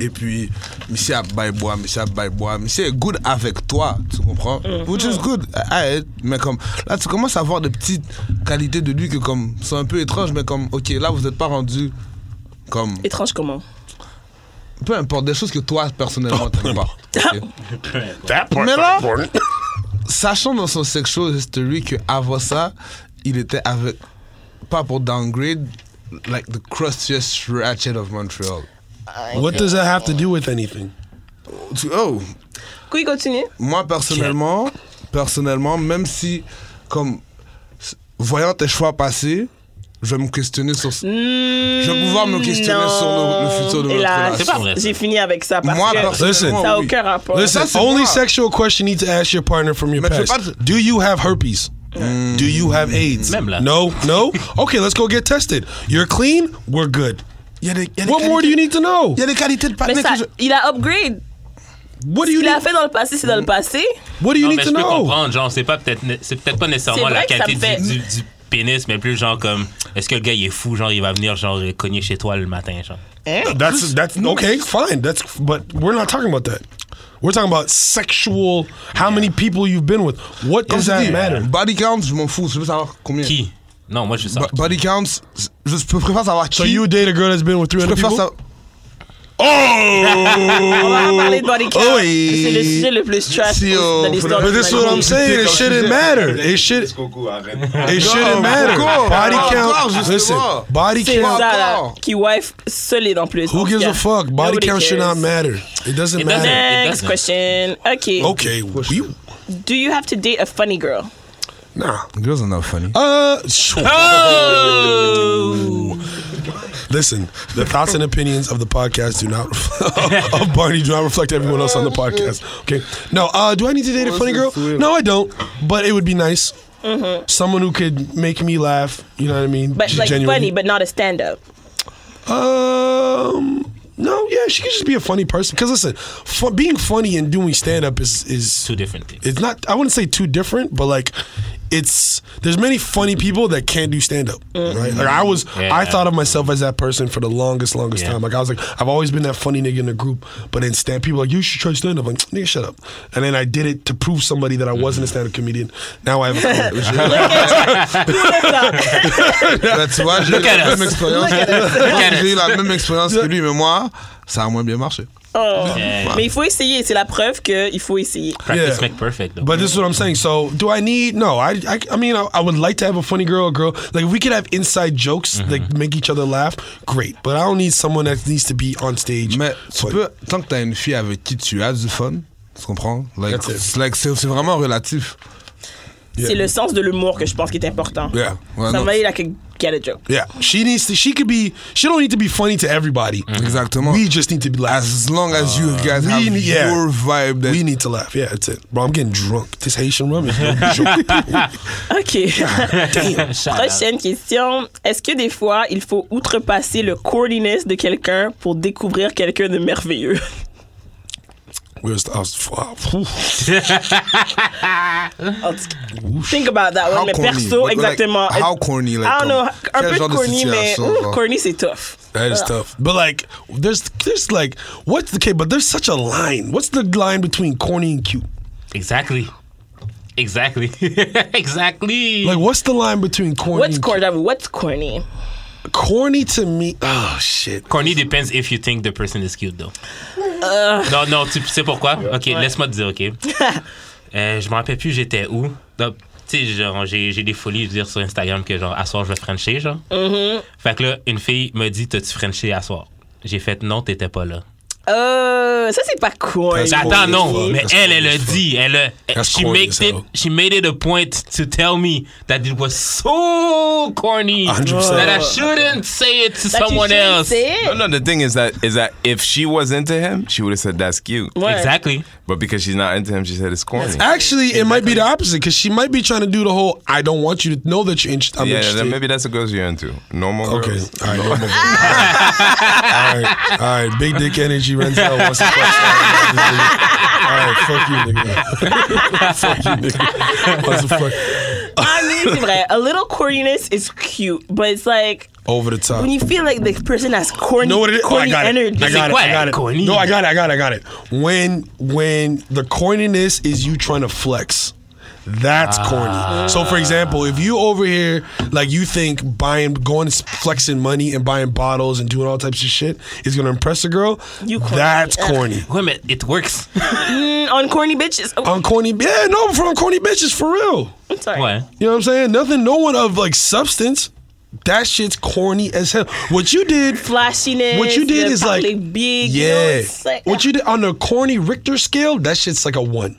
S7: Et puis, monsieur a bail bois, monsieur a bail bois, monsieur est good avec toi, tu comprends? Which is good. Ah, eh, mais comme, là, tu commences à avoir des petites qualités de lui que comme, sont un peu étranges, mais comme, ok, là, vous n'êtes pas rendu comme,
S2: Étrange comment?
S7: peu importe, des choses que toi, personnellement, t'aimes pas. ok?
S4: That
S7: Mais là, sachant dans son sexual history que avant ça, il était avec, pas pour downgrade, like the crustiest ratchet of Montreal.
S4: What does that have to do with anything?
S7: Tu- Oh,
S2: Oui, continue.
S7: moi personnellement, personnellement, même si, comme, s- voyant tes choix passés, je vais me questionner sur.
S3: Mm.
S7: je vais pouvoir me questionner sur le, le futur de
S2: Et
S7: notre
S2: là,
S7: relation.
S3: C'est pas vrai, ça.
S2: Mm, J'ai fini avec ça parce
S7: Moi,
S2: que
S7: personnellement,
S2: ça n'a
S7: oui.
S2: aucun rapport.
S4: Listen,
S7: Ça, c'est
S4: only
S7: moi.
S4: sexual question you need to ask your partner from your
S7: Mais Mm. je veux
S4: past.
S7: pas te-
S4: Do you have herpes? Do you have AIDS?
S3: Même là.
S4: No, no. Okay, let's go get tested. You're clean. We're good.
S7: Il y a des, il y a des
S4: What more do
S7: qualités-
S4: you need to know?
S7: Il y a des qualités de
S2: Mais
S7: partenaire
S2: ça,
S7: que je-
S2: il a upgrade.
S4: What do you
S2: Il a
S4: need?
S2: fait dans le passé, c'est dans le passé.
S4: What do you
S3: Non,
S4: need
S3: mais
S4: to
S3: je peux
S4: know?
S3: comprendre, genre, c'est pas peut-être, né- c'est peut-être pas nécessairement
S2: C'est
S3: la
S2: vrai que ça
S3: qualité
S2: me
S3: du,
S2: fait-
S3: du, du pénis, mais plus genre comme, est-ce que le gars il est fou, genre il va venir genre cogner chez toi le matin, genre.
S4: That's that's okay, fine. That's but we're not talking about that. We're talking about sexual. How many people you've been with? What
S7: Comme
S4: does
S7: je
S4: that
S7: dis,
S4: matter?
S7: Body count, je m'en fous. Je veux savoir combien.
S3: Qui? Non, moi
S4: Bah,
S3: je sais.
S7: Bo- Body count, je je préfère savoir qui.
S4: So you would date a girl that's been with
S7: je
S4: 300
S7: préfère
S4: people?
S7: savoir.
S2: On va parler de body count.
S5: Oh, oui.
S2: C'est le sujet le plus trash
S5: Si, oh,
S2: de l'histoire
S4: But
S2: de
S4: that's what I'm
S2: l'humanité.
S4: saying. It shouldn't matter. It should.
S6: Coco, arrête.
S4: It shouldn't matter.
S5: encore,
S4: Body
S5: encore,
S4: count.
S5: justement.
S4: Listen, body
S2: C'est ça,
S4: count.
S2: là.
S5: encore.
S2: Qui wife solide en plus. en
S4: Who
S2: tout
S4: gives
S2: cas.
S4: a fuck? Body
S2: Nobody
S4: count should
S2: cares.
S4: not matter. It doesn't
S3: It doesn't.
S4: matter.
S2: Next
S3: doesn't.
S2: question. OK.
S4: Okay, we,
S2: Do you have to date a funny girl?
S4: nah.
S7: Girls are not funny.
S4: Uh, sure. Listen, the thoughts and opinions of the podcast do not of Barney do not reflect everyone else on the
S2: Oh,
S4: podcast. Okay, no. Uh, do I need to date a funny girl? No, I don't. But it would be nice. Someone who could make me laugh. You know what I mean?
S2: Mm-hmm. But like funny,
S4: Genuinely.
S2: but not a stand-up.
S4: Um. No, yeah, she could just be a funny person. Because listen, fu- being funny and doing stand up is is
S3: Two different things.
S4: it's not I wouldn't say too different, but like it's there's many funny people that can't do stand up. Right? Like I was I
S3: Yeah.
S4: thought of myself as that person for the longest, longest
S3: Yeah.
S4: time. Like I was like, I've always been that funny nigga in the group, but then stand people like, you should try stand up. Like, nigga, shut up. And then I did it to prove somebody that I wasn't a stand up comedian. Now I have a career.
S7: Ben,
S5: Bah, tu vois, j'ai eu
S3: Look at
S5: la
S3: us.
S5: même expérience.
S3: at us.
S5: J'ai eu la même expérience que lui, mais moi, ça a moins bien marché.
S2: Oh.
S3: Yeah.
S2: Mais il faut essayer. C'est la preuve qu'il faut essayer.
S3: Practice
S4: Yeah.
S3: make perfect, though.
S4: But this is what I'm saying. So, do I need? No, I, I, I mean, I, I would like to have a funny girl, a girl like if we could have inside jokes, like make each other laugh. Great, but I don't need someone that needs to be on stage.
S7: Mais tu
S4: Funny.
S7: peux, tant que t'as une fille avec qui tu as du fun, tu comprends? Like,
S4: That's it.
S7: c'est like, c'est- c'est vraiment relatif.
S4: Yeah.
S2: C'est le sens de l'humour que je pense qui est important.
S7: Yeah. Ouais, non.
S2: Somebody that could get a joke.
S4: Yeah, she needs to. She could be. She don't need to be funny to everybody.
S7: Exactement.
S4: We just need to be laugh.
S7: As long as you guys
S4: we
S7: have
S4: need- yeah.
S7: your vibe, that
S4: We need to laugh. Yeah, that's it, bro. I'm getting drunk. This Haitian rum is getting drunk.
S2: OK.
S3: Shout out.
S2: Prochaine question. Est-ce que des fois, il faut outrepasser le corniness de quelqu'un pour découvrir quelqu'un de merveilleux?
S4: Where's the? I was, wow.
S2: En tout cas, Think about that one.
S7: How
S2: Mais
S7: corny?
S2: perso,
S7: Like,
S2: exactement.
S7: how corny, like,
S2: I don't know. Un
S7: quel
S2: peu
S7: genre de
S2: corny, mais
S7: situation,
S2: ouh,
S7: genre?
S2: corny, c'est tough.
S4: That is tough. But like, there's there's like, what's the okay? But there's such a line. What's the line between corny and cute?
S3: Exactly. Exactly. exactly.
S4: Like, what's the line between corny?
S2: What's
S4: and
S2: corny? J'avoue, What's corny?
S4: cute? Corny to me. Oh shit.
S3: Corny depends if you think the person is cute, though. Non, non, tu sais pourquoi? Ok, laisse-moi te dire, ok. Euh, je me rappelle plus, j'étais où. Donc, Tu sais, genre, j'ai j'ai des folies, je veux dire, sur Instagram que, genre, à soir, je vais Frencher, genre. Fait que là, une fille me dit, t'as-tu Frenché à soir? J'ai fait, non, t'étais pas là.
S2: Euh, ça, c'est pas corny.
S4: That's
S3: J'attends,
S4: corny as
S3: non,
S4: fuck.
S3: mais
S4: That's
S3: elle, elle
S4: corny
S3: le
S4: as fuck.
S3: dit. Elle, le-
S4: That's
S3: she,
S4: corny
S3: makes
S4: as
S3: it,
S4: hell.
S3: she made it a point to tell me that it was so corny
S4: 100%.
S3: that I shouldn't say it to
S2: That you
S3: someone
S2: shouldn't
S3: else.
S2: say it.
S6: No, no, the thing is that is that if she was into him, she would have said that's cute.
S2: Ouais.
S3: Exactly.
S6: But because she's not into him, she said it's corny.
S4: Actually, it might be the opposite because she might be trying to do the whole "I don't want you to know that you're interested." I'm
S6: yeah,
S4: interested.
S6: then maybe that's the girls you're into. Normal
S4: Okay.
S6: girls.
S4: All right. no more going. all right. All right. Big dick energy runs out once and twice. All right. Fuck you, nigga. fuck you, nigga. What the
S2: I
S4: fuck?
S2: mean, Ah, c'est vrai. A little corniness is cute, but it's like
S4: Over the top.
S2: when you feel like the person has corny,
S4: You Ah. know what it is? Oh, I
S2: corny
S4: got
S2: energy.
S4: it. I got it. I got it.
S3: Corny.
S4: No, I got it. I got it. I got it. When when the corniness is you trying to flex. That's
S2: Ah.
S4: corny. So, for example, if you over here, like you think buying, going, flexing money and buying bottles and doing all types of shit is gonna impress a girl,
S2: You corny.
S4: that's corny.
S3: Ouais, mais it works.
S2: Mm, on corny bitches. Oh,
S4: On corny, yeah, no, from corny bitches for real.
S2: I'm sorry.
S3: Ouais.
S4: You know what I'm saying? Nothing, no one of like substance. That shit's corny as hell. What you did
S2: Flashiness.
S4: What you did
S2: the
S4: is like-
S2: public big. you know,
S4: Yeah.
S2: it's like-
S4: what you did on the corny Richter scale, that shit's like a one.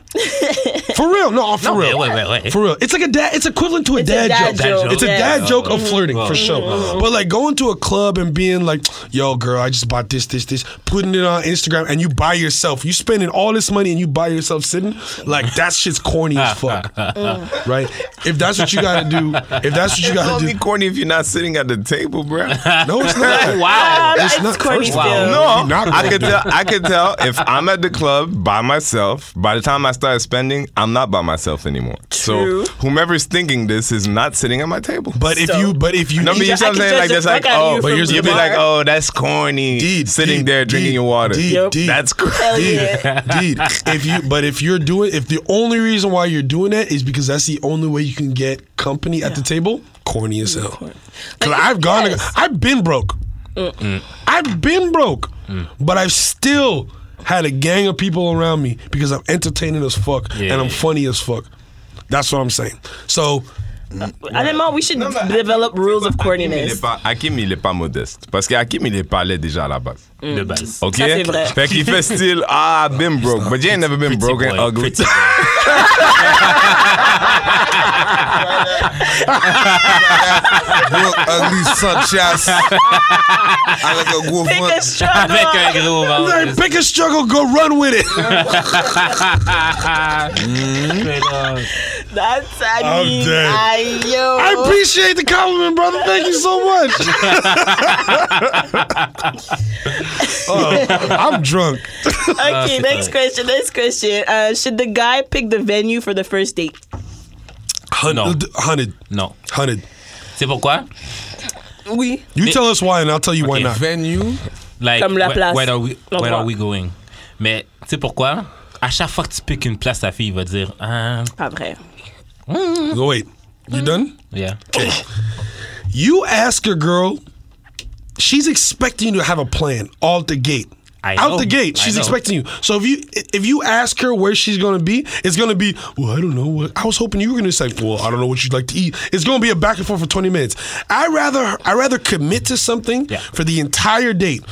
S4: for real. No, for
S3: Non, mais
S4: real.
S3: ouais, ouais, ouais.
S4: For real. It's like a dad it's equivalent to a,
S2: It's a
S4: dad,
S2: dad
S4: joke.
S2: joke,
S4: It's a
S2: yeah. Mm-hmm.
S4: dad joke of flirting for sure. But like going to a club and being like, yo girl, I just bought this, this, this, putting it on Instagram and you buy yourself. You spending all this money and you buy yourself sitting, like that shit's corny as fuck.
S6: Uh.
S4: right? If that's what you gotta do, if that's what you
S6: It's
S4: gotta
S6: only
S4: do.
S6: corny if you're not sitting at the table, bro.
S4: No, it's
S2: Ah,
S4: not.
S3: Oh, Wow.
S2: it's,
S4: not
S2: corny
S4: first
S2: still.
S4: of all.
S6: No,
S4: You're not
S6: I
S4: gonna
S6: could
S4: do
S6: tell. I could tell if I'm at the club by myself. By the time I start spending, I'm not by myself anymore.
S2: True.
S6: So whomever's thinking this is not sitting at my table.
S4: But if
S2: So-
S4: you but if you
S6: no, but you
S2: I
S6: see what I'm
S2: could
S6: saying?
S2: judge
S6: Like
S2: the
S6: that's
S2: fuck
S6: like
S2: out of
S6: oh,
S2: you
S6: but
S2: from
S6: you'd
S2: the
S6: be
S2: bar.
S6: like oh, that's corny.
S4: Deed,
S6: sitting
S4: deed,
S6: there drinking
S4: deed,
S6: your water.
S4: deed,
S2: Yep.
S4: deed,
S6: That's corny.
S2: Hell
S4: Deed,
S2: yeah.
S4: deed. If you, but if you're doing, if the only reason why you're doing that is because that's the only way you can get company at the table, corny as hell. Because I've gone,
S2: Mm, yes.
S4: I've been broke. I've been broke.
S2: Mm.
S4: But I've still had a gang of people around me because I'm entertaining as fuck
S3: Yeah.
S4: and I'm funny as fuck. That's what I'm saying. So
S2: Honnêtement, we should
S6: Non, mais-
S2: develop rules of
S6: Hakim, il
S2: coordinates.
S6: est pas, Hakim, il est pas modeste. Parce qu'Hakim, il est palais déjà à la base.
S3: de base.
S6: OK?
S2: Mm, Ça, c'est vrai.
S6: Fait qu'il fait style, ah, I've been broke. But you ain't never been
S3: Pretty
S6: broke and
S3: boy,
S6: ugly.
S3: pretty boy.
S7: Broke, ugly, such ass. Avec un gros
S2: Pick a
S7: ventre.
S2: struggle.
S3: Avec un gros
S2: Oh,
S4: Hey,
S3: ventre.
S4: pick a struggle, go run with it.
S3: ah,
S2: That's, I
S4: I'm
S2: mean,
S4: dead.
S2: aïe, yo.
S4: I appreciate the compliment, brother. Thank you so much. Oh, I'm drunk.
S6: Ah,
S2: Okay, next question, next question. Uh, should the guy pick the venue for the first date?
S3: Non.
S4: Hundred, hundred,
S3: Non.
S4: hundred.
S3: C'est pourquoi?
S2: Oui.
S4: You tell us why, and I'll tell you why
S3: Okay.
S4: not.
S7: Venue.
S3: Like,
S2: Comme la
S3: where-
S2: place.
S3: Where are we, where
S2: L'endroit.
S3: are we going? Mais tu sais pourquoi? À chaque fois que tu piques une place, ta fille va dire Ah,
S2: Pas vrai.
S4: Go wait. You done?
S3: yeah.
S4: You ask your girl. She's expecting you to have a plan all the gate.
S3: I
S4: Out
S3: know.
S4: the gate,
S3: I
S4: she's
S3: know.
S4: expecting you. So if you if you ask her where she's gonna be, it's gonna be well. I don't know. What, I was hoping you were gonna say. Well, I don't know what you'd like to eat. It's gonna be a back and forth for twenty minutes. I rather I rather commit to something
S3: Yeah.
S4: for the entire date.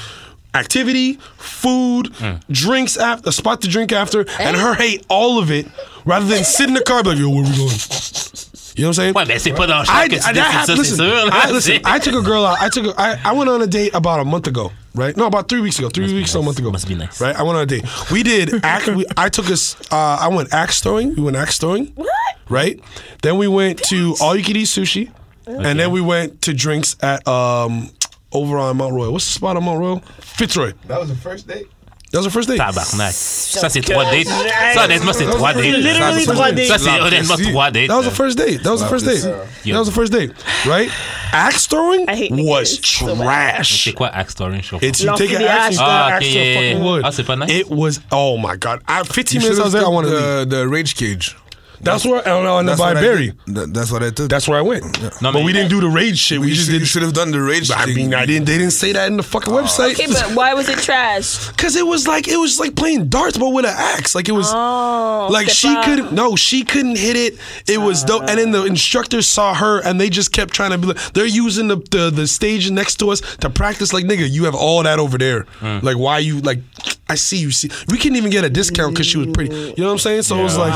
S4: Activity, food,
S3: Mm.
S4: drinks, after, a spot to drink after, and her hate all of it rather than sit in the car and be like, yo, where we going? You know what I'm saying?
S3: Ouais, mais c'est pas dans le
S4: I,
S3: chat que tu
S4: I-
S3: décides ça,
S4: that hap-
S3: c'est
S4: listen,
S3: sûr. là.
S4: I, listen, I took a girl out. I took a, I, I went on a date about a month ago, right? No, about three weeks ago. Three weeks,
S3: nice.
S4: no, a month ago.
S3: Must be nice.
S4: right? I went on a date. We did. act, we, I took us. Uh, I went axe throwing. We went axe throwing. What? Right. Then we went to all you could eat sushi, and then we went to drinks at um over on Mount Royal. What's the spot on Mount Royal? Fitzroy.
S5: That was the first date?
S4: That was the first date.
S3: Tabarnak. Ah, Ça, c'est trois dates. Ça, honnêtement, c'est trois
S4: C'est
S3: dates.
S2: literally
S3: Ça,
S2: trois
S3: c'est-
S2: dates.
S3: Ça, c'est honnêtement
S7: L'apprécie.
S3: trois dates.
S4: That was the
S3: là.
S4: first date. That was the first date. That was the first date. Right. Axe throwing
S2: I hate
S4: was
S2: niggas so bad.
S4: trash.
S3: C'est quoi Axe Story? Je comprends
S4: It's you
S2: Long
S4: take an
S2: TBI
S4: axe, you
S2: stuff.
S4: stab
S3: Ah,
S4: an axe
S3: okay,
S4: to a
S3: yeah, yeah,
S4: fucking
S3: yeah.
S4: wood.
S3: Ah, c'est pas nice?
S4: It was oh my god. I, 15
S7: You
S4: minutes I was
S7: should've
S4: there. I
S7: took
S4: wanted to leave.
S7: the, the rage cage.
S4: That's where and on the
S7: That's
S4: by
S7: what I
S4: Barry.
S7: did. Th- That's what I took.
S4: That's where I went.
S3: Non,
S4: but
S3: mais-
S4: we didn't do the raid shit. We
S7: you
S4: just
S7: should,
S4: did.
S7: should have done the rage.
S4: I
S7: thing.
S4: mean, I didn't. They didn't say that in the fucking website.
S2: Okay, but why was it trash?
S4: Cause it was like it was like playing darts, but with an axe. Like it was
S2: Oh,
S4: like she
S2: step up. Uh.
S4: couldn't. No, she couldn't hit it. It was dope. And then the instructors saw her, and they just kept trying to be. like, They're using the, the the stage next to us to practice. Like nigga, you have all that over there. Like why you like? I see you see. We couldn't even get a discount because she was pretty. You know what I'm saying? So it was like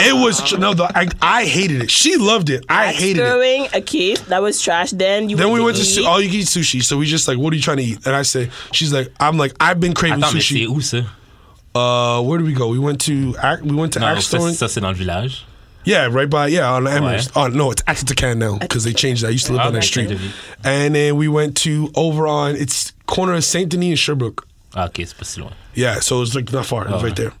S4: it was tr- no. The, I, I hated it. She loved it. I
S2: Axe
S4: hated it.
S2: throwing a kid that was trash. Then you.
S4: Then we went to
S2: eat.
S4: su- all you can eat sushi. So we just like, what are you trying to eat? And I say, she's like, I'm like, I've been craving
S3: Attends, mais
S4: sushi.
S3: c'est où ça?
S4: Uh, where did we go? We went to Ac- we went to
S3: Non,
S4: Axe
S3: ça,
S4: Throwing.
S3: ça, c'est dans le village.
S4: Yeah, right by yeah Oh, on Amherst. Oh no, it's Axtacan now because they changed. that. I used to live on that
S3: Okay.
S4: street. And then we went to over on it's corner of Saint Denis and Sherbrooke.
S3: Ah, ok, c'est pas si loin.
S4: Yeah, so it's like not far. It was
S3: Oh.
S4: right there.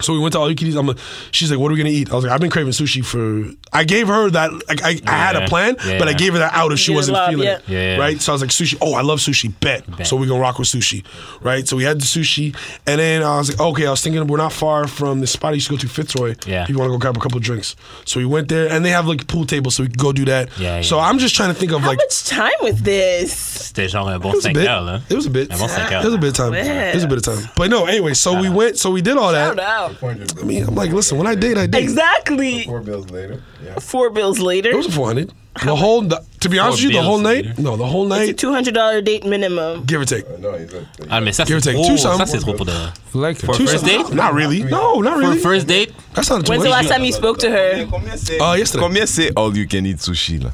S4: So we went to all you can eat. I'm like, she's like, "What are we gonna eat?" I was like, "I've been craving sushi for." I gave her that. Like, I, I had a
S3: Yeah,
S4: plan, but I
S3: yeah.
S4: gave her that out if she
S2: Give it
S4: wasn't
S2: love,
S4: feeling
S2: yeah.
S4: it.
S3: Yeah.
S4: Right. So I was like, "Sushi. Oh, I love sushi. Bet.
S3: Bet.
S4: So we're gonna rock with sushi, right? So we had the sushi, and then I was like, "Okay." I was thinking we're not far from the spot I used to go to, Fitzroy.
S3: Yeah.
S4: If you want to go grab a couple drinks, so we went there, and they have like pool tables, so we could go do that.
S3: Yeah, yeah.
S4: So I'm just trying to think of
S2: How
S4: like.
S2: much time with this?
S3: C'était genre un bon
S4: It was a
S3: 5
S4: bit.
S3: heures, là.
S4: It was a bit.
S3: Un bon 5 heures.
S4: It was a bit of time. It was a bit of time. But no, anyway, so we went, so we did all
S2: I
S4: that.
S2: don't know.
S4: I mean, I'm like, listen, when I date, I date.
S2: Exactly.
S5: Four bills later. Yeah.
S2: Four bills later.
S4: It was a 400. The whole, the, to be honest with you, the
S3: bills
S4: whole
S3: a
S4: night,
S3: year.
S4: no, the whole night,
S2: Two hundred dollar date minimum.
S4: give or take.
S5: No, he's a,
S3: Ah, mais ça,
S4: Give
S3: c'est
S4: or take.
S3: trop.
S4: Two
S3: Ça,
S4: something.
S3: c'est trop pour de.
S7: like
S3: For
S4: Two
S3: first
S4: something.
S3: date?
S4: Not really. No, not
S3: For
S4: really.
S3: first date?
S4: That's not a
S2: When's the last
S4: 20.
S2: time you spoke to her?
S6: Combien c'est
S4: Uh, yesterday.
S6: Combien c'est All You Can Eat Sushi, là?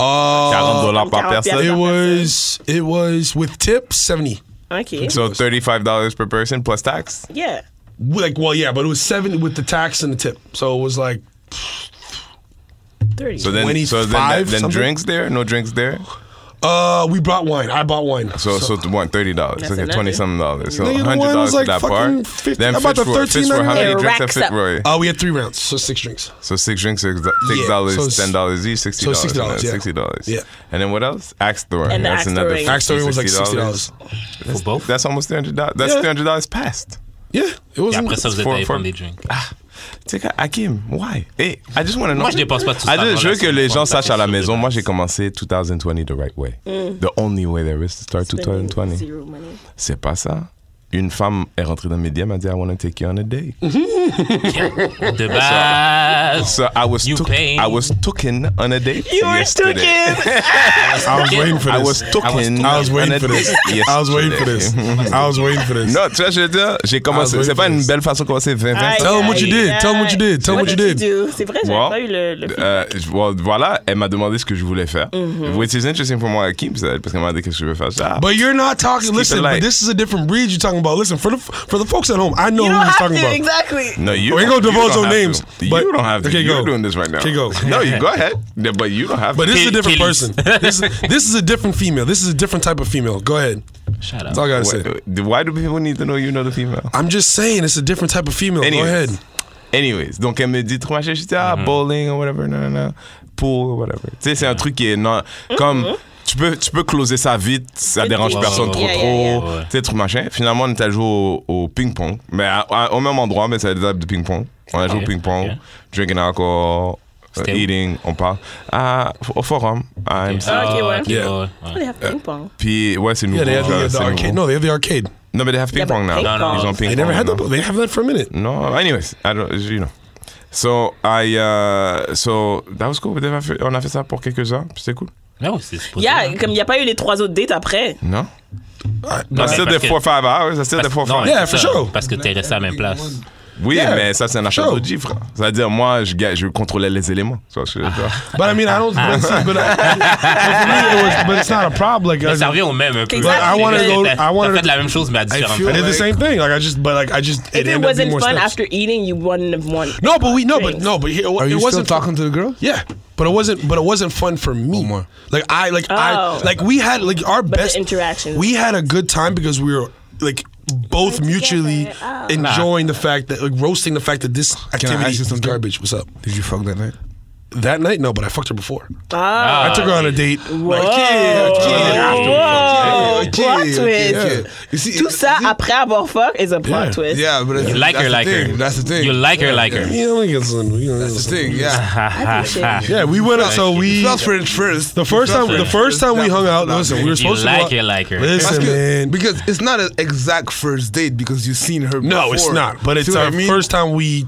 S4: Uh,
S6: 40 dollars par
S2: 40
S4: it
S6: personne?
S4: was, it was with tip 70.
S2: Okay.
S6: So, 35 dollars per person plus tax?
S2: Yeah.
S4: Like, well, yeah, but it was 70 with the tax and the tip. So it was like,
S2: Thirty.
S6: So then, so
S4: 25
S6: then, then
S4: something?
S6: drinks there? No drinks there?
S4: uh, we brought wine. I bought wine.
S6: So, so, to one, $30.
S2: That's
S6: okay,
S2: another.
S6: 20 something dollars. So,
S4: Nigga, the
S6: $100
S4: wine was
S6: for
S4: like
S6: that
S4: fucking
S6: part.
S4: 50
S6: Then
S4: about the
S6: Fitzroy. Fitzroy, how many
S2: $13.99?
S6: drinks at
S2: Racks up.
S6: Fitzroy?
S4: Uh, we had three rounds, so six drinks.
S6: So six drinks, is exa-
S4: Yeah,
S6: six dollars,
S4: so it's-
S6: ten dollars each, sixty dollars.
S4: $60, yeah.
S6: sixty dollars.
S4: Yeah.
S6: And then what else? Axe throwing.
S2: And the
S6: that's
S2: axe
S6: another.
S2: throwing.
S6: $50,
S4: Axe throwing was like $60.
S3: For both?
S6: That's almost three hundred dollars. That's
S4: Yeah.
S6: three hundred dollars past.
S4: Yeah, it
S3: Et
S4: wasn't.
S3: après ça, vous êtes
S6: for-
S3: allé
S6: for-
S3: prendre des drinks.
S6: Tu sais quoi, Hakim, why? Hey, I just want to know.
S3: Moi, je dépense pas tout ça
S6: I
S3: dans
S6: just- je
S3: la
S6: veux que
S3: semaine.
S6: les gens
S3: Moi, ça
S6: sachent à la
S3: fait
S6: maison,
S3: sûr.
S6: moi, j'ai commencé 2020 the right way.
S2: Mm.
S6: The only way there is to start 2020.
S2: Zero money.
S6: C'est pas ça. Une femme est rentrée dans mes DM, m'a dit, I want to take you on a date.
S3: De base.
S6: So I was,
S3: You
S6: took,
S3: paying?
S6: I was taken on a date.
S2: You were
S6: yesterday.
S2: stooking.
S4: I was waiting for
S6: I
S4: this.
S6: was taken.
S4: I was
S6: on
S4: waiting
S6: a
S4: for this.
S6: date
S4: I was waiting for this.
S6: yesterday.
S4: I was waiting for this.
S6: Non, tu vois, je veux dire, j'ai
S4: I
S6: commencé.
S4: was
S6: C'est pas
S4: waiting
S6: une
S4: for
S6: belle façon de commencer 2020.
S4: Tell them what you did. Tell them what you did. Tell them what you did.
S2: do? C'est vrai, Ah, j'avais
S6: Well,
S2: pas eu le. le
S6: Euh, je- well, voilà, elle m'a demandé ce que je voulais faire.
S2: Mm-hmm.
S6: Which is interesting pour moi, Kim, ça, parce qu'elle m'a dit qu'est-ce que je veux faire. Je dis, Ah,
S4: But you're not talking.
S6: Keep it
S4: Listen,
S6: light.
S4: but this is a different breed you're talking about. Listen, for the for the folks at home, I know
S2: you
S4: who
S2: don't
S4: he's
S2: have
S4: talking
S2: to,
S4: about.
S2: exactly.
S6: no, you.
S4: We ain't gonna
S6: you
S4: divulge your
S6: don't have
S4: names,
S6: to.
S4: but-
S6: you don't have to.
S4: Okay,
S6: You're
S4: go.
S6: doing this right now.
S4: Okay, go.
S6: No, you go ahead. Yeah, but you don't have
S4: But
S6: to.
S4: this is a
S3: Kid-
S4: different
S3: kiddies.
S4: person. This is, this is a different female. This is a different type of female. Go ahead.
S3: Shut
S4: That's
S3: up.
S4: all I gotta
S6: Why,
S4: say.
S6: why do people need to know you know the female?
S4: I'm just saying, it's a different type of female. Go
S6: Anyways.
S4: ahead. Mm-hmm.
S6: Anyways, donc elle me dit trop machin, je dis ah bowling ou whatever, non non non, pool ou whatever. Tu sais, c'est un truc qui est non comme tu peux tu peux closer ça vite, ça dérange
S2: deal.
S6: personne trop
S2: Mm-hmm. Yeah,
S6: trop,
S2: yeah,
S3: yeah.
S6: tu sais trop machin. Finalement, on est allé jouer au, au ping pong, mais à- à- au même endroit, mais c'est la table de ping pong. On a joué au
S3: Ok,
S6: ping pong,
S3: ok.
S6: drinking alcohol. euh,
S3: C'était où?
S6: Eating, on parle. Ah, au forum, à AMC.
S2: Ah, ok, ouais.
S3: ouais,
S4: Yeah.
S3: ouais.
S2: They have ping pong.
S6: Puis, ouais, c'est nouveau.
S4: Yeah, they have,
S6: ça,
S4: the,
S6: c'est
S4: the arcade.
S6: nouveau.
S4: No, they have the arcade.
S6: Non, mais they have ping
S2: Yeah,
S6: pong
S2: but
S6: now.
S2: ping
S3: Non, non,
S6: Ils ont
S3: pong.
S6: ping pong.
S4: They never had
S6: now.
S4: that. They have that for a minute.
S6: No, anyways, I don't, you know. So, I, uh, so, that was cool. On a fait, on a fait ça pour quelques heures, puis c'était cool.
S3: Non, c'est supposé.
S2: Yeah, comme il n'y a pas eu les trois autres dates après.
S6: Non?
S3: Non,
S6: I
S3: mais
S6: still
S3: parce
S6: did
S3: que-
S6: four, five hours. I still did four,
S3: Non,
S6: five.
S4: Yeah,
S3: c'est
S4: for
S3: ça,
S4: sure.
S3: Parce que t'es resté à la même place.
S6: Oui,
S4: Yeah.
S6: mais ça, c'est un achat
S4: Sure.
S6: de frère. C'est-à-dire, moi, je, ga- je contrôlais les éléments. Tu vois ce que je veux dire?
S4: But I mean, I don't. But, see, but, I, but for me, it was. But it's not a problem. Like,
S3: Mais ça
S4: I,
S3: revient au même un peu.
S2: But I
S4: wanna
S3: C'est juste
S4: go-
S3: que t'as-
S4: I wanna-
S3: T'as fait la même chose, mais à différentes
S4: I did the
S3: places.
S4: same thing. Like I just, but like I just.
S2: If it
S4: ended up being
S2: wasn't
S4: more
S2: fun
S4: steps.
S2: after eating, you wouldn't have won.
S4: No, but we no, but
S2: drinks.
S4: no, but here,
S7: Are
S4: it
S7: you still
S4: wasn't fun.
S7: talking to the girl?
S4: Yeah, but it wasn't. But it wasn't fun for me.
S7: more.
S4: Like I, like I,
S2: Oh.
S4: like we had like our
S2: the
S4: best
S2: interactions.
S4: We had a good time because we were like both mutually
S2: Oh.
S4: enjoying the fact that like roasting the fact that this activity
S7: ask you
S4: is
S7: something?
S4: garbage. What's up?
S7: Did you fuck that night?
S4: That night, no, but I fucked her before.
S2: Ah.
S4: I took her on a date.
S2: Whoa.
S4: Like, yeah, yeah,
S2: Whoa.
S4: yeah,
S2: Plot
S4: yeah,
S2: twist.
S4: yeah.
S7: You see,
S2: Tout ça après avoir fuck is a plot
S4: Yeah.
S2: twist.
S7: Yeah, but
S3: You like her, like her.
S7: That's the thing.
S3: You like her, like her.
S4: You know, we get some- we get
S7: That's
S4: some-
S7: the thing. Yeah.
S2: I appreciate it.
S4: Yeah, we went out. So we
S7: Felt for it first.
S4: the first time the first time we hung out. Listen, we were
S3: You
S4: supposed to go
S3: like
S4: out.
S3: her, like her.
S7: Parce
S4: Listen,
S7: que-
S4: man.
S7: Because it's not an exact first date because you've seen her.
S4: No, it's
S7: before.
S4: not. But
S7: See
S4: it's
S7: what I
S4: our
S7: mean?
S4: first time we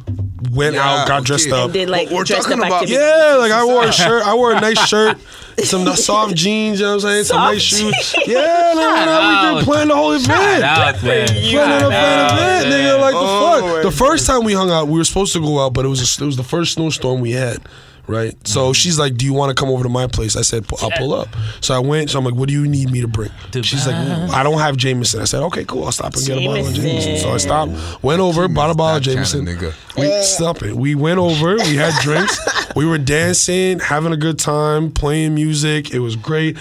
S4: went
S7: Yeah,
S4: out, got dressed
S7: okay.
S4: up.
S2: And did like
S7: We're
S2: dressed up
S7: talking about-
S2: activities.
S4: Yeah, like I wore a shirt. I wore a nice shirt, some nice soft jeans. You know what I'm saying? Some
S2: Soft
S4: nice shoes. Yeah, no, no, we
S3: out.
S4: did plan the whole
S3: Shout
S4: event.
S3: out, man.
S4: Planning a
S3: Shout
S4: fan
S3: out,
S4: event, nigga. Like
S7: Oh,
S4: the fuck.
S7: my
S4: The first time we hung out, we were supposed to go out, but it was it was the first snowstorm we had. Right, so she's like, "Do you want to come over to my place?" I said, "Pu- "I'll pull up." So I went. So I'm like, "What do you need me to bring?" She's like, "I don't have Jameson." I said, "Okay, cool. I'll stop and get a bottle of Jameson." So I stopped, went over, bought a bottle of
S7: Stop
S4: Jameson.
S7: trying to, nigga.
S4: We stop it. We went over. We had drinks. we were dancing, having a good time, playing music. It was great.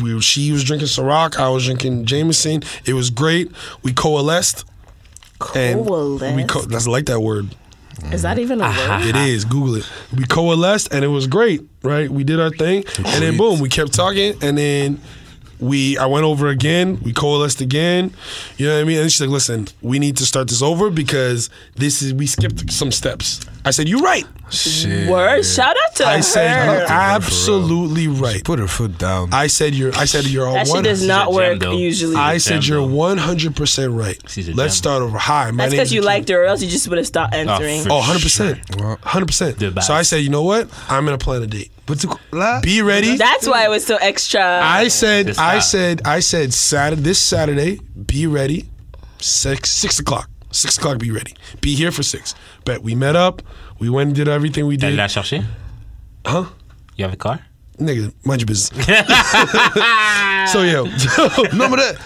S4: We, she was drinking Ciroc. I was drinking Jameson. It was great. We coalesced. And we Ah, co-
S2: Coalesced.
S4: that's I like that word.
S2: Is that even a word?
S4: It is. Google it. We coalesced and it was great, right? We did our thing, and then boom, we kept talking, and then we I went over again. We coalesced again. You know what I mean? And she's like, "Listen, we need to start this over because this is we skipped some steps." I said, "You're right."
S7: Shit.
S2: Word. Shout out to
S4: I
S2: her.
S4: said, "You're
S7: for real.
S4: absolutely right."
S7: Put her foot down.
S4: I said, "You're." I said, "You're all
S2: that shit
S4: one."
S2: does
S3: a
S2: not
S3: gem,
S2: work
S3: though.
S2: usually.
S4: I
S3: She's a
S4: said,
S3: gem,
S4: "You're
S3: though.
S4: 100 percent right."
S3: She's a
S4: Let's
S3: gem.
S4: start over. Hi, my
S2: That's
S4: name is
S2: because you
S4: Akeem.
S2: liked her, or else you just would have stopped answering.
S3: for
S4: Oh, 100%.
S7: Well,
S4: 100%.
S3: base.
S4: So I said, you know what? I'm going to plan a date.
S7: But to, la,
S4: Be ready.
S2: That's why it was so extra.
S4: I said,
S3: Just
S4: I
S3: that.
S4: said, I said, Saturday, this Saturday, be ready. Six, six o'clock. Six o'clock, be ready. Be here for six. But we met up. We went and did everything we
S3: T'es allé
S4: did.
S3: la chercher?
S4: Huh?
S3: You have a car?
S4: Nigga, mind your business. so, yo.
S7: no, but that,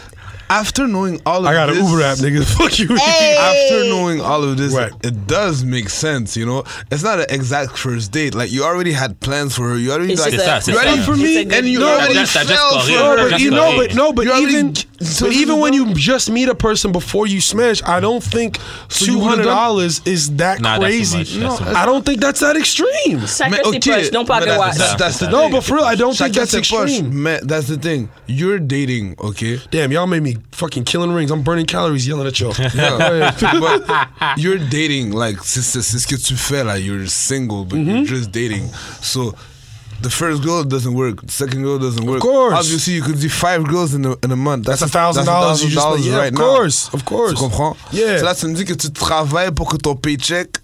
S7: after knowing all of
S4: I got an
S7: this,
S4: Uber app, nigga. Fuck you.
S7: After knowing all of this,
S4: Right.
S7: it does make sense, you know. It's not an exact first date. Like you already had plans for her. You already
S2: It's
S7: like
S2: just
S3: C'est
S2: a-
S3: ça, c'est
S7: you
S3: ça.
S7: ready for
S2: It's
S7: me,
S2: a good-
S7: and you
S2: No,
S7: already
S3: that's- that's
S7: fell
S3: correct.
S7: for her.
S4: No, but, you know, but, no, but
S7: You already
S4: even, But even when you just meet a person before you smash, I don't think two hundred dollars is that
S3: Nah, that's too
S4: crazy.
S3: much, that's too much.
S4: I don't think that's that extreme.
S2: Chacun ses poches, non pas
S7: but
S2: que
S7: that's,
S2: watch.
S7: that's, that's the
S4: No,
S7: thing.
S4: but for real, I don't think
S7: Chacun
S4: that's
S7: ses poches,
S4: extreme.
S7: man, that's the thing. You're dating, okay?
S4: Damn, y'all made me fucking killing rings. I'm burning calories yelling at y'all.
S7: Yeah. but you're dating, like, c'est c'est- c'est ce que tu fais, là. You're single, but
S4: Mm-hmm.
S7: you're just dating. So, the first girl doesn't work. The second girl doesn't work.
S4: course.
S7: Obviously, you could do five girls in a, in a month. That's
S4: a thousand dollars you just
S7: $1,000
S4: like, yeah,
S7: right
S4: of
S7: now.
S4: course, of course.
S7: Tu comprends?
S4: Yeah.
S7: So là, tu me dis que tu travailles pour que ton paycheck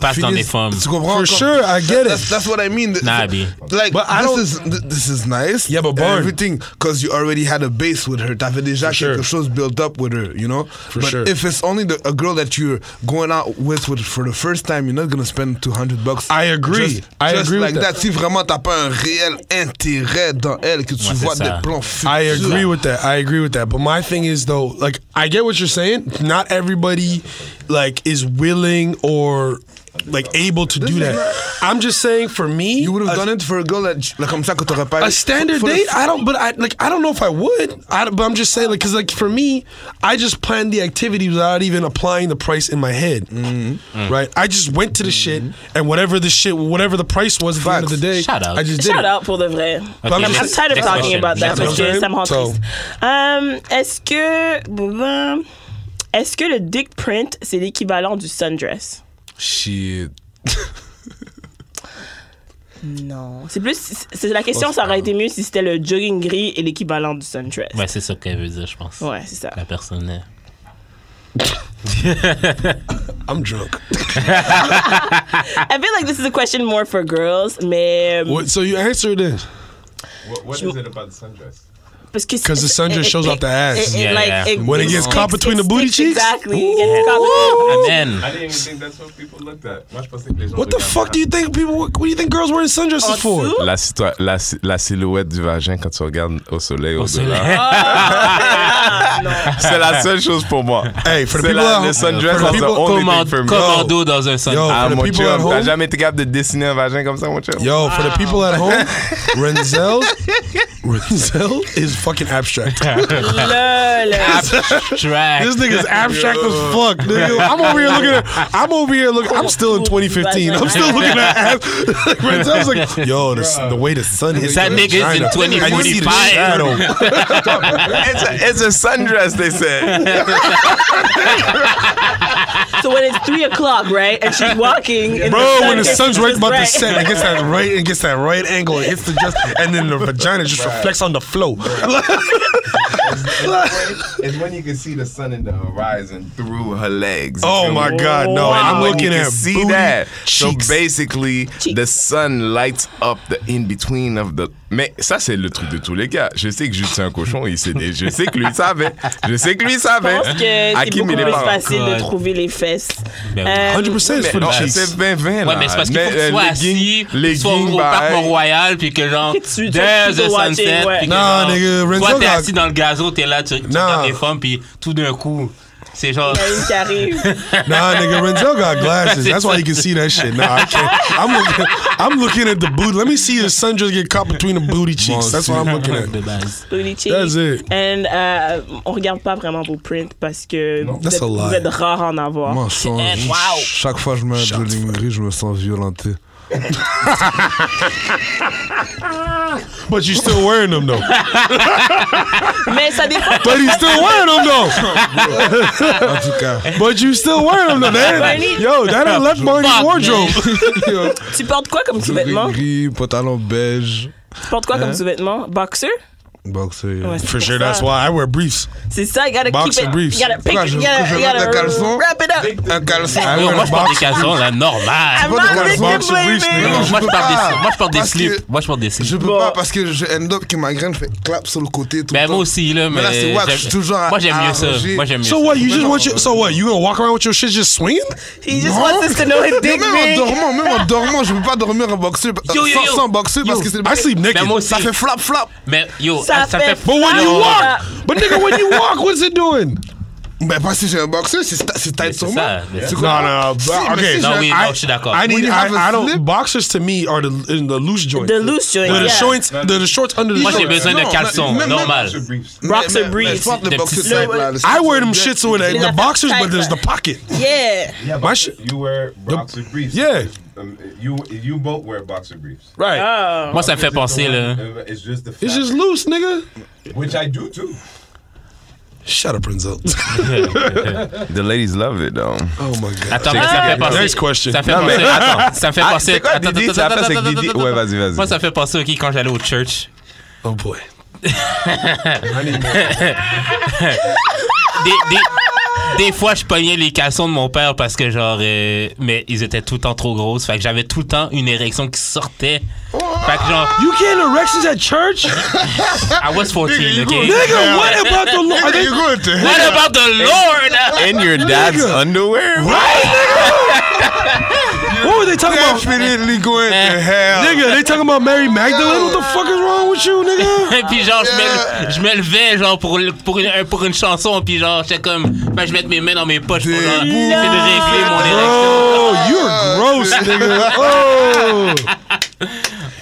S3: Passe dans
S7: finisse-
S3: des femmes.
S7: Tu comprends?
S4: For
S7: Comme-
S4: sure, I get it.
S7: That's, that's what I mean. The-
S3: Nah, B.
S7: Like,
S4: But I
S7: this
S4: don't-
S7: is th- this is nice.
S4: Yeah, but
S7: and
S4: Barn-
S7: everything because you already had a base with her. T'avais déjà
S4: sure.
S7: quelque chose built up with her, you know. For but
S4: sure.
S7: if it's only the, a girl that you're going out with, with for the first time, you're not gonna spend 200 bucks.
S4: I agree.
S7: Just,
S4: I
S7: just
S4: agree with
S7: like
S4: that.
S7: that. Si vraiment t'as pas un réel intérêt dans elle, que tu
S3: Moi, c'est
S7: vois
S3: ça.
S7: des plans futurs.
S4: I agree with that. I agree with that. But my thing is though, like I get what you're saying. Not everybody like is willing or like able to do that. I'm just saying for me,
S7: You would
S4: a-
S7: have done it for a girl that like, comme ça que t'aurais pas.
S4: a standard
S7: for the
S4: date. I don't, but I like I don't know if I would. I, don't- but I'm just saying, like, cause like for me, I just planned the activity without even applying the price in my head.
S7: Mm-hmm.
S4: Right? I just went to the shit and whatever the shit, whatever the price was at the end of the
S7: Facts.
S4: day,
S3: Shout out.
S4: I just did.
S2: Shout
S4: it.
S2: out pour de vrai.
S3: Ok,
S4: I'm-
S2: I'm, I'm
S3: next-
S2: tired of
S3: next
S2: talking
S3: question.
S2: about that
S3: Next
S2: parce que
S4: question.
S2: ça me rend
S4: So-
S2: triste. Um, est-ce que blablabla, est-ce que le dick print c'est l'équivalent du sundress
S7: Shit.
S2: Non. C'est plus c'est- c'est la question ça aurait été mieux si c'était le jogging gris et l'équivalent du sundress.
S3: Ouais, c'est ça qu'elle veut dire, je pense.
S2: Ouais, c'est ça.
S3: La personne. euh,
S4: I'm drunk.
S2: I feel like this is a question more for girls, mais um,
S4: What, so you answer it in.
S6: What, what is it about the sundress?
S2: parce que
S4: 'Cause the sundress shows off the ass.
S3: Yeah, yeah.
S4: When it gets caught between the booty cheeks?
S2: Exactly. It gets caught between-
S3: Amen.
S6: I didn't even think that's what people looked at. Moi, je pensais que les gens
S4: What the
S6: regardaient
S4: fuck do you think people? What, what do you think girls wearing sundresses for?
S2: dessous?
S6: la, situa- la, si- la silhouette du vagin quand tu regardes au soleil au-delà. C'est la seule chose pour moi.
S4: Hey, for the
S6: C'est
S4: people
S6: la,
S4: at
S6: le
S4: home-
S6: sundress
S4: for the
S6: that's the
S4: people-
S6: only thing for
S3: Commando,
S6: me.
S3: commando dans un sun.
S4: Yo,
S6: Ah,
S4: for the
S6: mon
S4: people at
S6: chum,
S4: home-
S6: t'as jamais été capable de dessiner un vagin comme ça, mon chum?
S4: Yo, for the people at home, Renzel, Renzel is fucking abstract.
S2: Lol.
S3: Track.
S4: This nigga's abstract as fuck. Nigga. I'm over here looking at. I'm over here looking. I'm still in 2015. I'm still looking at. abs- Renzel's like, yo, the, the way the sun hits.
S3: That
S4: the
S3: nigga's in
S4: vagina, and you see the
S3: 2045.
S4: shadow.
S6: It's a, it's a sundress, they said.
S2: So when it's three o'clock, right, and she's walking, and
S4: Bro, when the
S2: gets
S4: sun's
S2: to
S4: right
S2: the
S4: about to
S2: right.
S4: set, it gets that right, it gets that right angle, it hits the just, and then the vagina just reflects on the flow.
S6: It's when you can see the sun in the horizon through her legs.
S4: Oh my God, no! I'm
S6: When
S4: looking
S6: you
S4: at
S6: can see
S4: booty
S6: that.
S4: cheeks.
S6: So basically, the sun lights up the in between of the. Mais ça c'est le truc de tous les gars. Je sais que juste c'est un cochon. Il sait. Je sais que lui savait. Je sais que lui
S2: Je
S6: savait.
S2: pense que c'est
S6: Hakim,
S2: beaucoup
S6: il est
S2: plus
S6: pas-
S2: facile de
S3: God.
S2: trouver les fesses.
S3: Ben oui.
S2: Euh,
S4: 100 percent
S6: Mais
S4: for the
S6: non,
S4: cheeks.
S6: c'est 20-20
S3: Ouais,
S6: là.
S3: mais c'est parce qu'il faut que
S6: euh,
S3: tu sois assis,
S6: leggings-
S3: tu sois au
S6: leggings,
S3: au parc
S6: bye.
S3: Mont-Royal, puis que genre,
S2: tu- tu-
S3: there's
S2: tu
S3: a
S2: dois watcher,
S3: sunset,
S2: ouais.
S3: puis que
S4: Nah,
S3: genre,
S4: nigga, Renzo
S3: toi, t'es
S4: got-
S3: assis dans le gazon, t'es là, tu, tu
S4: Nah.
S3: regardes les femmes, puis tout d'un coup, c'est genre...
S2: il y a une qui arrive.
S4: Nah, nigga, Renzel got glasses. That's why you can see that shit. Nah, I can't. I'm looking, I'm looking at the booty. Let me see the sun just get caught between the booty cheeks. That's what I'm looking at.
S3: de base.
S2: Booty cheek.
S4: That's it.
S2: And euh, on regarde pas vraiment vos prints parce que vous
S4: That's
S2: êtes,
S4: a lie.
S2: vous êtes rares à en avoir.
S7: Mensonge.
S2: And ben, Eh, wow.
S7: Chaque fois que je mets un jogging gris, je me sens violenté.
S4: But you still wearing them though.
S2: Mais ça dépend.
S4: But you still wearing them though.
S7: En tout cas.
S4: But you still wearing them though. That ain't-
S2: Barney.
S4: yo, that ain't left Barney's
S3: Fuck,
S4: wardrobe.
S7: Yo.
S2: tu portes quoi comme
S7: Jogging
S2: sous-vêtement?
S7: gris, pantalon beige,
S2: Tu portes quoi
S4: Hein?
S2: comme sous-vêtement? Boxer?
S7: boxer. yo.
S2: Ouais, c'est
S4: For
S2: pour ça.
S4: sure, that's why I wear briefs.
S2: C'est ça, you gotta
S4: Boxer
S2: keep it.
S4: briefs.
S2: You gotta pick
S7: Pourquoi
S2: it.
S7: je-
S2: You gotta,
S7: pourquoi
S2: you
S7: je porte
S2: gotta
S7: un caleçon?
S2: wrap it up.
S7: Un caleçon. Ah,
S3: Yo, moi, je porte des caleçons, là,
S2: I'm
S3: normal.
S2: not
S7: Boxer
S2: victim
S7: briefs,
S2: blaming.
S7: non.
S3: Moi, je porte des,
S7: Ah,
S3: moi, je porte des
S7: parce que-
S3: slips. Moi, je porte des
S7: Je
S3: slips.
S7: peux
S2: Bon.
S7: pas parce que je end up que ma graine fait clap sur le côté tout le
S3: Ben,
S7: temps.
S3: moi aussi, là, mais...
S7: là, c'est wack, je suis
S3: j'aime-
S7: toujours à-
S3: Moi, j'aime mieux ça.
S7: arrangé.
S3: Moi, j'aime mieux
S4: So
S3: ça.
S4: what? You just want your. So what? You gonna walk around with your shit just swinging?
S2: He just wants us to know his
S7: Mais
S2: dick
S7: même en
S2: ring.
S7: dormant, même en dormant, je peux pas dormir en boxeur
S3: Yo, yo,
S7: sans,
S3: yo.
S7: sans boxeur parce que c'est
S4: I sleep naked.
S3: Ben, moi aussi.
S7: ça fait flap flap.
S3: Mais, yo,
S2: Ça
S3: ça,
S2: fait
S3: fait...
S4: But when you
S2: Ah.
S4: walk, but nigga, when you walk, what's it doing?
S5: Ben, pas si j'ai un boxeur, c'est sta- c'est
S3: Mais
S5: tight
S3: c'est
S5: sur moi.
S3: ça, mais-
S5: Tu
S4: No,
S5: comprends?
S4: no,
S5: Si,
S4: but-
S5: mais
S4: okay.
S5: si
S3: No,
S5: j'ai-
S3: we-
S5: I-
S3: no, je suis d'accord.
S4: I need.
S5: you
S4: I,
S5: have a
S4: I don't.
S5: slip-
S4: Boxers to me are the, in the loose joint.
S2: The loose joint,
S4: The,
S2: yeah.
S4: shorts. The, the shorts under the
S3: Moi, j'ai
S4: shorts.
S3: besoin de
S5: Non,
S3: caleçon,
S5: mais- mais-
S3: normal.
S2: Boxer
S5: Mais- mais-
S2: briefs.
S5: mais fuck the
S3: Des
S5: boxer
S3: petits-
S5: type, là.
S4: I wear them shits with the,
S2: Yeah.
S4: the boxers, but there's the pocket.
S2: Yeah.
S4: My shit.
S8: You wear boxer briefs.
S4: Yeah.
S8: Um, you you both wear boxer briefs.
S4: Right.
S2: Oh.
S3: Moi, ça me fait penser, là.
S8: It's just the fact,
S4: It's just loose, nigga.
S8: which I do too.
S4: Shut up, Renzo.
S6: The ladies love it, though.
S4: Oh my god.
S3: Attends, mais ça me fait penser.
S4: Next question.
S3: Ça me fait
S6: Non, mais
S3: penser. Attends, ça me fait
S6: Ah,
S3: penser.
S6: c'est quoi,
S3: attends,
S6: Didi?
S3: attends,
S6: Ça a fait
S3: attends,
S6: ça avec
S3: attends,
S6: Didi?
S3: attends,
S6: Ouais,
S3: attends.
S6: vas-y, vas-y.
S3: Moi, ça me fait penser, OK, quand j'allais au church.
S4: Oh boy.
S3: des, des, des fois, je pognais les caleçons de mon père parce que, genre, euh, mais ils étaient tout le temps trop grosses. Fait que j'avais tout le temps une érection qui sortait. Fait que, genre,
S4: You getting erections at church?
S3: I was 14, OK?
S4: Nigga, what about the law? Are they-
S3: What about the Lord?
S6: In your dad's underwear?
S4: What were they talking about?
S5: Definitely going
S3: Eh.
S5: to hell.
S4: Nigga, they talking about Mary Magdalene? What the fuck is wrong with you, nigga?
S3: Et puis, genre, je me- je me levais, genre, pour, le- pour, une, pour une chanson. Puis, genre, j'étais comme, ben, je mettais mes mains dans mes poches pour, genre, essayer de régler mon érection.
S6: Oh!
S4: Bro, you're gross, nigga. Oh,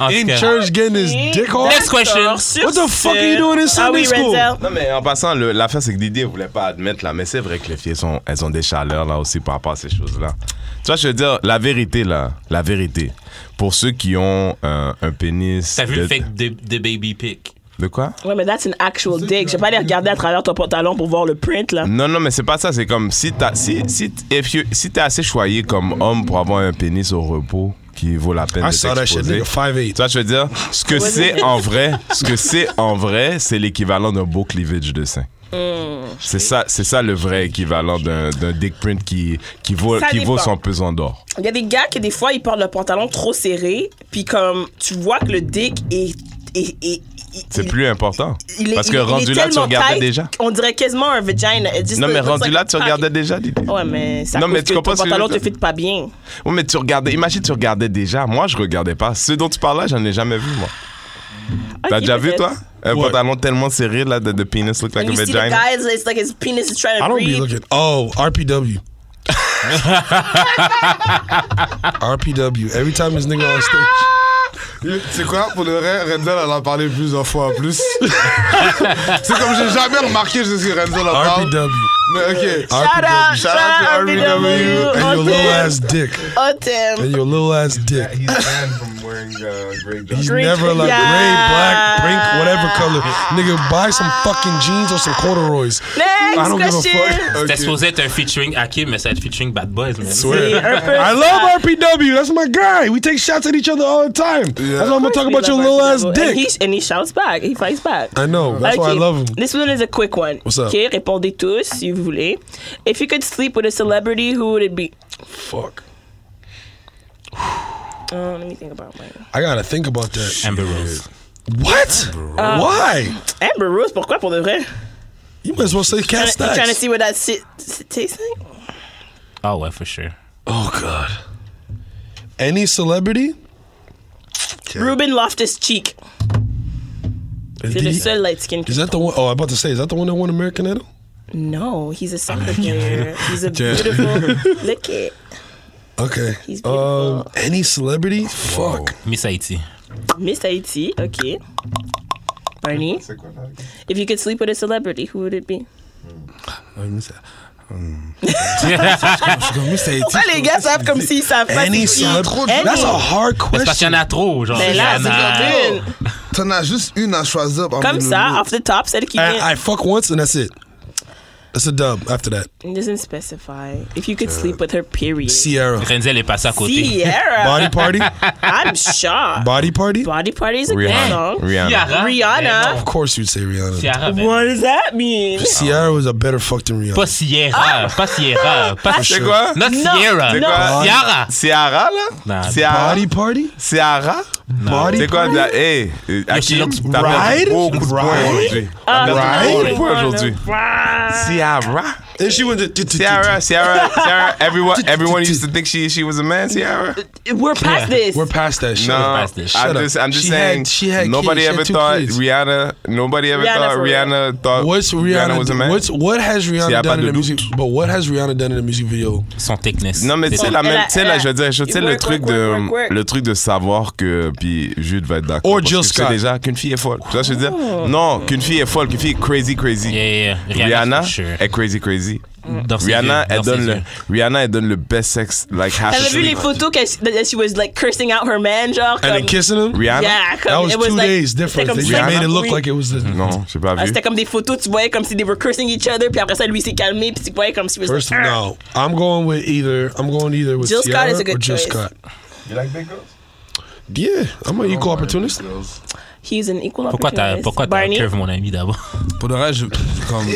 S3: En tout
S4: in
S3: cas.
S4: church getting his dick off.
S3: Next question.
S4: What the fuck are you doing in Sunday school?
S6: Non, mais en passant, le- l'affaire, c'est que Didier voulait pas admettre, là. Mais c'est vrai que les filles, sont, elles ont des chaleurs, là, aussi, par rapport à ces choses-là. Tu vois, je veux dire, la vérité, là. La vérité. Pour ceux qui ont euh, un pénis.
S3: T'as vu le
S6: de-
S3: fake des des baby pics?
S6: De quoi?
S2: Ouais, mais that's an actual dick. Je vais pas aller regarder à travers ton pantalon pour voir le print, là.
S6: Non, non, mais c'est pas ça. C'est comme si t'as, si, si, if you- si t'es assez choyé comme homme pour avoir un pénis au repos qui vaut la peine
S4: I
S6: de
S4: saw that shit,
S6: t'exposer.
S4: nigga.
S6: Tu
S4: 5'8.
S6: vois, je veux dire, ce que c'est en vrai, ce que c'est en vrai, c'est l'équivalent d'un beau cleavage de sein.
S2: Hmm.
S6: C'est ça, c'est ça le vrai équivalent d'un, d'un dick print qui, qui vaut,
S2: Ça
S6: qui vaut
S2: dépend.
S6: son pesant d'or.
S2: Il y a des gars que des fois, ils portent le pantalon trop serré, puis comme tu vois que le dick est. est- est- il-
S6: C'est
S2: il-
S6: plus important.
S2: il est-
S6: Parce
S2: il-
S6: que
S2: il est
S6: rendu là, tu
S2: tellement
S6: regardais
S2: tight
S6: déjà.
S2: qu'on dirait quasiment un vagina. It just-
S6: Non, mais
S2: it looks
S6: rendu
S2: like
S6: là, tu
S2: a
S6: regardais
S2: pocket.
S6: déjà. Didi.
S2: Ouais, mais ça
S6: Non,
S2: cause
S6: mais tu
S2: que
S6: comprends
S2: ton
S6: ce que je
S2: pantalon
S6: veux
S2: te
S6: dire?
S2: fit pas bien.
S6: Oui, mais tu regardais. Imagine, tu regardais déjà. Moi, je regardais pas. Ce dont tu parles là, j'en ai jamais vu, moi. T'as
S2: Ok,
S6: déjà vu,
S2: peut-être.
S6: toi? Un
S4: Ouais.
S6: pantalon tellement serré, là, de, de penis look like
S2: And
S6: a
S2: you see the
S6: vagina.
S2: guys, it's like his penis is trying to
S4: I don't be
S2: breathe.
S4: looking. Oh, RPW. RPW. Every time this nigga on stage.
S5: Tu sais quoi, pour le vrai, Renzel, elle en a parlé plusieurs fois en plus. c'est comme j'ai jamais remarqué je sais que Renzel en parle.
S4: RPW.
S5: Mais ok.
S2: Shout out,
S5: Shout out to RBW.
S4: And your
S2: RBW.
S4: little ass dick.
S2: Otem.
S4: And your little ass dick.
S8: He's banned from wearing uh, gray jackets.
S4: He's
S2: Green-
S4: never like
S2: Yeah.
S4: gray, black, pink, whatever color. Nigga, buy some fucking jeans or some corduroys. I
S2: Next
S4: don't give a
S2: question.
S4: fuck.
S3: C'était supposé être un featuring Hakim, mais ça va être featuring Bad Boys, man.
S2: C'est un peu
S4: I love RPW. That's my guy. We take shots at each other all the time. That's why I'm gonna talk about your little ass
S2: And he,
S4: dick.
S2: and he shouts back. He fights back.
S4: I know. That's why I
S2: Okay,
S4: love him.
S2: This one is a quick one.
S4: What's up?
S2: OK, répondez tous si vous voulez. If you could sleep with a celebrity, who would it be?
S4: Fuck.
S2: Oh, let me think about mine.
S4: I gotta think about that.
S3: Amber Rose.
S4: What?
S2: Uh,
S4: Why?
S2: Amber Rose, pourquoi pour de vrai?
S4: You might as well say cat
S2: You trying to
S4: stacks.
S2: see what that shit shit tastes like?
S3: Ah ouais, for sure.
S4: Oh god. Any celebrity?
S2: Ruben Loftus-Cheek. C'est le
S4: Did he-
S2: seul light skin.
S4: Is that the one? Oh, I'm about to say, is that the one that won American Idol?
S2: No, he's a soccer player. He's a beautiful. Look it.
S4: Okay.
S2: He's beautiful.
S4: Um, any celebrity? Fuck.
S3: Miss Haiti.
S2: Miss Haiti, ok. Barney,
S8: C'est quoi, là?
S2: if you could sleep with a celebrity, who would it be? Pourquoi les gars savent comme s'ils savent pas
S4: Any
S2: c'est qui?
S4: celebrity?
S2: Any.
S4: That's a hard
S3: C'est parce qu'il y
S4: question.
S3: en a trop, genre.
S2: Mais Ben là, c'est
S3: Rihanna.
S2: comme
S5: T'en
S2: une.
S5: as juste une à choisir. parmi
S2: Comme
S5: le
S2: ça,
S5: lot.
S2: off the top, celle qui
S4: I,
S2: vient.
S4: I fuck once and that's it. That's a dub. After that,
S2: It doesn't specify. If you could sleep with her, period.
S4: Sierra.
S3: Renzel est passé à côté.
S2: Sierra.
S4: Body party.
S2: I'm shocked.
S4: Body party.
S2: Body Party is a good
S6: Rihanna.
S2: song.
S6: Rihanna.
S2: Rihanna.
S4: Of course you'd say Rihanna.
S3: Sierra. ben.
S2: What does that mean?
S4: Sierra was a better fuck than Rihanna.
S3: Pas
S2: Ah!
S3: Sierra. Pas Sierra. Pas
S6: C'est quoi?
S3: Not Sierra.
S6: C'est
S3: Pas
S6: quoi?
S3: Sierra.
S6: Ciara,
S3: Non,
S6: là? Ciara?
S4: Body party.
S6: Ciara?
S4: Body
S6: C'est quoi?
S4: party.
S6: la- Hey, euh,
S3: Yo,
S6: Hakim,
S3: she looks
S6: t'as perdu
S4: bride.
S6: beaucoup de points
S4: Bride.
S6: aujourd'hui.
S2: Ah,
S6: T'as perdu
S2: Rihanna.
S6: beaucoup de points aujourd'hui.
S2: Rihanna.
S6: Ciara?
S4: And she went to.
S6: Sierra, Sierra, Sierra. Everyone, everyone used to think she she was a man. Sierra.
S2: We're past this.
S4: We're past that shit. No.
S6: No, I'm
S3: past this.
S6: just,
S4: Shut up.
S6: I'm just
S4: She had-
S6: saying.
S4: she had kids.
S6: nobody
S4: She
S6: ever
S4: had two
S6: thought
S4: kids.
S6: Rihanna. Nobody ever
S2: Rihanna
S6: thought
S2: for real.
S6: Rihanna thought
S4: What's Rihanna?
S6: was a man.
S4: What's what has Rihanna
S6: S'il y a pas
S4: done in
S6: de
S4: the
S6: doute.
S4: music? But what has Rihanna done in the music video?
S3: Son thickness.
S6: non mais tu sais
S2: Elle
S6: la
S2: a-
S6: même, tu sais
S2: elle
S6: là
S2: a-
S6: je veux dire, je- tu sais
S2: Work,
S6: le
S2: work,
S6: truc
S2: work, work, work.
S6: de le truc de savoir que puis Jude va être d'accord.
S4: Or
S6: parce
S4: Jill
S6: que Tu sais
S4: Scott.
S6: déjà qu'une fille est folle. Tu vois ce que je veux
S2: Oh.
S6: dire Non, qu'une fille est folle, qu'une fille est crazy crazy.
S3: Yeah, yeah, yeah.
S6: Rihanna
S3: for sure.
S6: est crazy crazy.
S3: Dans ses
S6: Rihanna,
S3: yeux,
S6: elle
S3: dans ses
S6: donne le,
S3: yeux.
S6: Rihanna, elle donne le best sex, like half
S2: T'avais
S6: the
S2: vu les
S6: week.
S2: photos qu'elle that she was like cursing out her man, genre
S4: And
S2: comme,
S4: then kissing him.
S6: Rihanna?
S2: Yeah, comme,
S4: That was
S2: it was
S4: two
S2: like,
S4: days
S2: c'était
S4: different.
S2: comme
S4: They
S2: cinq-
S6: Rihanna?
S4: made it look
S2: oui.
S4: like it was. The,
S6: Non, j'ai pas
S2: Ah,
S6: vu.
S2: C'était comme des photos, tu voyais comme si they were cursing each other, puis après ça, lui s'est calmé, puis tu voyais comme si was
S4: First,
S2: like, ah.
S4: no, I'm going with either. I'm going either with
S2: Jill Scott
S4: Ciara
S2: is a good
S4: or Jill
S2: choice.
S4: Scott.
S8: You like big girls? Oh
S4: Yeah, I'm an equal opportunist.
S2: He's an equal
S3: Pourquoi t'as
S2: opportunist.
S3: pourquoi t'as
S2: Barney,
S3: curve mon ami d'abord
S7: Pour de vrai, je, comme,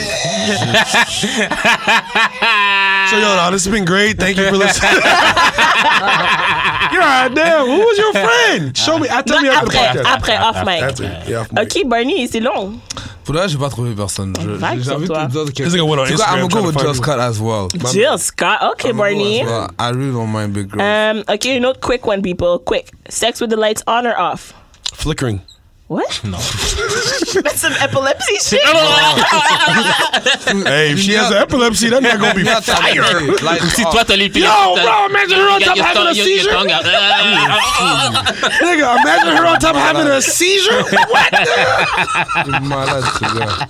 S4: So yo, no, this has been great. Thank you for listening. You're all right, damn. Who was your friend? Show me. I tell me
S2: Non,
S4: after the
S2: après,
S4: podcast.
S2: après, off mic.
S4: After, yeah, after the-
S2: Ok, Barney, c'est long.
S7: pour de vrai, j'ai pas trouvé personne. Je-
S2: Vague
S7: J'ai
S2: sur
S7: envie
S2: toi.
S7: de dire que.
S4: This nigga went on
S7: Tu vois, I'm
S4: Instagram trying
S7: go
S4: to
S7: with
S4: find
S7: Jill
S4: me.
S7: Scott as well.
S2: Jill Scott. Ok, Barney.
S7: Well, I really don't mind big girls.
S2: Um, okay, note quick one, people. Quick. Sex with the lights on or off?
S4: Flickering.
S2: What?
S3: Non.
S2: That's some epilepsy shit.
S4: Hey, if she has epilepsy, that nigga gonna be
S7: Yeah,
S4: fired.
S7: like,
S3: Si
S7: oh,
S3: toi t'as les pieds.
S4: Yo, bro, imagine her on top having a
S3: your
S4: seizure.
S3: tongue out. Ah, ah, ah,
S4: Nigga, imagine her on top having a seizure. What?
S7: malade, ce gars.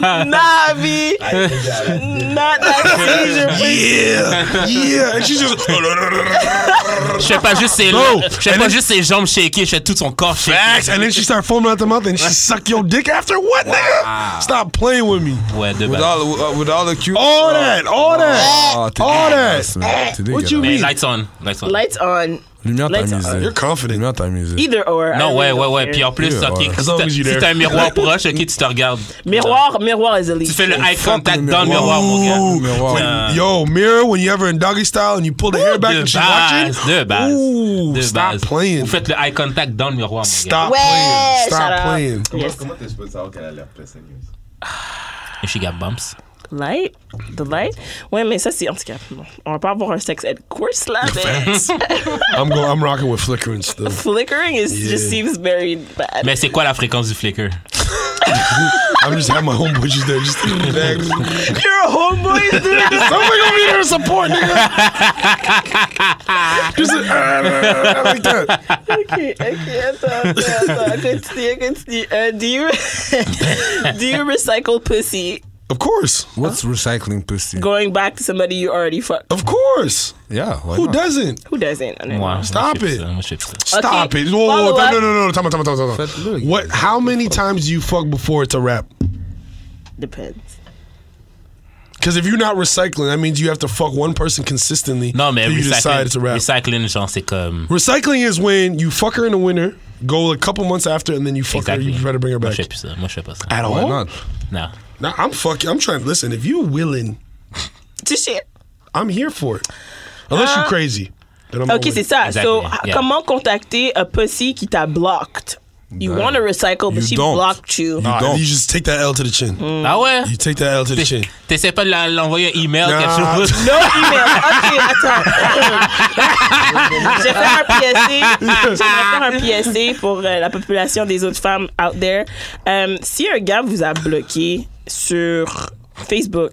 S2: nah, B. Not that seizure.
S4: Yeah, yeah. And she's just.
S3: ah. Je fais pas juste ses
S4: Bro,
S3: je fais
S4: and
S3: pas
S4: then-
S3: juste ses jambes shaky, je fais tout son corps shaky.
S4: And then she start foaming out the mouth and she suck your dick after what, nigga? Stop playing with me.
S3: Ouais, de
S7: With
S3: base.
S7: all, uh, with all the cute.
S4: All that, all that.
S7: Oh, t'es
S4: all
S7: dégueulasse,
S4: that.
S7: man. T'es
S4: What you
S7: dégueulasse.
S3: Mais
S4: mean?
S3: lights on, lights on.
S2: Lights on.
S7: Lumière
S2: Let's-
S7: tamisée.
S4: You're confident.
S7: Lumière tamisée.
S2: Either or. I
S3: Non,
S2: really
S3: ouais, ouais,
S2: don't
S3: ouais.
S2: care.
S3: Puis en plus,
S7: Yeah,
S3: ok,
S7: ouais.
S3: si
S4: long
S3: t'as
S4: as
S3: si
S4: you're there.
S3: t'as un miroir proche, ok, tu te regardes.
S2: Miroir, miroir is elite.
S3: Tu fais
S4: Oh,
S3: le eye
S7: Fuck
S3: contact
S7: le
S3: dans le miroir, mon
S7: Ooh,
S3: gars.
S7: miroir.
S3: Euh,
S4: Yo, mirror, when you ever in doggy style and you pull the hair back
S3: de
S4: and she's watching.
S3: base, de base.
S4: Ooh,
S3: de
S4: stop
S3: base.
S4: playing.
S3: Vous faites le eye contact dans le miroir, mon gars.
S4: Stop
S2: Ouais,
S4: playing.
S2: shut up.
S4: Stop playing.
S8: Comment,
S2: Yes.
S8: comment t'es supposé savoir qu'elle a l'air presse, anyways?
S3: Et she got bumps.
S2: Light? The light? Ouais, mais ça, c'est. En tout cas, bon, on va pas avoir un sex ed course là, mais.
S4: I'm going. I'm rocking with flickering still.
S2: Flickering is, just seems very bad.
S3: Mais c'est quoi la fréquence du flicker?
S4: I'm just having my homeboy just there. Just
S2: You're a homeboy, dude!
S4: somebody gonna be there to support, nigga. just uh, like that.
S2: ok, ok, attends, attends, attends. Continue, continue. Euh, do, you, do you recycle pussy
S4: Of course,
S7: What's recycling pussy?
S2: going back to somebody you already fucked?
S4: of course.
S7: Yeah, why
S4: Who
S7: not?
S4: doesn't?
S2: Who doesn't? Oh, I don't know.
S3: Moi,
S4: Stop
S3: moi, je fais
S4: it.
S3: ça, Moi, je fais ça.
S4: Stop
S2: Okay,
S4: it. Whoa, whoa, whoa.
S2: follow
S4: No, no, no, no. Time, out, time, out, time, out, time.
S7: Faites-le,
S4: out.
S7: gars.
S4: What? How many times do you fuck before it's a wrap?
S2: Depends.
S4: Because if you're not recycling, that means you have to fuck one person consistently.
S3: Non, mais
S4: till you decide it's a
S3: recycling,
S4: wrap.
S3: recycling, genre, c'est comme.
S4: Recycling is when you fuck her in the winter, go a couple months after, and then you fuck her.
S3: Exactly.
S4: You try to bring her
S3: Moi,
S4: back.
S3: je fais plus ça. Moi, je fais pas ça.
S4: At
S7: Why
S4: all?
S7: not?
S3: Non.
S4: Nah, I'm fucking. I'm trying. Listen, if you're willing,
S2: Tu shit.
S4: I'm here for it. Unless
S2: Uh,
S4: you're crazy. Then I'm not
S2: Ok,
S4: with
S2: c'est
S4: it.
S2: ça.
S3: Oh, Exactly,
S2: So,
S3: yeah.
S2: comment contacter a pussy qui t'a blocked? You want to recycle, but
S7: You
S2: she
S7: don't.
S2: blocked you.
S4: Nah,
S7: don't.
S4: You just take that L to the chin.
S3: Ah ouais?
S4: You take that L to the
S3: T'ess-
S4: chin.
S3: T'essaies pas de la- l'envoyer un email,
S4: Nah.
S3: quelque chose?
S2: No email. Ok, attends. J'ai fait un PSC. J'aimerais faire un PSC pour euh, la population des autres femmes out there. Euh, si un gars vous a bloqué sur Facebook,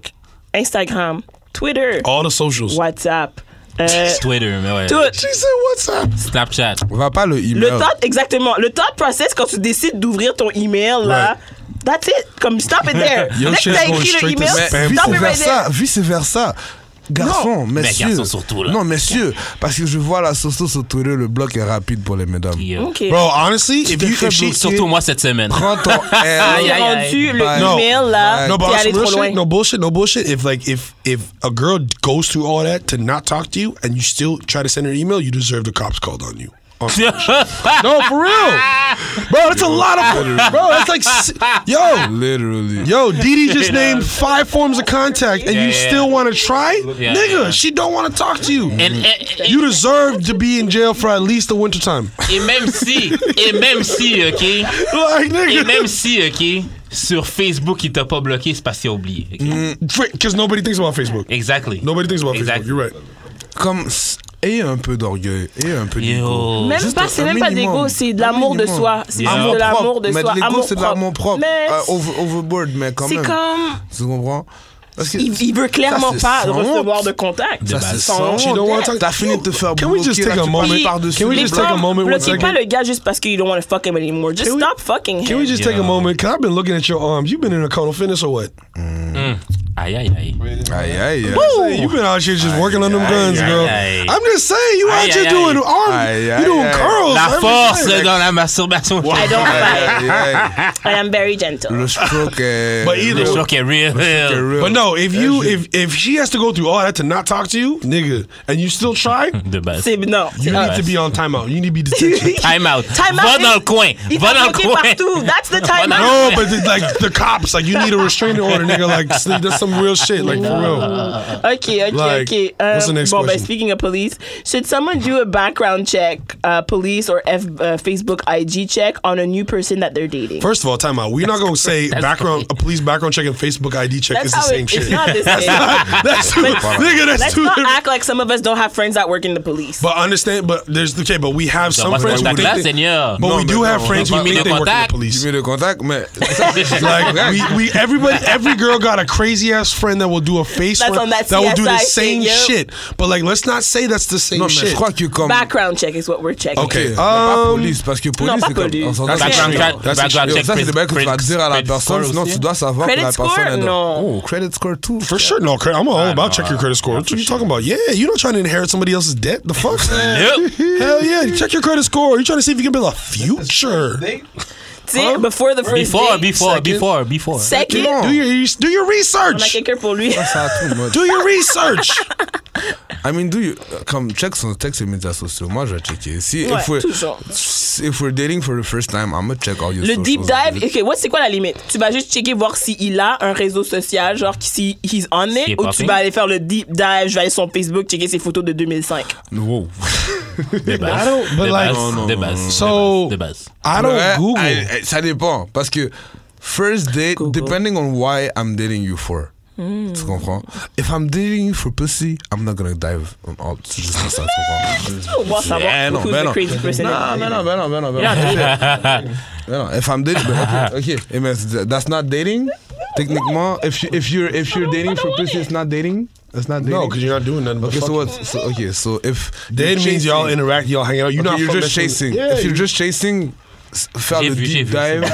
S2: Instagram, Twitter,
S4: All the socials.
S2: WhatsApp, euh,
S3: Twitter, mais ouais.
S2: tout.
S4: She said, "What's up?"
S3: Snapchat.
S7: On va pas le email.
S2: Le thought, exactement. Le thought process quand tu décides d'ouvrir ton email, là, that's it. Comme stop it there.
S4: Yo,
S2: Dès que
S4: shit's
S2: t'as
S4: going
S2: écrit le
S4: straight to
S2: email,
S4: spam.
S2: stop it
S7: vice
S2: right there.
S7: versa, vice versa. Garçon, messieurs.
S3: garçon surtout, là.
S7: Non, messieurs, parce que je vois la sauce sur Twitter, le bloc est rapide pour les mesdames.
S3: Puis, euh,
S2: Ok.
S4: Bro, honestly, if
S7: C'était
S4: you if
S7: faible.
S4: she
S3: Surtout moi cette semaine.
S7: Prends ton
S2: Ah, il
S7: L.
S2: a
S3: aïe, aïe.
S2: rendu le
S7: Bye.
S2: email,
S3: Uh,
S2: là,
S4: No, but
S2: t'es
S4: on
S2: allé
S4: some real
S2: trop loin.
S4: shit, no bullshit, no bullshit. If like if if a girl goes through all that to not talk to you and you still try to send her an email, you deserve the cops called on you. On- no, for real, bro. That's a lot of bro. That's like s- yo,
S7: Literally.
S4: yo. Didi just named five forms of contact, and you
S3: yeah.
S4: still want to try,
S3: Yeah,
S4: nigga?
S3: yeah.
S4: She don't want to talk to you.
S3: Et- et- et-
S4: you deserve to be in jail for at least the winter time.
S3: et même si, et même si, ok,
S4: Like
S3: Et
S4: nigga,
S3: même si, ok, sur Facebook, il t'a pas bloqué, c'est parce qu'il a oublié. ok?
S4: Because nobody thinks about Facebook.
S3: Exactly.
S4: Nobody thinks about
S3: Exact.
S4: Facebook. You're right.
S7: Comme, s- ayez un peu d'orgueil, ayez un peu d'ego.
S3: Yo.
S2: Même
S7: Juste
S2: pas, c'est
S7: un
S2: même pas d'ego,
S7: minimum.
S2: c'est de
S7: Un
S2: l'amour de
S7: minimum.
S2: soi. C'est
S3: Yeah.
S2: juste
S3: Amour
S2: de l'amour de Ah,
S7: mais
S2: soi.
S7: de l'ego,
S2: Amour
S7: c'est de l'amour propre.
S2: Mais
S7: Euh, over- overboard, mais quand
S2: c'est
S7: même.
S2: comme.
S7: Tu comprends? Parce que
S2: Il, il veut clairement
S7: c'est
S2: pas
S7: sans
S2: recevoir
S7: honte.
S2: de contact.
S7: ça, c'est
S3: base.
S2: Oh,
S7: sans
S4: You know what?
S7: honte. T'as fini de te faire
S4: Can we just
S7: bloquer,
S4: take
S7: là,
S4: a
S7: tu
S4: moment?
S7: passes
S2: Puis,
S7: par-dessus.
S4: Can we
S2: les
S4: just take a
S2: femmes,
S4: moment, one
S2: bloquez pas
S4: second?
S2: le gars juste parce qu'il don't want to fuck him anymore. Just
S4: we-
S2: stop fucking him.
S4: Can we just take a
S3: Yeah.
S4: moment? Cause I've been looking at your arms. You've been in a Cone Fitness or what?
S3: Aïe, aïe, aïe.
S7: Aïe, aïe, aïe.
S4: You've been out here just working on them
S7: aïe,
S4: guns,
S7: aïe,
S4: girl.
S3: aïe.
S4: I'm just saying, you
S3: Aïe,
S4: out here
S3: aïe,
S4: doing
S3: aïe.
S4: arm,
S7: Aïe,
S4: you
S7: aïe,
S4: doing
S7: aïe.
S4: curls.
S3: La
S4: every
S3: force
S4: day.
S3: dans la masturbation.
S2: I don't fight.
S7: Aïe, aïe.
S2: I am very gentle.
S7: Le stroke est.
S4: But
S3: Le
S4: either,
S3: choc Bah, est real.
S4: But no, if you if if she has to go through all that to not talk to you, nigga, and you still try,
S3: De base.
S2: C'est non.
S4: you need to be on timeout. You need to be detention.
S3: Time out.
S2: Time
S3: Va
S2: out,
S3: dans le
S2: il-
S3: coin.
S2: Il
S3: Va
S2: t'a
S3: dans le
S2: bloqué partout.
S3: coin.
S2: That's the
S3: Va
S2: time.
S3: dans le
S2: out.
S4: no, but the, like the cops, like you need a restraining order, nigga. Like see, that's some real shit, like for real.
S2: Ok, ok,
S4: Like,
S2: ok.
S4: what's the
S2: Um,
S4: next
S2: bon, ben,
S4: question?
S2: speaking of police, should someone do a background check, uh, police or F, uh, Facebook IG check on a new person that they're dating?
S4: First of all, time out. We're not gonna say background, a police background check and Facebook ID check
S2: That's
S4: is the
S2: how
S4: same
S2: it,
S4: shit.
S2: it's not the same.
S4: That's too, nigga. That's
S2: Let's
S4: too.
S2: not
S4: different.
S2: act like some of us don't have friends that work in the police.
S4: But understand, but there's okay, but we
S3: Dans
S4: have some
S3: votre
S4: friends who
S3: contact là,
S4: think. They,
S3: Seigneur.
S4: but
S7: No,
S4: we
S7: but
S4: do
S7: no,
S4: have
S7: but
S4: friends who
S3: give me
S4: think
S3: the
S4: they work in the
S3: contact.
S4: police.
S7: Give me le contact, mais.
S4: Like we, we everybody every girl got a crazy ass friend that will do a face
S2: That's on
S4: run-
S2: that
S4: will do the
S2: CSI thing,
S4: same
S2: yo.
S4: shit. But like let's not say that's the same
S7: Non, mais
S4: shit.
S7: je crois que comme.
S2: Background check is what we're checking.
S7: Ok, mais
S4: Um,
S3: Ah,
S7: pas police, parce que police,
S2: pas
S7: c'est comme.
S2: police. Bah,
S7: on s'entend-
S3: That's Background check,
S7: That's
S3: background
S7: shit.
S3: check,
S7: Ça, c'est des bails que tu vas
S3: credit-
S7: dire à la
S3: credit
S7: personne,
S3: score
S7: sinon
S3: aussi.
S7: tu dois savoir que
S2: Credit
S7: la
S2: score,
S7: personne. elle-
S2: non.
S7: Oh, credit score, tout.
S4: For sure, no credit. I'm all
S3: I know,
S4: about check your credit score.
S3: I-
S4: What you talking about? Yeah, you're not trying to inherit somebody else's debt. The fuck? Hell yeah, check your credit score. You trying to see if you can build a future?
S2: Tu sais, before the first
S3: Before,
S2: date,
S3: before, before, before.
S2: second,
S4: Do your do your
S2: on a
S4: research.
S2: quelqu'un pour lui.
S7: Ça, tout le monde.
S4: Do your research.
S7: I mean, do you uh, comme check son texte et médias sociaux. Moi, je vais checker. Si
S2: Ouais,
S7: if we're
S2: toujours.
S7: if we're dating for the first time, I'm gonna check all your.
S2: Le
S7: socials.
S2: deep dive, ok, what- c'est quoi la limite? Tu vas juste checker voir s'il a un réseau social, genre si he's on
S3: S'il
S2: it,
S3: est
S2: ou tu
S3: popping.
S2: vas aller faire le deep dive, je vais aller sur son Facebook, checker ses photos de 2005.
S7: Wow.
S3: De base.
S4: don't- but
S3: De
S4: like-
S3: base,
S4: Non,
S7: non,
S3: De
S7: non,
S3: base.
S4: So-
S3: De base.
S4: I don't
S7: Ouais,
S4: Google.
S7: I- I- ça dépend parce que first date, depending on why I'm dating you for.
S2: Hmm.
S7: Tu comprends? If I'm dating you for pussy, I'm not gonna dive on all. C'est juste ça, tu comprends?
S2: Oh, wow, savoir
S7: Eh non,
S2: who's
S7: ben
S2: the
S7: non.
S2: crazy person.
S7: Non, non, non, ben non, ben non, ben non. Ben non, if I'm dating, ben, ok, ok. Eh, mais c'est- that's not dating. Techniquement, if you if you're if you're dating for pussy, it's not dating. It's not dating.
S4: no, because you're not doing nothing. But
S7: Okay, so
S4: fuck.
S7: what? So, okay, so if
S4: Dating
S7: you're
S4: means y'all
S7: chasing-
S4: interact, y'all hang out. You're
S7: Okay,
S4: not
S7: you're
S4: fucking
S7: just
S4: with-
S7: chasing.
S4: Yeah,
S7: if
S4: you-
S7: you're just chasing, s- faire
S3: J'ai
S7: le
S3: vu, j'ai
S7: deep
S3: vu, c'est
S7: dive,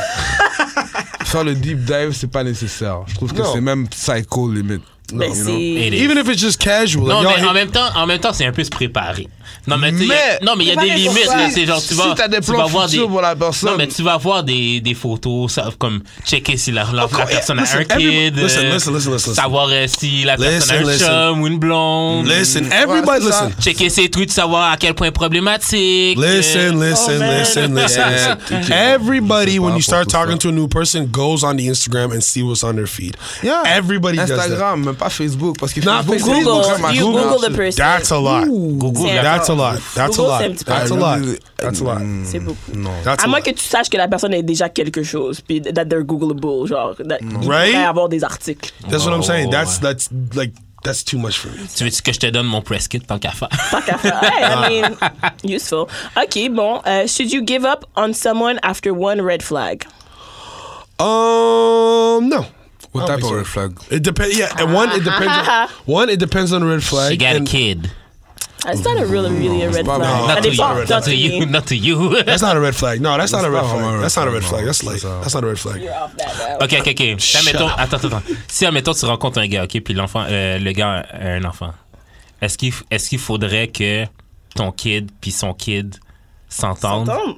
S7: faire le deep dive, c'est pas nécessaire. Je trouve que
S4: Non.
S7: c'est même psycho limite.
S2: Ben,
S7: you know?
S2: c'est.
S3: It is.
S4: even if it's just casual.
S3: Non,
S4: y'all
S3: mais
S4: hang-
S3: en même temps, en même temps, c'est un peu se préparer. Non, mais, tu sais, il y a-
S7: Mais-
S3: non, mais il y a des
S2: Préparer pour
S3: limites,
S2: quoi?
S3: là. C'est genre, tu
S7: Si
S3: vas.
S7: t'as des
S3: tu
S7: plans
S3: vas voir
S7: futurs
S3: des-
S7: pour la personne.
S3: Non, mais tu vas voir des, des photos, ça, comme, checker si la, la, la personne a un
S4: listen, every-
S3: kid.
S4: listen,
S3: euh,
S4: listen, listen, listen.
S3: Savoir euh, si la personne
S4: Listen, listen.
S3: a un chum ou une blonde.
S4: Listen, everybody,
S7: Ouais, c'est ça.
S4: listen.
S3: Checker ses tweets, savoir à quel point problématique. euh.
S4: Listen, listen,
S2: man.
S4: listen, listen,
S7: Yeah.
S4: listen. Everybody, when you start
S7: Powerful
S4: talking
S7: stuff.
S4: to a new person, goes on the Instagram and see what's on their feed.
S7: Yeah.
S4: Everybody does that.
S7: Instagram, même pas Facebook, parce que
S4: Not Google.
S7: Facebook, c'est
S2: Google,
S7: comme un
S2: you
S7: Google.
S2: Google the person.
S4: That's a lot.
S3: Google,
S2: C'est
S3: la-
S4: That's a lot. That's a
S2: Google,
S4: lot.
S2: c'est un petit peu-
S4: That's a lot. That's a lot.
S7: Mm,
S2: C'est beaucoup.
S7: Non.
S2: À
S4: That's a
S2: moins
S4: lot.
S2: que tu saches que la personne est déjà quelque chose, puis that they're Googleable, genre,
S3: Mm.
S2: that, il pourrait
S4: Right?
S2: avoir des articles.
S4: That's what I'm saying.
S3: Oh,
S4: That's
S3: ouais.
S4: that's like that's too much for me.
S3: Tu veux que je te donne mon press kit tant qu'à faire?
S2: Tant qu'à faire.
S3: Ah.
S2: Hey, I mean, useful. Ok, bon. euh, should you give up on someone after one red flag?
S4: Um, no.
S7: What
S4: I don't
S7: type
S4: think
S7: of
S4: so.
S7: red flag?
S4: It depends. Yeah, and one it depends. On, one it depends on the red flag.
S3: She got a
S4: and-
S3: kid.
S2: Ah, It's not a really, really a red
S7: pas
S2: flag.
S7: vraiment-
S2: Ça
S3: Mm. Not to
S2: dépend.
S3: you. Ah, Not to you. Not to you.
S4: That's not a red flag. No, that's, not a red
S7: not
S4: flag.
S7: a red
S4: that's not a
S7: flag,
S4: red
S7: no.
S4: flag. That's like
S7: That's-
S4: that's not a red flag.
S2: You're off that now.
S3: Ok, ok, ok. Si, admettons, attends, attends, attends. Si, admettons, tu rencontres un gars, ok, puis l'enfant, euh, le gars a un enfant. Est-ce qu'il, f- est-ce qu'il faudrait que ton kid puis son kid s'entendent?
S2: Attends.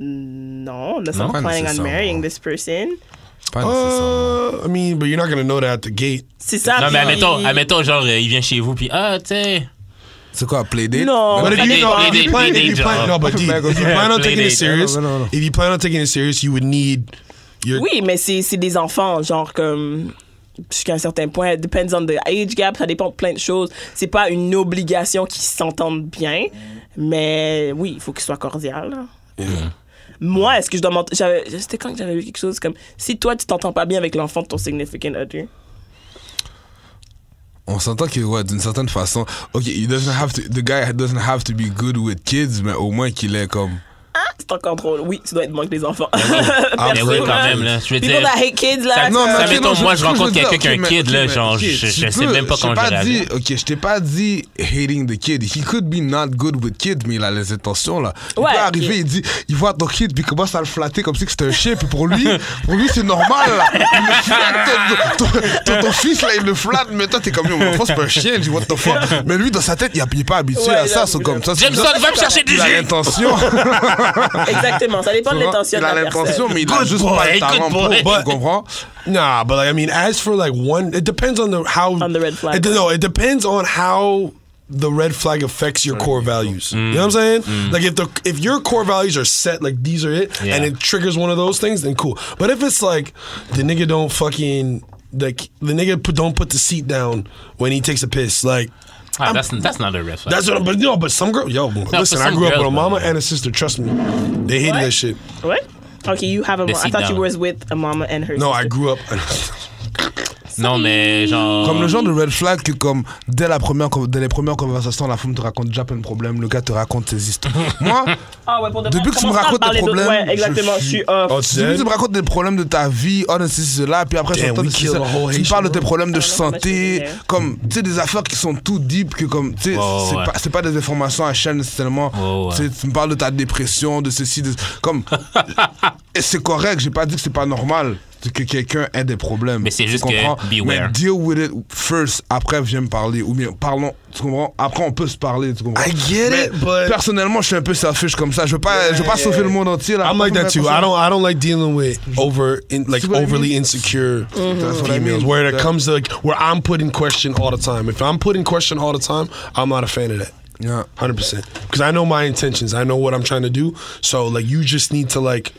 S2: Non, that's
S3: Non,
S2: not
S7: pas
S2: planning on
S7: nécessairement.
S2: marrying this person.
S7: Pas nécessaire.
S4: Uh, I mean, but you're not gonna know that at the gate.
S2: C'est ça.
S3: Non, mais
S2: Ah, puis-
S3: admettons, admettons, genre, euh, il vient chez vous, puis ah, tu sais.
S7: C'est quoi, Bah, playdate?
S2: Non.
S4: But if
S3: Play
S4: you
S3: date,
S4: know,
S3: play
S4: if you
S3: date,
S4: plan,
S3: play
S4: if you
S3: date,
S4: plan,
S3: genre.
S4: no, but D, if you plan on
S3: Play
S4: taking it
S3: date.
S4: serious,
S7: No, no, no.
S4: if you plan on taking it serious, you would need your.
S2: Oui, mais c'est c'est des enfants, genre comme jusqu'à un certain point, it depends on the age gap, ça dépend de plein de choses. C'est pas une obligation qu'ils s'entendent bien, mais oui, il faut qu'ils soient cordial. Moi, est-ce que je dois m'entendre. j'avais- C'était quand que j'avais vu quelque chose comme si toi, tu t'entends pas bien avec l'enfant de ton significant other.
S7: On s'entend que, ouais, d'une certaine façon, ok, he doesn't have to, the guy doesn't have to be good with kids, mais au moins qu'il est comme.
S2: Ah, c'est encore drôle. Oui, tu dois être manque des enfants.
S3: Mais oui, quand même, là. Je
S2: Ah, People
S3: veux dire.
S2: that hate kids, là.
S3: Ça-
S7: Non, mais
S3: Ça,
S7: ok,
S3: mettons,
S7: non, je-
S3: moi,
S7: ce
S3: je
S7: que
S3: rencontre
S7: veux dire,
S3: quelqu'un
S7: ok,
S3: qui a un
S7: mais-
S3: kid,
S7: ok,
S3: là,
S7: mais
S3: genre,
S7: ok,
S3: je- je
S7: tu
S3: sais
S7: peux-
S3: même pas
S7: je
S3: comment
S7: t'ai
S3: je vais
S7: dit, Ok, je t'ai pas dit hating the kid. He could be not good with kid, mais il a les intentions, là. Il
S2: Ouais,
S7: peut
S2: ok.
S7: arriver, il dit, il voit ton kid, puis il commence à le flatter comme si que c'était un chien, puis pour lui, pour lui, c'est normal, là. Il le flatte, ton, ton- ton- ton fils, là, il le flatte, mais toi, t'es comme, yo, mon enfant, c'est pas un chien, je dis, what the fuck. Mais lui, dans sa tête, il a- il est pas habitué
S2: Ouais,
S7: à
S2: il
S7: ça,
S2: a-
S7: c'est comme ça. c'est
S3: Jameson,
S7: bizarre.
S3: va me chercher du
S7: Il a
S3: jus!
S7: l'intention.
S2: Exactement, ça dépend de l'intention de
S7: Il a
S2: la
S7: l'intention,
S2: personne.
S7: mais il a
S4: Good
S7: juste
S4: boy,
S7: pas le
S4: good
S7: talent pour,
S4: boy.
S7: tu comprends?
S4: Nah, but like I mean, as for like one, it depends on the how
S2: On the red flag.
S4: It, no, it depends on how the red flag affects your
S3: Mm.
S4: core values. You know what I'm saying? Like if the if your core values are set, like these are it,
S3: Yeah.
S4: and it triggers one of those things, then cool. But if it's like the nigga don't fucking like the nigga put, don't put the seat down when he takes a piss, like.
S3: Ah, that's, that's not a red flag.
S4: That's what, I'm, but no, but some girl, yo, listen, I
S3: some
S4: grew up
S3: girls,
S4: with a mama
S3: man.
S4: and a sister. Trust me, they hated that shit.
S2: Ouais? Ok, you have a
S3: They
S2: mom. I
S3: sit
S2: thought you
S3: down.
S2: were with a mama and her
S4: No, I
S2: sister.
S4: grew up.
S3: Non, mais genre.
S7: Comme le genre de red flag que comme dès la première con- dès les premières conversations la femme te raconte déjà plein de problèmes, le gars te raconte tes histoires. Moi,
S3: Bah,
S2: Ah ouais, pour de vrai,
S7: Depuis que tu me
S2: commence pas à
S7: racontes
S2: parler
S7: tes
S2: d'autres-
S7: problèmes,
S2: Ouais, exactement,
S7: je
S2: je suis
S7: suis-
S2: off.
S4: Oh,
S7: si tu
S4: Zen,
S7: me racontes des problèmes de ta vie, oh non, c'est cela, puis
S3: Eh
S7: après
S4: Damn,
S7: j'entends
S4: we
S7: de ceci,
S4: killed a whole
S7: tu me
S4: Haitian
S3: hein.
S7: parles de tes problèmes de
S2: Ah non, moi, je suis
S7: santé,
S2: désolée.
S7: comme tu sais des affaires qui sont tout deep que comme tu
S3: Ouais,
S7: sais
S3: ouais,
S7: c'est
S3: ouais.
S7: pas c'est pas des informations à chaîne nécessairement.
S3: Ouais, ouais.
S7: Tu sais, tu me parles de ta dépression, de ceci, de comme et c'est correct, j'ai pas dit que c'est pas normal que quelqu'un ait des problèmes.
S3: Mais c'est
S7: Tu
S3: juste que
S7: comprends?
S3: beware.
S7: Mais deal with it first. Après, viens me parler. Ou bien, parlons. Tu comprends? Après, on peut se parler. Tu comprends?
S4: I get
S7: Mais
S4: it, but
S7: Personnellement, je suis un peu selfish comme ça. Je veux pas, je veux pas sauver le monde entier. Là.
S4: I'm like that too. I don't I don't like dealing with over in, like
S7: Mm-hmm. See what I
S4: overly
S7: mean? Mm-hmm.
S4: insecure
S7: That's what I
S4: females
S7: mean.
S4: where it
S7: That-
S4: comes to like where I'm put in question all the time. If I'm put in question all the time, I'm not a fan of that.
S7: Yeah.
S4: Hundred percent. Because I know my intentions. I know what I'm trying to do. So like you just need to like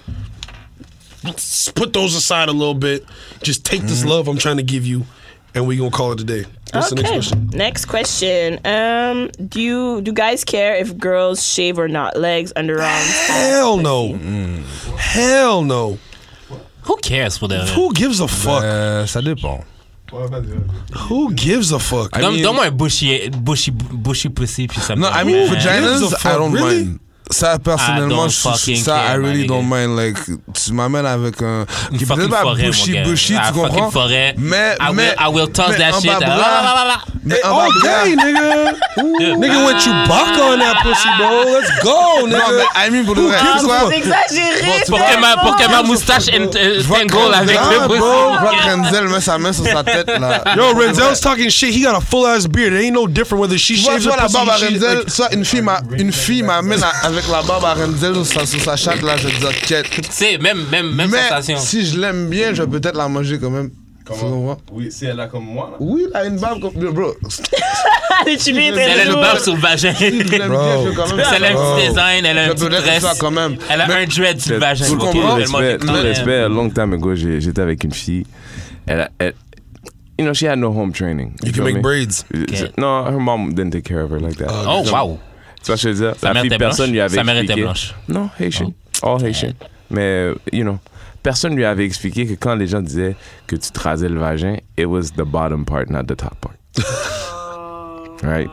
S4: s- put those aside a little bit. Just take this
S7: Mm-hmm.
S4: love I'm trying to give you and we gonna call it a day. That's the next
S2: okay.
S4: question.
S2: Next question. Um, do you do guys care if girls shave or not? Legs, underarms.
S4: Hell no.
S7: Mm-hmm.
S4: Hell no.
S3: Who cares for the.
S4: Who gives a fuck?
S7: Euh, ça dépend.
S9: Ouais, vas-y, vas-y.
S4: Who gives a fuck?
S7: I mean-
S3: Donne-moi un bushy, bushy, bushy pussy, puis ça me.
S7: Non, I mean,
S3: Ouais.
S7: vaginas,
S4: Gives a fuck,
S7: I don't
S4: really?
S7: mind. Ça,
S3: I
S7: personnellement,
S3: don't
S7: je-
S3: fucking
S7: ça,
S3: care,
S7: I really
S3: my
S7: don't
S3: nigga.
S7: mind. Like, tu m'amènes avec un. qui
S3: fucking
S7: peut-être pas
S3: forêt, mon
S7: bushy,
S3: gars.
S7: bushy,
S3: Ah,
S7: tu
S3: fucking
S7: comprends?
S3: forêt.
S7: Mais,
S3: I will-
S7: mais.
S3: I will toss
S7: mais
S3: that
S7: en
S3: shit,
S7: bas
S3: là.
S7: bras,
S3: La, la, la, la.
S7: Mais en
S4: All
S7: bas bras.
S4: day, nigga. Ooh, nigga went Chewbacca on that pussy, bro. Let's go,
S7: Non,
S4: nigga.
S7: mais, I mean, pour de vrai,
S2: Ah,
S7: tu sais quoi?
S2: vous exagérez.
S3: Pour que ma, pour que ma moustache ent- euh, tangle avec le
S7: Renzel, bro. Je vois
S3: pussy.
S7: que Renzel met sa main sur sa tête, là.
S4: Yo, Renzel's talking shit. He got a full ass beard. It ain't no different whether she
S7: Tu vois,
S4: shaves
S7: tu
S4: or
S7: vois la
S4: pussy.
S7: barbe à
S4: she-
S7: Renzel,
S4: like,
S7: soit une fille m'a- une fille m'amène à- avec la barbe à Renzel sur sa, sur sa chatte, là, je vais dire, quête.
S3: Tu sais, même, même, même
S7: Mais
S3: sensation.
S7: si je l'aime bien, je vais peut-être la manger quand même. Tu
S9: Comment?
S7: comprends?
S9: Oui, si elle a comme moi, là.
S7: Oui, elle a une barbe comme. Bro, si
S2: tu lui étais
S3: Elle a le
S2: lourd.
S3: beurre sur le vagin.
S7: je l'aime bien, je vais quand même.
S3: Elle a un
S7: Bro.
S3: petit design, elle a
S7: Oh. Je
S3: un
S7: peux
S3: petit
S7: laisser
S3: dress.
S7: ça quand même.
S3: Elle a un dread sur le vagin.
S7: tout le
S3: ok,
S7: comprends.
S3: elle
S7: Tout
S3: m'a
S7: le
S3: fait tout le-
S6: respect, a long time ago, j'ai- j'étais avec une fille. Elle, a- elle, you know, she had no home training.
S4: You can
S6: feel me?
S4: make braids.
S3: Okay.
S6: No, her mom didn't take care of her like that.
S3: Oh, wow.
S6: Tu vois, ce que je veux dire,
S3: Sa
S6: la
S3: mère
S6: fille,
S3: était
S6: personne lui
S3: blanche.
S6: avait
S3: Sa mère était
S6: expliqué.
S3: blanche. Oh.
S6: Non, Haitian. All Haitian. Mais, you know, personne lui avait expliqué que quand les gens disaient que tu te rasais le vagin, it was the bottom part, not the top part. right?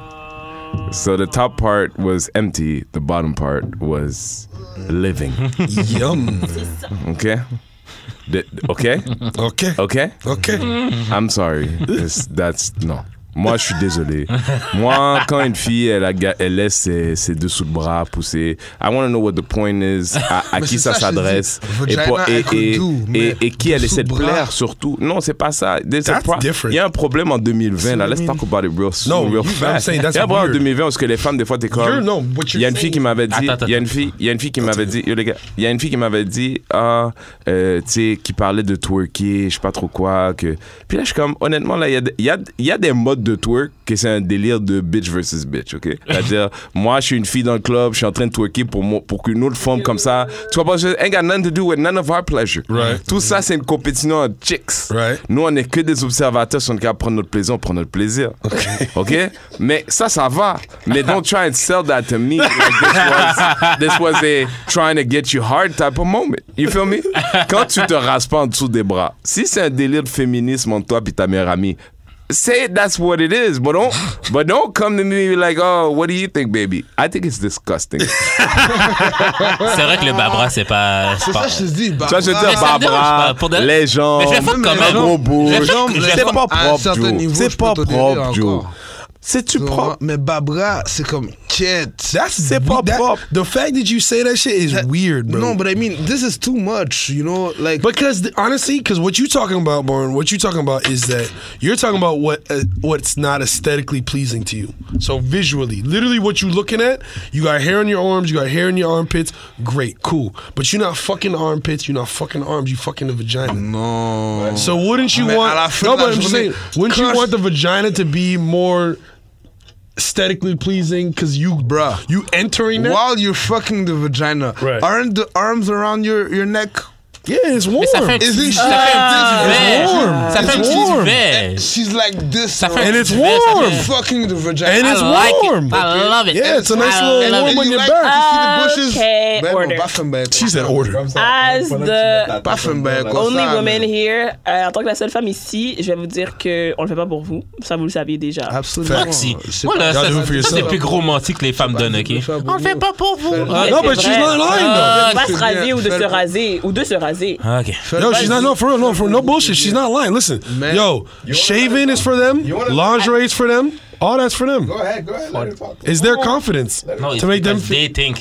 S6: So the top part was empty, the bottom part was living.
S4: Yum.
S6: Okay? The- okay?
S4: Okay.
S6: Okay?
S4: Okay.
S6: I'm sorry. It's- that's non. Moi, je suis désolé. Moi, quand une fille, elle, a ga- elle laisse ses, ses dessous de bras pousser, I want to know what the point is, à, à
S7: Mais
S6: qui
S7: c'est
S6: ça,
S7: ça, je t'ai
S6: s'adresse,
S7: dit.
S6: et, pour-
S7: Vagina, I
S6: et,
S7: could
S6: et-
S7: do,
S6: et-
S7: mais
S6: et qui elle essaie de
S7: dessous de bras.
S6: plaire surtout. Non, c'est pas ça. There's a
S4: That's
S6: pro-
S4: different.
S6: Il y a un problème en 2020. Là. Let's
S4: mean-
S6: talk about it real soon,
S4: No,
S6: real
S4: you- I'm
S6: fast.
S4: saying that's
S6: Il y a un problème en
S4: weird.
S6: 2020 parce que les femmes, des fois, t'es
S4: You're-
S6: comme...
S4: no, what you're
S6: Il y a une fille qui m'avait dit...
S3: Attends, attends,
S6: Il y a une fille, il y a une fille qui m'avait dit... Yo, les gars, il y a une fille qui m'avait dit... Ah, euh, tu sais, qui parlait de twerker, je sais pas trop quoi. Que... Puis là, je suis comme... Honnêtement, là, il y a, des- il y a- il y a des modes
S10: de twerk que c'est un délire de bitch versus bitch, ok? C'est-à-dire, moi, je suis une fille dans le club, je suis en train de twerker pour, moi, pour qu'une autre femme comme ça. Tu vois, parce que ain't got nothing to do with none of our pleasure.
S5: Right.
S10: Tout ça, c'est une compétition en chicks.
S5: Right.
S10: Nous, on est que des observateurs, si on est capable de prendre notre plaisir, on prend notre plaisir. OK? Mais ça, ça va. Mais don't try and sell that to me. Like this, was, this was a trying to get you hard type of moment. You feel me? Quand tu te rases pas en dessous des bras, si c'est un délire de féminisme entre toi et ta meilleure amie, say that's what it is, but don't, but don't come to me like, oh, what do you think, baby? I think it's disgusting.
S3: C'est vrai que le Babra, c'est pas.
S7: C'est
S3: pas-
S7: ça, je te dis. Bah,
S10: Tu vois, je veux
S7: bah,
S10: dire,
S3: ça me dérange
S10: Barbara,
S3: pas, pour de-
S10: les gens,
S3: Mais je le fais quand
S10: un
S3: même.
S10: gros bout.
S3: Je le fais- je le fais
S10: C'est pas
S7: à un
S10: propre,
S7: certain
S10: Joe.
S7: niveau,
S10: C'est
S7: je
S10: pas
S7: peux te
S10: propre,
S7: donner
S10: Joe.
S7: encore.
S10: C'est-tu
S7: non,
S10: propre?
S7: Mais Babra, c'est comme quête.
S10: C'est pas propre.
S4: The fact that you say that shit is weird, bro.
S7: No, but I mean, this is too much, you know? Like,
S4: Because the, honestly, because what you talking about, Born, what you talking about is that you're talking about what uh, what's not aesthetically pleasing to you. So visually, literally, what you looking at, you got hair on your arms, you got hair in your armpits. Great, cool, but you're not fucking armpits, you're not fucking arms, you fucking the vagina.
S7: non.
S4: So wouldn't you
S7: Man,
S4: want?
S7: à la fin
S4: No,
S7: de la
S4: but I'm just
S7: journée,
S4: saying, wouldn't you
S7: crush-
S4: want the vagina to be more aesthetically pleasing? Because you,
S7: Bruh.
S4: you entering that.
S7: While you're fucking the vagina,
S4: Right.
S7: aren't the arms around your, your neck?
S4: Yeah, it's warm.
S3: ça fait un
S7: Is
S3: petit-
S7: it
S3: ça fait un petit duvet.
S7: It's warm.
S3: Ça fait un
S7: It's
S3: petit
S7: warm.
S3: duvet.
S7: She's like this.
S3: Ça fait un
S7: around-
S3: petit duvet, ça fait-
S7: Fucking the vagina.
S4: And it's
S3: I like it.
S4: warm.
S3: I love it.
S4: Yeah, it's a nice
S3: I
S4: little
S3: love
S7: And
S4: warm
S7: you
S4: on your
S7: like
S4: back.
S7: to see the bushes?
S2: Okay,
S7: Ben non,
S2: order.
S7: pas femme, ben,
S4: She said order.
S8: Comme ça,
S2: As
S8: faut pas que tu
S2: the-
S8: mettes la tête
S7: Pas femme, ben,
S8: dans la-
S7: quoi.
S2: Only
S7: ça,
S2: woman
S7: mais-
S2: here. Euh, en tant que la seule femme ici, je vais vous dire que on le fait pas pour vous. Ça, vous le saviez déjà.
S7: Absolument.
S4: Oh,
S3: Merci.
S7: C'est
S3: Voilà,
S4: Y'all
S3: ça,
S4: do it
S3: ça,
S4: for
S3: c'est
S4: yourself.
S3: le plus gros menti que les femmes donnent, ok?
S4: Ah,
S7: pas pour nous.
S3: pas pour vous.
S2: Mais
S4: non,
S2: c'est
S4: mais she's
S2: vrai.
S4: not lying, though.
S2: Ah, Pas se
S7: Fais-le
S2: raser ou de
S7: bien.
S2: se raser ou de se raser.
S3: Ok.
S4: No, she's not. No, for real. No, for no bullshit. She's not lying. Listen,
S7: Man.
S4: yo, shaving is for them.
S8: wanna-
S4: Lingerie is for them. All that's for them.
S8: Go ahead, go ahead, let her talk.
S4: It's their confidence
S3: No, it's
S4: to make them.
S3: because they think.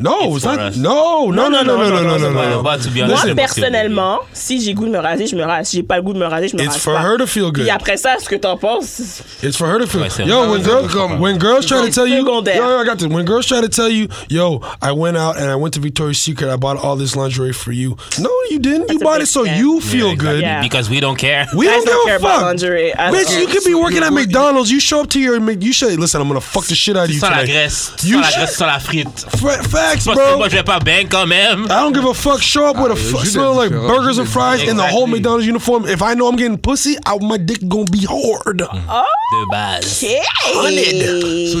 S4: no,
S3: it's
S4: it's
S3: for
S4: not.
S3: us.
S4: No, no, no, no, no, no, no,
S3: Well,
S4: no.
S3: but to be honest,
S2: Moi,
S3: c'est parce que-
S2: personnellement, si j'ai goût de me raser, je me rase. J'ai pas le goût de me raser, je me
S4: It's
S2: rase
S4: for
S2: pas.
S4: her to feel good.
S2: Puis après ça, ce que t'en penses,
S4: It's for her to feel.
S3: Ouais, c'est
S4: Yo,
S3: vrai.
S4: when
S3: Ouais,
S4: girls
S3: je comprends.
S4: when girls try to tell you, yo,
S2: Secondaire.
S4: yo, I got this. When girls try to tell you, yo, I went out and I went to Victoria's Secret. I bought all this lingerie for you. No, you didn't. You
S2: That's a
S4: bought
S2: big
S4: it so
S2: step.
S4: you feel
S3: exactly.
S4: good.
S2: Yeah.
S3: Because we don't care.
S4: We
S2: Guys
S4: don't
S2: don't care
S4: give a
S2: about
S4: fuck.
S2: lingerie at
S4: Bitch,
S2: all.
S4: you could be working at McDonald's. You show up to your Mc- you should listen. I'm gonna fuck the shit out of you
S3: Sans la
S4: today.
S3: graisse,
S4: You
S3: sans la
S4: should-
S3: graisse, sans la frite.
S4: Fa-
S3: Parce
S4: facts,
S3: que
S4: bro.
S3: moi, je vais pas bang quand même.
S4: I don't give a fuck. Show up with a fuck
S7: you
S4: smell like
S7: did.
S4: burgers and fries in the whole
S3: Exactly.
S4: McDonald's uniform. If I know I'm getting pussy, I, my dick gonna be hard.
S2: Mm.
S3: De base.
S7: So,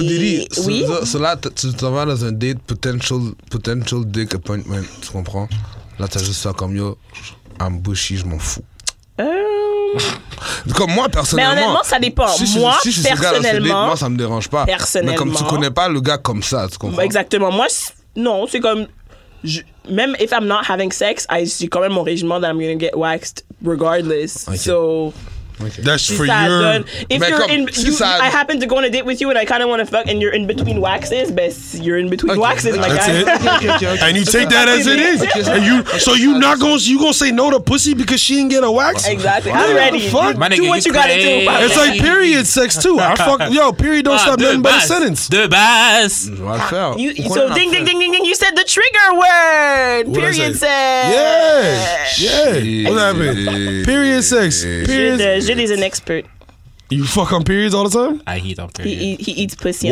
S7: Didi, so,
S2: Oui.
S7: so- so là, t- tu t'en vas dans un date, potential, potential dick appointment, tu comprends? Là, t'as juste ça comme yo, I'm bushy, je m'en fous.
S2: Euh,
S7: Comme moi, personnellement.
S2: Mais honnêtement, ça dépend.
S7: je-
S2: Moi,
S7: je suis ce gars dans ce date,
S2: personnellement-
S7: moi, ça me dérange pas. Mais comme tu
S2: personnellement-
S7: connais pas le gars comme ça, tu comprends?
S2: Exactement. Moi, c- non, c'est comme. je- même if I'm not having sex, I- j'ai quand même mon régiment that I'm gonna get waxed regardless. So,
S4: That's
S2: si ça donne. If
S7: Mais
S2: you're
S7: comme,
S2: in.
S7: si
S2: you-
S7: ça-
S2: I happen to go on a date with you and I kind of want to fuck and you're in between waxes, ben, si- you're in between waxes, my
S4: That's
S2: guy.
S4: it. And you take that as it is. And you so you not gonna you gonna say no to pussy because she didn't get a wax?
S2: Exactly. I'm ready.
S4: fuck?
S3: My
S2: do
S3: nigga,
S2: what
S3: you
S2: you gotta do.
S3: crazy.
S2: papa.
S4: It's like period sex too. I fuck yo, period don't
S3: Ah,
S4: stop
S3: de
S4: nothing but a
S3: base.
S4: sentence.
S3: De base.
S7: Je vais le faire.
S2: You,
S7: Pourquoi on
S2: so
S7: a
S2: ding
S7: fait?
S2: ding ding ding ding. You said the trigger word.
S4: What I
S2: Period
S4: say?
S2: sex.
S4: Yeah.
S7: Shit.
S4: Yeah. What happened? Period sex.
S2: Jid,
S4: Period.
S2: uh, Jid is an expert.
S4: You fuck on periods all the time?
S3: I hate on
S2: He,
S3: period.
S2: eat, he eats pussy.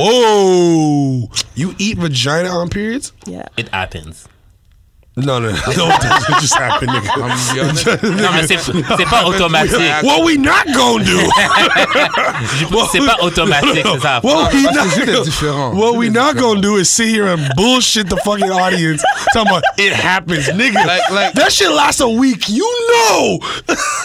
S4: Whoa. You eat vagina on periods?
S2: Yeah.
S3: It happens.
S4: No, no, no. Don't it just happened, nigga.
S7: I'm gonna be honest.
S3: Non, mais c'est c'est pas automatique.
S4: What we not gonna do?
S3: C'est pas automatique, c'est ça.
S7: Ah,
S4: What we not
S7: Jid
S4: gonna
S7: is different.
S4: What
S7: Jid
S4: we
S7: is
S4: not
S7: different.
S4: gonna do is sit here and bullshit the fucking audience. Talking about it happens, nigga.
S7: Like- like-
S4: that shit lasts a week. You know.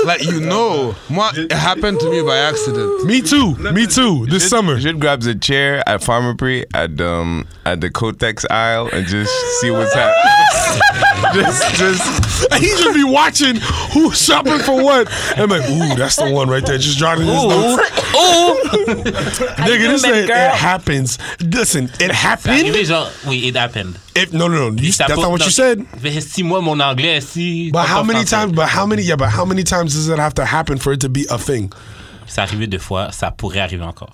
S7: Like, you know. Moi, it happened to me by accident.
S4: me too. Me too. This summer.
S6: Jid grabs a chair at Farmer Pre at um at the Kotex aisle and just see what's happening. just just
S4: And he just be watching who's shopping for what. And I'm like, ooh, that's the one right there. Just jotting his notes. Nigga, this
S2: remember,
S4: ain't, it
S2: girl.
S4: happens. Listen, it
S3: Arrivé
S4: happened.
S3: genre, oui, it happened.
S4: If no, no, no. You,
S3: Ça
S4: that's
S3: peut-
S4: not what
S3: non,
S4: you said.
S3: Mais si moi, mon anglais, si.
S4: But how
S3: pas
S4: many
S3: français.
S4: times? But how many? Yeah, but how many times does it have to happen for it to be a thing?
S3: C'est arrivé deux fois, ça pourrait arriver encore.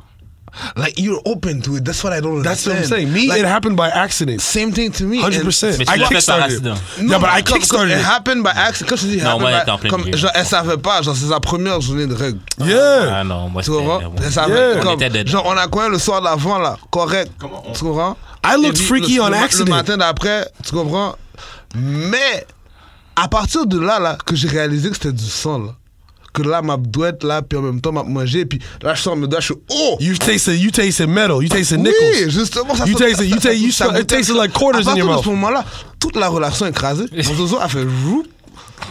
S7: Like you're open to it. That's what I don't
S4: That's what
S7: understand.
S4: I'm saying. Me,
S7: Like,
S4: it happened by accident.
S7: Same thing to me.
S4: 100%.
S7: And-
S3: Mais tu l'as fait par
S4: kickstarted.
S3: accident.
S4: Yeah, but I
S7: comme- comme-
S4: kickstarted
S7: It
S4: it.
S7: happened by accident. Quand je dis it
S3: Non,
S7: happened
S3: moi, elle
S7: by-
S3: était en pleine
S7: comme,
S3: nuit.
S7: genre, elle savait pas. Genre, c'est sa première journée de règles.
S4: Yeah.
S3: Ah non, moi,
S7: Tu
S3: c'était...
S7: comprends?
S3: moi.
S7: Elle savait,
S4: Yeah.
S7: comme,
S3: On était dedans.
S7: genre, on a connu le soir d'avant, là. Correct. Tu comprends?
S4: I
S7: Et
S4: looked
S7: puis,
S4: freaky
S7: le,
S4: on
S7: le- Le
S4: accident.
S7: matin d'après, tu comprends? Mais, à partir de là, là, que j'ai réalisé que c'était du sang, là. Que là, ma douette, là, puis en même temps, m'a mangé, puis là, je sors mes doigts, je suis, oh!
S4: You tasted, you tasted metal. You tasted nickels.
S7: Oui, justement, ça
S4: You
S7: sent-
S4: taste it, you
S7: ça-
S4: taste- you
S7: ça
S4: smell- it
S7: goûtait-
S4: tasted like quarters
S7: À partir
S4: in your
S7: de
S4: mouth.
S7: ce moment-là, toute la relation écrasée, mon zozo a fait roux.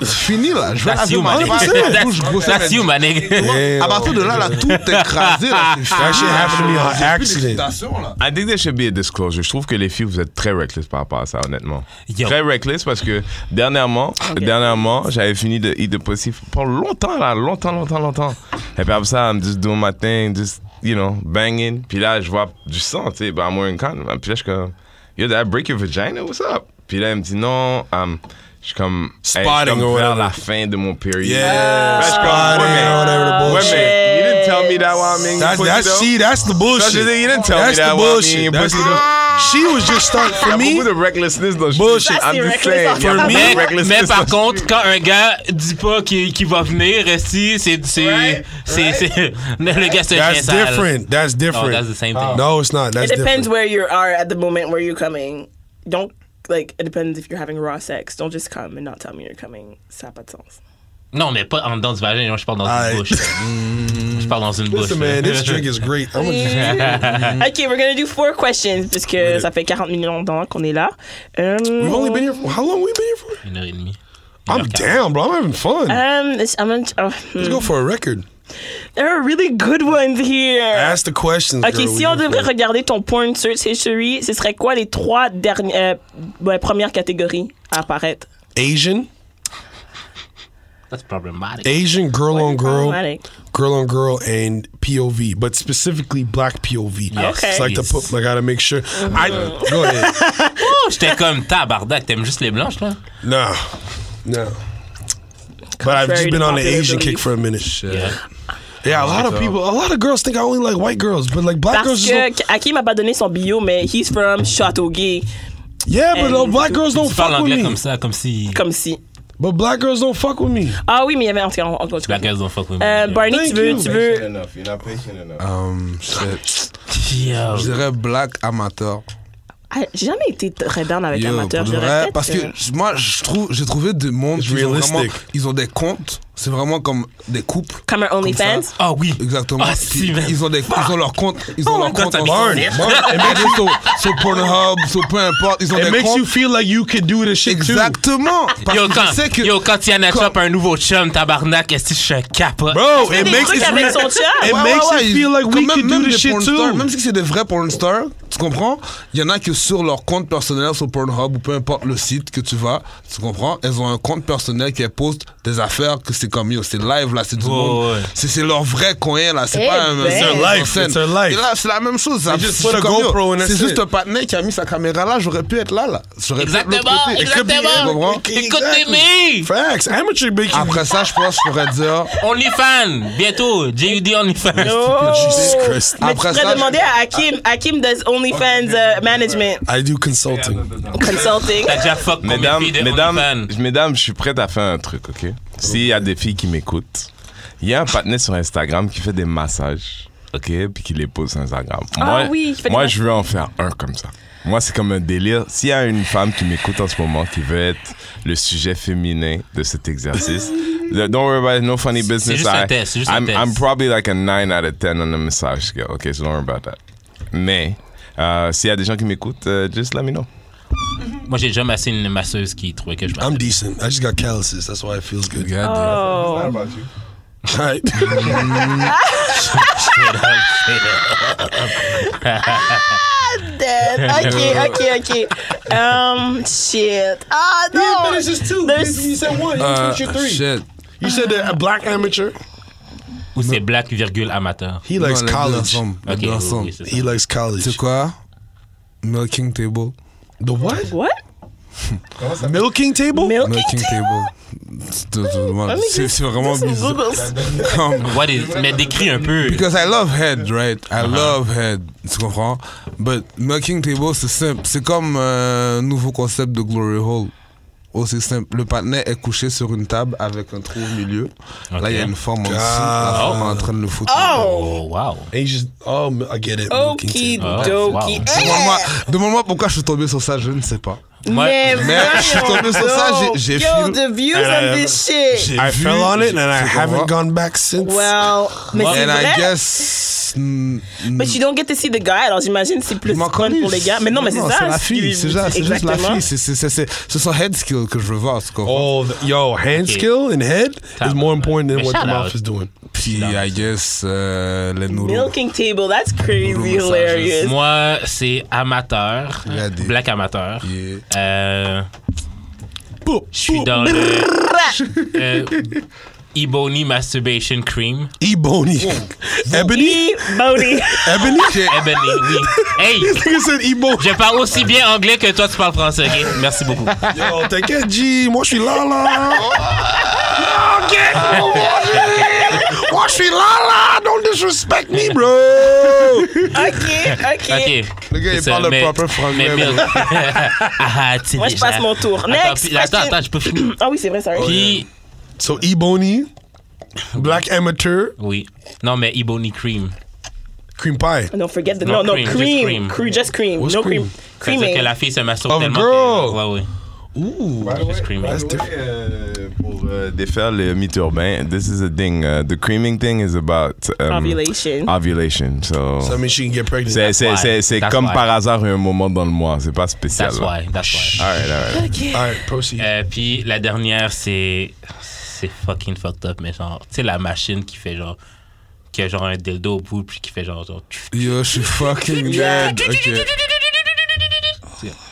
S7: Fini là, je vais
S3: That's
S7: laver
S3: you,
S7: ma
S3: my
S7: face,
S3: nigga.
S7: hein? je bouge, je grosse
S3: That's you,
S7: merde.
S3: my nigga.
S7: À partir de là, là, tout est écrasé. Là, c'est
S4: That shit
S7: fini.
S4: happened to me
S6: Ah,
S4: on accident.
S7: Attention, là.
S6: I think there should be a disclosure. Je trouve que les filles, vous êtes très reckless par rapport à ça, honnêtement.
S3: Yo.
S6: Très reckless parce que dernièrement, dernièrement, j'avais fini de eat the pussy pour longtemps, là, longtemps, longtemps, longtemps. Et puis après ça, I'm just doing my thing, just, you know, banging. Puis là, je vois du sang, tu sais, but I'm wearing condom. Puis là, je suis comme, yo, did I break your vagina? What's up? Puis là, elle me dit, non, um, je suis comme, hey, je suis
S4: Spotting
S6: comme
S4: or
S6: vers
S4: whatever.
S6: la fin de mon period.
S4: Yeah.
S6: Là, je suis comme, ouais, mais-
S4: or whatever the
S6: ouais,
S4: bullshit.
S6: mais, you didn't tell me that while I'm in your
S4: That's,
S6: pussy,
S4: that's
S6: though.
S4: see, that's the bullshit.
S6: That's the thing, you didn't tell me
S4: That's
S6: that,
S4: the
S6: why me
S4: bullshit.
S6: and
S4: That's
S6: pussy
S4: the- she was just starting for
S6: Beaucoup
S4: me.
S6: de recklessness dans
S2: Ça,
S4: Bullshit.
S6: I'm
S2: c'est
S6: just
S2: reckless en
S6: saying. Il y a
S2: tabarnak.
S6: beaucoup
S3: Mais,
S6: de recklessness
S3: mais par
S6: dans-
S3: contre, quand un gars dit pas qu'il qu'il va venir, si c'est. c'est- c'est- c'est- Le gars se fait
S4: That's
S3: ça. là.
S4: different. That's
S3: No,
S4: different.
S3: that's the same thing.
S4: No, it's not. That's
S2: it depends
S4: different.
S2: where you are at the moment where you're coming. Don't like it depends if you're having raw sex. Don't just come and not tell me you're coming. Ça a pas de sens.
S3: Non, mais pas en dedans du vagin. Moi, je parle dans
S4: Aye.
S3: une bouche. Je parle dans une bouche.
S4: Listen, man, this drink is great. I'm gonna- Mm.
S2: Okay, we're gonna do four questions parce que ça fait 40 minutes longtemps qu'on est là. Um,
S4: We've only been here for how long? we been here for?
S3: Une heure et demie.
S4: I'm down, bro. I'm having fun.
S2: um, it's- I'm gonna, oh, hmm.
S4: Let's go for a record.
S2: There are really good ones here.
S4: Ask the questions.
S2: Ok,
S4: girl.
S2: si on devrait regarder ton porn search history, ce serait quoi les trois dernières, euh, ouais, premières catégories à apparaître?
S4: Asian,
S3: That's problematic.
S4: Asian girl on girl,
S2: Problematic.
S4: girl on girl, and POV, but specifically black POV.
S3: Yes.
S2: Okay.
S4: It's like the
S3: Yes.
S4: put. I gotta make sure.
S2: Mm-hmm.
S4: I go ahead.
S3: Oh, J'étais comme tabarnak. T'aimes juste les blanches, là?
S4: No, no. But I've
S2: Contrary
S4: just been
S2: to
S4: on the
S2: popular
S4: Asian
S2: belief.
S4: kick for a minute.
S3: Yeah.
S4: Yeah, a lot of people, a lot of girls think I only like white girls, but like black girls.
S2: Parce
S4: Just don't,
S2: que Hakim m'a pas donné son bio, mais he's from Châteauguay,
S4: yeah, but
S2: and-
S4: no, black girls don't
S3: Tu parles
S4: fuck with
S3: anglais
S4: me.
S3: comme ça, comme si.
S2: comme si.
S4: But black girls don't fuck with me.
S2: Ah oui, mais il y avait en tout cas. en- en tout cas.
S3: La gueule don't fuck with me.
S2: Euh, Barney,
S4: Thank
S2: tu veux,
S4: you.
S2: tu veux.
S11: enough. You're not patient enough.
S7: Um, shit.
S3: Yo.
S7: Je dirais black amateur.
S2: Ah, J'ai jamais été très down avec
S7: Yo,
S2: amateur.
S7: pour de
S2: J'aurais
S7: vrai,
S2: peut-être,
S7: parce que
S2: euh,
S7: j- moi, je trouve, j'ai trouvé des mondes.
S4: It's
S7: Ils ont,
S4: realistic.
S7: vraiment, ils ont des comptes. C'est vraiment comme des couples.
S2: Comme un OnlyFans.
S7: ça.
S3: Ah oui.
S7: Exactement.
S3: Ah,
S7: Puis
S3: si, man.
S7: ils ont des, ils ont leur compte, ils ont
S3: Oh
S7: leur
S3: my God,
S7: compte
S3: ça
S7: en
S3: m'étonne.
S7: ligne. Et même sur, sur Pornhub, sur peu importe, ils ont
S4: It
S7: des
S4: makes
S7: comptes.
S4: you feel like you could do this shit too.
S7: Exactement. Parce
S3: Yo,
S7: que je sais que
S3: quand, yo, quand Tiana
S7: quand-
S3: Trump a un nouveau chum, tabarnak, est-ce que je suis un hein? capote?
S4: Bro,
S2: Des
S4: Oh, it makes
S2: trucs
S4: it
S2: avec son
S4: it
S2: chat.
S7: Ouais,
S4: makes
S7: ouais,
S4: it
S7: ouais,
S4: feel like
S7: quand
S4: we
S7: même-
S4: could
S7: même
S4: do
S7: les
S4: this shit
S7: porn stars,
S4: too.
S7: Même si c'est des vrais porn stars, tu comprends Il y en a que sur leur compte personnel sur Pornhub ou peu importe le site que tu vas, tu comprends Elles ont un compte personnel qui elles postent des affaires que c'est comme yo, c'est live là, c'est du
S3: Ouais,
S7: monde.
S3: ouais.
S7: C'est c'est leur vrai coin là, c'est
S2: Eh
S7: pas un.
S2: ben. It's their
S7: une
S4: life,
S7: scène.
S4: it's their life.
S7: Et là, c'est la même chose. ça-
S4: They just
S7: c'est
S4: put a
S7: comme, yo,
S4: GoPro and that's
S7: C'est juste
S4: it.
S7: un patinet qui a mis sa caméra là, j'aurais pu être là là. J'aurais pu être de l'autre
S3: Exactement,
S7: côté. Tu
S3: exactement.
S7: comprends?
S3: Écoutez-moi.
S4: Facts. Amateur make you
S7: Après ça, je pense que je pourrais dire.
S3: OnlyFans, bientôt, JUD OnlyFans.
S2: Oh.
S4: Jesus Christ.
S2: Mais
S7: Après
S2: tu pourrais
S7: ça, Ah,
S2: demander à Hakim. Hakim does OnlyFans euh, management
S4: I do consulting.
S2: consulting.
S3: T'as déjà fuck combien de
S6: Mesdames,
S3: filles de
S6: mesdames,
S3: OnlyFans?
S6: mesdames, je suis prête à faire un truc, OK? S'il y a des filles qui m'écoutent, il y a un partenaire sur Instagram qui fait des massages, OK? Puis qui les pose sur Instagram. Moi,
S2: Ah oui, il fait des
S6: moi
S2: massages.
S6: je veux en faire un comme ça. Moi, c'est comme un délire. S'il y a une femme qui m'écoute en ce moment qui veut être le sujet féminin de cet exercice, le- don't worry about it, no funny business.
S3: juste un
S6: I-
S3: test, c'est juste un
S6: I'm,
S3: test.
S6: I'm probably like a 9 out of 10 on the massage scale, OK? So don't worry about that. Mais, euh, s'il y a des gens qui m'écoutent, euh, just let me know.
S3: Moi, j'ai déjà massé une masseuse qui trouvait que je massais.
S4: I'm decent. I just got calluses. That's why it feels good.
S2: Oh.
S11: about you?
S4: All right.
S2: dead. Okay, okay, okay. Um, shit. Ah non.
S4: two.
S2: There's- You
S4: said one.
S7: Euh, shit.
S4: You said a black amateur.
S3: Ou c'est black, virgule, amateur.
S4: He likes
S7: Non, les deux
S4: college.
S7: ensemble, les
S3: Ok,
S7: deux
S3: oui,
S7: ensemble.
S3: oui, c'est ça.
S4: He likes college.
S7: C'est quoi Milking Table.
S4: The what?
S2: What?
S4: Milking table?
S2: Milk
S7: Milking table. C'est- c'est- C'est c'est vraiment bizarre. Comme-
S3: What is, mais décris un peu.
S7: Because I love head, right? I love head. Tu comprends? But milking table, c'est simple. C'est comme euh, un nouveau concept de glory hole. Aussi simple. Le patinet est couché sur une table avec un trou au milieu. Là, il y a une forme en dessous. La
S4: Ah.
S7: femme est en train de le foutre.
S2: Oh!
S3: Oh, wow.
S4: And you just, oh, I get it. Milking
S2: Okie
S4: table.
S3: Oh,
S2: dokie.
S3: wow.
S7: Demande-moi demande-moi pourquoi je suis tombé sur ça, je ne sais pas.
S2: Mais,
S7: Mais je suis tombé sur ça, j'ai- j'ai
S2: Yo,
S7: filmé.
S2: the views on this shit.
S4: I fell on it and I
S7: Tu comprends?
S4: haven't gone back since.
S2: Well, mais c'est
S7: And I
S2: vrai.
S7: guess. mm, mm,
S2: But you don't get to see the guy, alors j'imagine c'est plus
S7: Il m'a
S2: fun
S7: connu.
S2: pour les gars. Mais non, mais c'est ça.
S7: C'est la fille, c'est juste, c'est juste la
S2: Exactement.
S7: fille. C'est, c'est, c'est, c'est, ce sont head skills que je veux voir. Tu comprends?
S4: Oh, the, yo, hand
S3: Okay.
S4: skill and head is more important than
S3: Mais
S4: what the
S3: shout
S4: mouth
S3: out.
S4: is doing.
S7: Puis, I guess, euh, les nourrons.
S2: Milking table, that's crazy
S7: Noodle
S2: hilarious.
S3: Moi, c'est amateur.
S7: Regardez.
S3: Black amateur.
S7: Yeah.
S3: Euh, je suis dans le. euh, Ebony Masturbation Cream.
S4: Ebony. Ebony?
S2: E. Boney.
S4: Ebony?
S3: Ebony, Ben, oui. Hey!
S4: Nigga said Ebony.
S3: Je parle aussi bien anglais que toi, tu parles français, ok? Merci beaucoup.
S4: Yo, t'inquiète, G. Moi, je suis là, là. Ok. Moi, je suis là, là. Don't disrespect me, bro.
S2: Ok, ok.
S3: Ok. Le
S7: gars, il parle le proper français,
S3: Mais
S7: bro.
S3: milk. ah, tu sais
S2: Moi, je
S3: déjà.
S2: passe mon tour.
S3: Attends,
S2: Next
S3: puis- attends,
S2: question.
S3: attends, je peux finir.
S2: Ah oui, c'est vrai, sorry.
S3: Puis,
S4: So, Ebony, black amateur,
S3: oui. Non, mais Ebony Cream.
S4: cream pie.
S2: No, forget the
S3: No
S2: no, no
S3: cream,
S2: cream,
S3: just cream.
S2: cream, Cre- just cream,
S4: What's
S2: no
S4: cream?
S2: cream, eh?
S3: C'est-à-dire que
S2: creaming.
S3: la fille se masturbe
S4: Oh,
S3: tellement.
S4: girl.
S3: qu'elle- Ouais, ouais.
S4: Ooh.
S3: Just creaming.
S4: That's different.
S6: Euh, Pour euh, défaire le mythe urbain, this is a thing. uh, the creaming thing is about um,
S2: Ovulation.
S7: Ah,
S6: ovulation, So,
S4: So, I mean, she can get pregnant.
S6: c'est c'est-
S3: why.
S6: c'est- c'est
S3: That's
S6: comme
S3: why.
S6: par hasard un moment dans le mois. C'est pas spécial.
S3: That's
S6: là.
S3: why, that's why.
S6: All right, all right.
S4: All right, proceed.
S3: Euh, puis la dernière, c'est. C'est fucking fucked up, mais genre, tu sais, la machine qui fait genre. Qui a genre un dildo au bout, puis qui fait genre. genre tchouf,
S7: Yo, je suis fucking dead. Ok.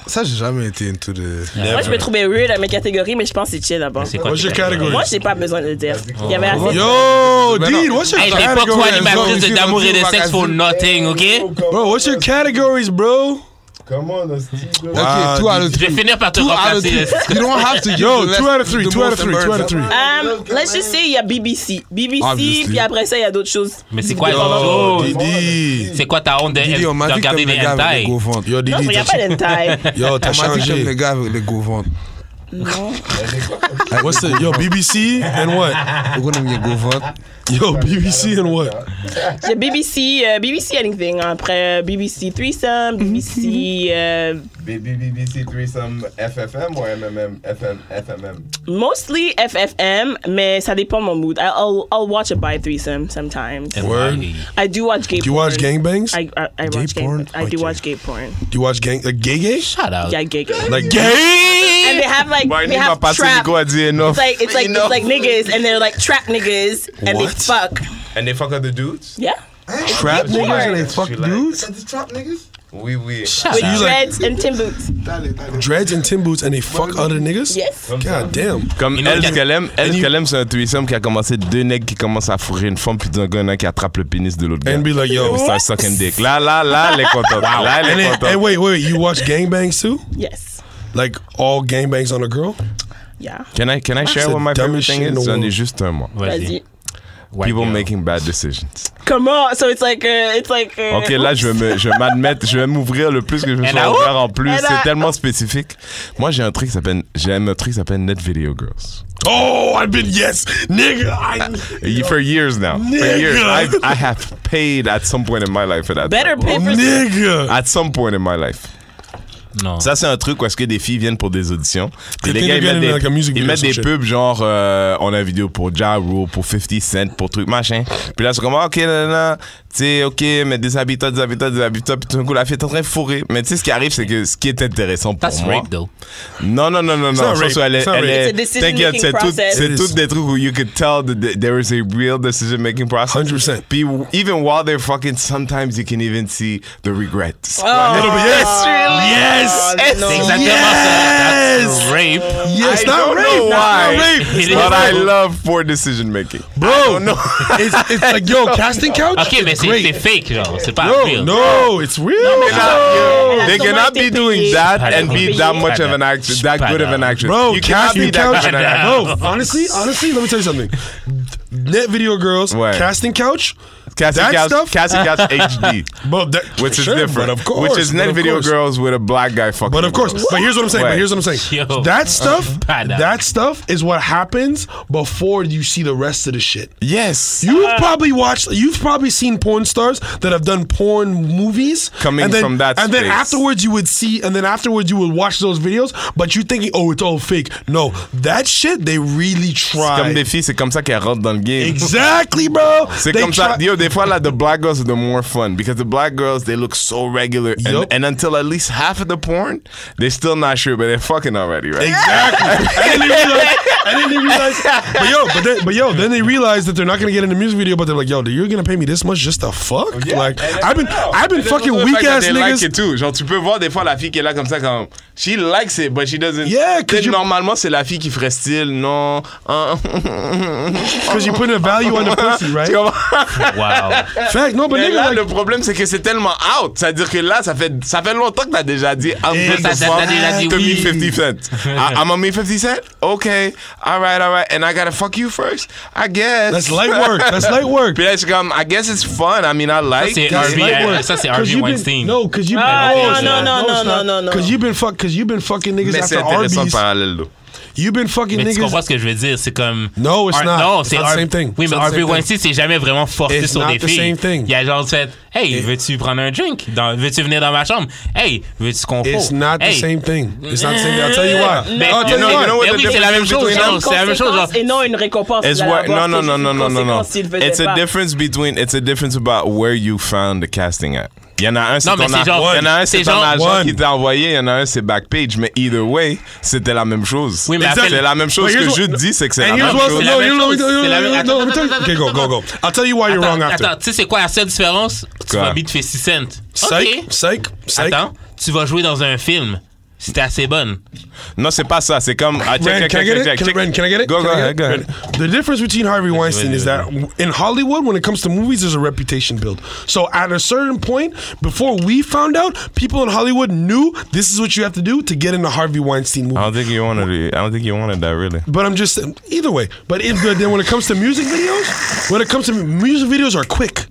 S7: Ça, j'ai jamais été into the.
S2: Moi, je me trouvais weird à mes catégories, mais je pense que c'est chill d'abord.
S3: c'est quoi
S4: What's
S3: tes
S4: your
S3: catégories?
S4: category?
S2: Moi, j'ai pas besoin de le dire. Il y avait assez.
S4: Yo,
S7: Ben
S4: Dean,
S7: non.
S4: what's your
S3: Hey, t'es pas
S4: category?
S3: co-animatrice
S7: Ici,
S3: de d'amour et de
S7: au
S3: sexe for nothing,
S7: magazine.
S3: ok?
S4: Bro, what's your categories, bro? Ah,
S8: Comment on a style
S7: Ok, two out of
S3: Je vais
S7: three.
S3: finir par te
S7: Two out of
S3: remplacer.
S7: three.
S3: esti.
S7: You don't have to.
S4: Yo,
S7: give the
S4: two
S7: less-
S4: out of three,
S7: the
S4: two out
S7: most
S4: of three, two out of
S7: embarrassing.
S4: three.
S2: Um, let's just say il y a BBC. BBC,
S7: Obviously.
S2: puis après ça, il y a d'autres choses.
S3: Mais c'est quoi les
S4: Yo,
S3: autres choses?
S4: Didi.
S3: C'est quoi ta honte de,
S7: Didi, on
S3: de
S7: m'a dit que
S3: regarder
S7: t'aimes
S3: des
S7: les gars avec
S3: hentai?
S7: les gros ventres.
S4: E, Yo,
S2: Non, je
S4: Didi,
S2: regarde
S4: t'as-
S2: pas d'hentai.
S4: yo, t'as
S7: On m'a dit que j'aime les
S4: changé.
S7: gars avec les gros ventres.
S2: Non.
S4: What's the, yo, BBC and what?
S7: Pourquoi on aime les gros ventres?
S4: Yo, BBC and what?
S2: J'ai BBC, euh, BBC anything. hein. Après, euh, BBC Threesome, BBC... euh,
S8: Baby BBC Threesome FFM ou MMM FM FMM
S2: mostly FFM, mais ça dépend de mon mood. I- I'll, I'll watch a bi threesome sometimes.
S4: Word.
S2: I do watch gay
S4: You
S2: porn.
S4: watch gangbangs?
S2: I, I, I
S4: Gay
S2: watch gay
S4: porn?
S2: porn. I do
S4: Okay.
S2: watch gay porn.
S4: You watch gang, like gay gay?
S3: Shout out.
S2: Yeah, gay gay.
S4: Like gay?
S2: and they have like
S6: Barney
S2: they
S6: va
S2: have
S6: passer
S2: trap.
S6: Nico a dit
S2: It's
S6: enough.
S2: like it's like it's
S6: Enough.
S2: like niggas, and they're like trap niggas, and
S4: What?
S2: they fuck.
S8: And they fuck other dudes?
S2: Yeah,
S4: Trap niggas? Like fuck dudes?
S8: the trap niggas? Oui, oui.
S2: with
S4: you like-
S2: dreads and tin boots.
S4: Dreads and Tim Boots and they fuck other niggas?
S2: Yes.
S4: God damn.
S6: Comme
S3: Une
S6: elle,
S3: autre-
S6: ce qu'elle aime,
S4: And
S6: elle, ce
S4: you-
S6: qu'elle aime, c'est un threesome qui a commencé deux nègres qui commencent à fourrer une femme, puis d'un gars, il y en a un qui attrape le pénis de l'autre gars.
S4: And be like, yo.
S6: C'est un sucking dick. Là, là, là, elle est contente. Là, elle
S4: And,
S6: est
S4: then, and
S6: contente.
S4: wait, wait, you watch gangbangs too?
S2: Yes.
S4: Like all gangbangs on a girl?
S2: Yeah.
S6: Can I, can I share
S4: C'est
S6: what my favorite
S4: dumbest
S6: thing
S4: shit in the
S6: is? J'en ai
S4: world.
S6: juste un, moi.
S3: Vas-y.
S2: Vas-y.
S3: White
S6: People
S3: girl.
S6: making bad decisions.
S2: Come on. So it's like uh, it's like. Uh,
S6: Ok, là, je vais me- je vais m'admettre, je vais m'ouvrir le plus que je me
S3: And I-
S6: sois ouvert en plus.
S2: And I-
S6: C'est tellement spécifique. Moi, j'ai un truc qui s'appelle, j'aime un truc qui s'appelle Net Video Girls. Ah,
S4: Oh, I've been, yes. Nigga, I.
S6: For years now. For
S4: Nigga.
S6: years. I've, I have paid at some point in my life for that.
S2: better pay for.
S4: Nigga.
S6: At some point in my life.
S3: Non.
S6: Ça, c'est un truc où est-ce que des filles viennent pour des auditions. Puis
S4: They think
S6: les gars, ils
S4: they're
S6: mettent
S4: getting
S6: des,
S4: like a music
S6: ils
S4: video
S6: mettent
S4: or some
S6: des
S4: shit.
S6: pubs genre, euh, on a une vidéo pour Ja Rule, pour 50 Cent, pour truc machin. Puis là, c'est comme, ah, ok, là, là, là. tu sais, ok, mais des habitants, des habitants, des habitants. Puis tout d'un coup, la fille est en train de fourrer. Mais tu sais, ce qui arrive, c'est que ce qui est intéressant pour
S3: That's
S6: moi.
S3: rape, though.
S6: Non, non, non, non,
S4: C'est un
S6: non. Je
S4: rape.
S6: pense qu'elle est-
S4: C'est un
S6: elle
S4: rape.
S2: It's
S6: est-
S2: a decision-making
S6: T'inquiète, c'est tout,
S2: process.
S6: c'est
S4: It
S6: tout
S4: is.
S6: des trucs où you could tell that th- there is a real decision making process.
S4: 100%.
S6: Puis even while they're fucking, sometimes you can even see the regrets.
S4: Yes.
S6: Yes.
S3: C'est Oh, exactement ça. That's rape.
S4: Yes,
S6: I
S4: not
S6: don't
S4: rape.
S6: know
S4: not- not
S6: why.
S4: rape.
S3: It is
S6: But I
S3: rape.
S6: love poor decision making.
S4: Bro, it's, it's like, yo, casting couch?
S3: Ok, mais c'est c'est c'est fake, genre. C'est pas
S4: No,
S3: real.
S4: no, it's real.
S6: They cannot be doing that and be that much of an actress, that good of an actress.
S4: Bro,
S6: you
S4: Cash
S6: cannot
S4: Me
S6: be that
S4: Couch.
S6: good of an actress.
S4: Bro, honestly, honestly, let me tell you something. Net Video Girls,
S6: Ouais.
S4: Casting Couch,
S6: Cassie
S4: That
S6: Couch,
S4: stuff?
S6: Cassie Couch HD,
S4: but that,
S6: which is
S4: sure,
S6: different,
S4: But of course,
S6: which is
S4: but
S6: net
S4: of
S6: video
S4: course.
S6: girls with a black guy fucking.
S4: But of course,
S6: girls.
S4: but here's what I'm saying.
S6: Right.
S4: But here's what I'm saying.
S3: Yo.
S4: That stuff,
S3: Bad ass.
S4: that stuff is what happens before you see the rest of the shit.
S6: yes,
S4: You've
S3: Ah.
S4: probably watched. You've probably seen porn stars that have done porn movies
S6: Coming
S4: and then,
S6: from that
S4: And then
S6: space.
S4: afterwards, you would see, and then afterwards, you would watch those videos. But you thinking, oh, it's all fake. No, that shit they really
S6: comme des
S4: tried.
S6: filles, c'est comme ça qu'elles rentrent dans le game.
S4: Exactly, bro.
S6: C'est
S4: They
S6: comme ça.
S4: try-
S6: Yo, des fois, là, the black girls are the more fun because the black girls, they look so regular. And,
S4: Yup.
S6: and until at least half of the porn, they're still not sure, but they're fucking already, right?
S4: Exactly. and then they realize, and then they realize but yo, but then, but yo, then they realize that they're not gonna get in the music video. But they're like, yo, you're gonna pay me this much just to fuck? Like, I've been, I've been fucking
S6: The
S4: weak
S6: fact that
S4: ass
S6: they
S4: niggas.
S6: like it too. Genre, tu peux voir des fois la fille qui est là comme ça, comme. She likes it, but she doesn't.
S4: Yeah, 'cause
S6: Peut-être
S4: you-
S6: Normalement, c'est la fille qui ferait style, non. hein.
S4: Because you put a value on the pussy, right?
S6: Tu comprends?
S3: Wow.
S4: Fact, no, but
S6: Mais
S4: nigga,
S6: là,
S4: like,
S6: le problème, c'est que c'est tellement out. C'est-à-dire que là, ça fait, ça fait longtemps que t'as déjà dit I'm
S3: T'as-
S6: going to
S3: t'as-
S6: fuck
S3: t'as déjà dit
S6: to
S3: oui.
S6: me 50 cents. I- Ah, I'm on me 50 cents? Okay. All right, all right. And I gotta fuck you first? I guess.
S4: that's light work. That's light work.
S6: Puis là, je suis comme, I guess it's fun. I mean, I like
S3: c'est
S6: it.
S3: un
S4: That's light
S3: RB,
S4: work.
S3: ça, c'est
S4: 'Cause
S3: RB
S4: you been-
S3: Weinstein.
S4: No, because you've been.
S2: Ah,
S4: oh,
S2: no, no, no, no, no, no, no.
S4: Because you've been fuck. Because you've been fucking niggas
S6: Mais c'est
S4: after
S6: intéressant le
S4: Arby's.
S6: parallèle, là.
S4: You've been fucking
S3: Mais tu comprends
S4: niggas.
S3: ce que je veux dire? C'est comme.
S4: No, it's
S3: Ar-
S4: not.
S3: Non,
S4: It's
S3: c'est
S4: not the
S3: Ar-
S4: same thing.
S3: Oui,
S4: It's
S3: mais
S4: not the
S3: Harvey
S4: same
S3: Weinstein s'est jamais vraiment forcé
S4: It's
S3: sur
S4: not
S3: des
S4: the
S3: filles.
S4: same thing.
S3: Il a genre fait Hey, veux-tu prendre un drink? Dans- Veux-tu venir dans ma chambre? Hey, veux-tu qu'on
S4: It's
S3: fausse?
S4: not the
S3: Hey.
S4: same Ah, thing. It's not the same thing. I'll tell you why.
S3: Mais,
S4: I'll
S3: you know,
S4: tell you
S6: you know
S4: why.
S3: mais
S6: what the
S3: Ben oui, c'est la
S6: difference
S3: même chose.
S6: between
S3: genre,
S6: us-
S3: C'est la même chose. genre.
S2: Et non une récompense.
S6: It's
S2: Il allait
S6: what, no,
S2: avoir
S6: no, no,
S2: quelque
S6: no,
S2: chose
S6: no, no, no.
S2: conséquence s'il le faisait
S6: It's a
S2: pas.
S6: difference between, it's a difference about where you found the casting at. Il y en a un, c'est
S3: Non,
S6: ton,
S3: mais c'est
S6: a-
S3: genre-
S6: il y en a un, c'est
S3: c'est
S6: ton
S3: genre-
S6: agent
S4: One.
S6: qui t'a envoyé, il y en a un, c'est Backpage, mais either way, c'était la même chose.
S3: Oui, mais après-
S6: c'est la même chose.
S4: But
S6: Ce que
S4: here's
S6: je
S4: what-
S6: dis, c'est que c'est la
S4: And
S6: même
S4: here's
S6: chose.
S4: what.
S3: chose.
S4: No, you know.
S3: C'est la même-
S4: you know- No,
S3: attends,
S4: let me tell you-
S3: attends,
S4: Okay, go, go, go. I'll tell you why you're wrong
S3: Attends,
S4: after.
S3: attends, tu sais, c'est quoi la seule différence? Tu
S6: Quoi?
S3: vas beat 50 cents.
S4: Psych,
S3: Ok.
S4: psych, psych.
S3: Attends, tu vas jouer dans un film. Si t'es assez bonne.
S6: Non, c'est pas ça. C'est comme. Ah, check,
S4: Ren,
S6: check,
S4: can I
S6: check,
S4: get
S6: check,
S4: it? Can,
S6: check.
S4: Ren, can I get it?
S6: Go,
S4: Can
S6: go
S4: I get
S6: ahead,
S4: it?
S6: go ahead.
S4: Ren, The difference between Harvey Weinstein is that in Hollywood, when it comes to movies, there's a reputation build. So at a certain point, before we found out, people in Hollywood knew this is what you have to do to get into Harvey Weinstein movie.
S6: I don't think you wanted it. I don't think you wanted that, really.
S4: But I'm just either way. But it, but then when it comes to music videos, when it comes to mu- music videos, are quick.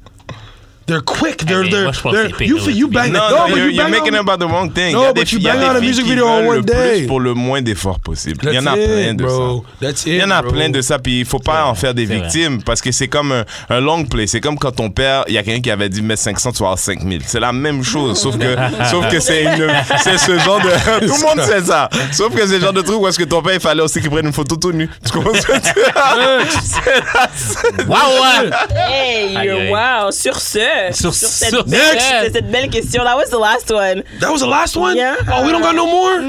S4: They're quick. They're
S3: mais
S4: they're,
S3: moi, je pense
S4: they're
S3: que c'est
S4: you
S3: pire,
S4: you
S3: ouais.
S4: bang
S6: Non,
S4: no,
S6: non,
S4: but
S6: you're,
S4: you
S6: you're
S4: bang
S6: making it
S4: on-
S6: about the wrong thing.
S4: No,
S6: Il y a des
S4: but you
S6: filles- il y a
S4: bang
S6: des
S4: out a
S6: filles
S4: music
S6: qui
S4: video on
S6: veulent
S4: one
S6: le
S4: day.
S6: plus pour le moins d'efforts possible. Il y en a
S4: That's it,
S6: plein de
S4: bro.
S6: ça.
S4: That's it,
S6: Il y en a
S4: bro.
S6: plein de ça, puis il faut pas en faire des
S3: vrai.
S6: victimes parce que c'est comme un, un long play. C'est comme quand ton père, il y a quelqu'un qui avait dit mets 500, tu vas avoir 5000. C'est la même chose, sauf que, sauf que c'est une, c'est ce genre de. Tout le monde sait ça. Sauf que c'est le genre de truc où est-ce que ton père, il fallait aussi qu'il prenne une photo tout nu. Tu comprends ce que je veux dire? C'est la- c'est-
S3: Wow, ouais!
S2: Hey,
S3: Aïe, aïe.
S2: wow. Sur ce,
S3: Sur
S2: cette,
S3: ce.
S2: belle-
S3: Next.
S2: sur cette belle question. That was the last one.
S4: That was the last one.
S2: Yeah.
S4: Oh, we don't got no more.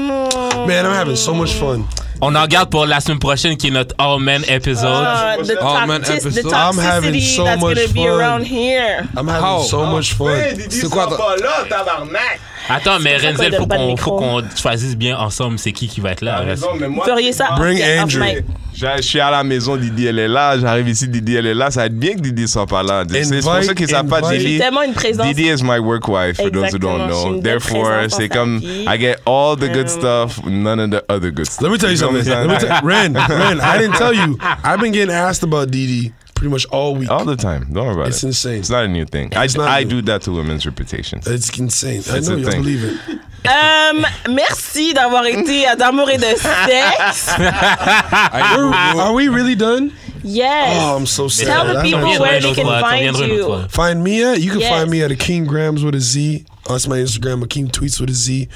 S4: Man, I'm having so much fun.
S3: On en garde pour la semaine prochaine qui est notre All Men épisode.
S2: Uh, the,
S7: Oh, man,
S2: toxi- the
S7: episode.
S4: I'm having
S2: toxicity
S4: so
S2: that's
S4: much
S2: gonna be
S4: fun.
S2: around here.
S4: I'm having
S7: How?
S4: so much fun.
S7: C'est quoi, toi?
S3: Attends, mais
S2: pour ça qu'on
S3: Renzel,
S2: donne
S3: faut
S2: pas de
S3: qu'on faut
S2: micro.
S3: qu'on choisisse bien ensemble c'est qui qui va être là.
S2: Vous feriez ça?
S4: Bring
S2: Yeah, off
S4: Andrew.
S2: mic.
S6: Je je suis à la maison, Didi, elle est là. J'arrive ici, Didi, elle est là. Ça va être bien que Didi soit pas là. C'est c'est pour
S4: Invite,
S6: ça qu'ils savent pas
S4: invite.
S6: Didi.
S2: Tellement une présence.
S6: Didi is my work wife, for those who don't
S2: Exactement, je suis
S6: know.
S2: une belle
S6: Therefore,
S2: présence dans
S6: c'est
S2: sa
S6: comme,
S2: vie.
S6: I get all the
S2: Euh.
S6: good stuff, none of the other good stuff.
S4: Let me tell you something. Let me tell- Ren, Ren, I didn't tell you. I've been getting asked about DD pretty much all week.
S6: All the time. Don't worry about
S4: It's
S6: it.
S4: insane.
S6: It's not a new thing. I,
S4: not
S6: I
S4: new.
S6: do that to women's reputations.
S4: It's insane. I
S6: It's
S4: know
S6: a
S4: you don't
S6: thing.
S4: believe it.
S2: Um, merci d'avoir été à d'amour et de sexe.
S4: We're- are we really done?
S2: Yes.
S4: Oh, I'm so sad.
S2: Tell the
S4: I know.
S2: people where they can find you.
S4: Find me at you can
S2: Yes.
S4: find me at Akeem Grams with a Z. That's my Instagram. Akeem tweets with a Z.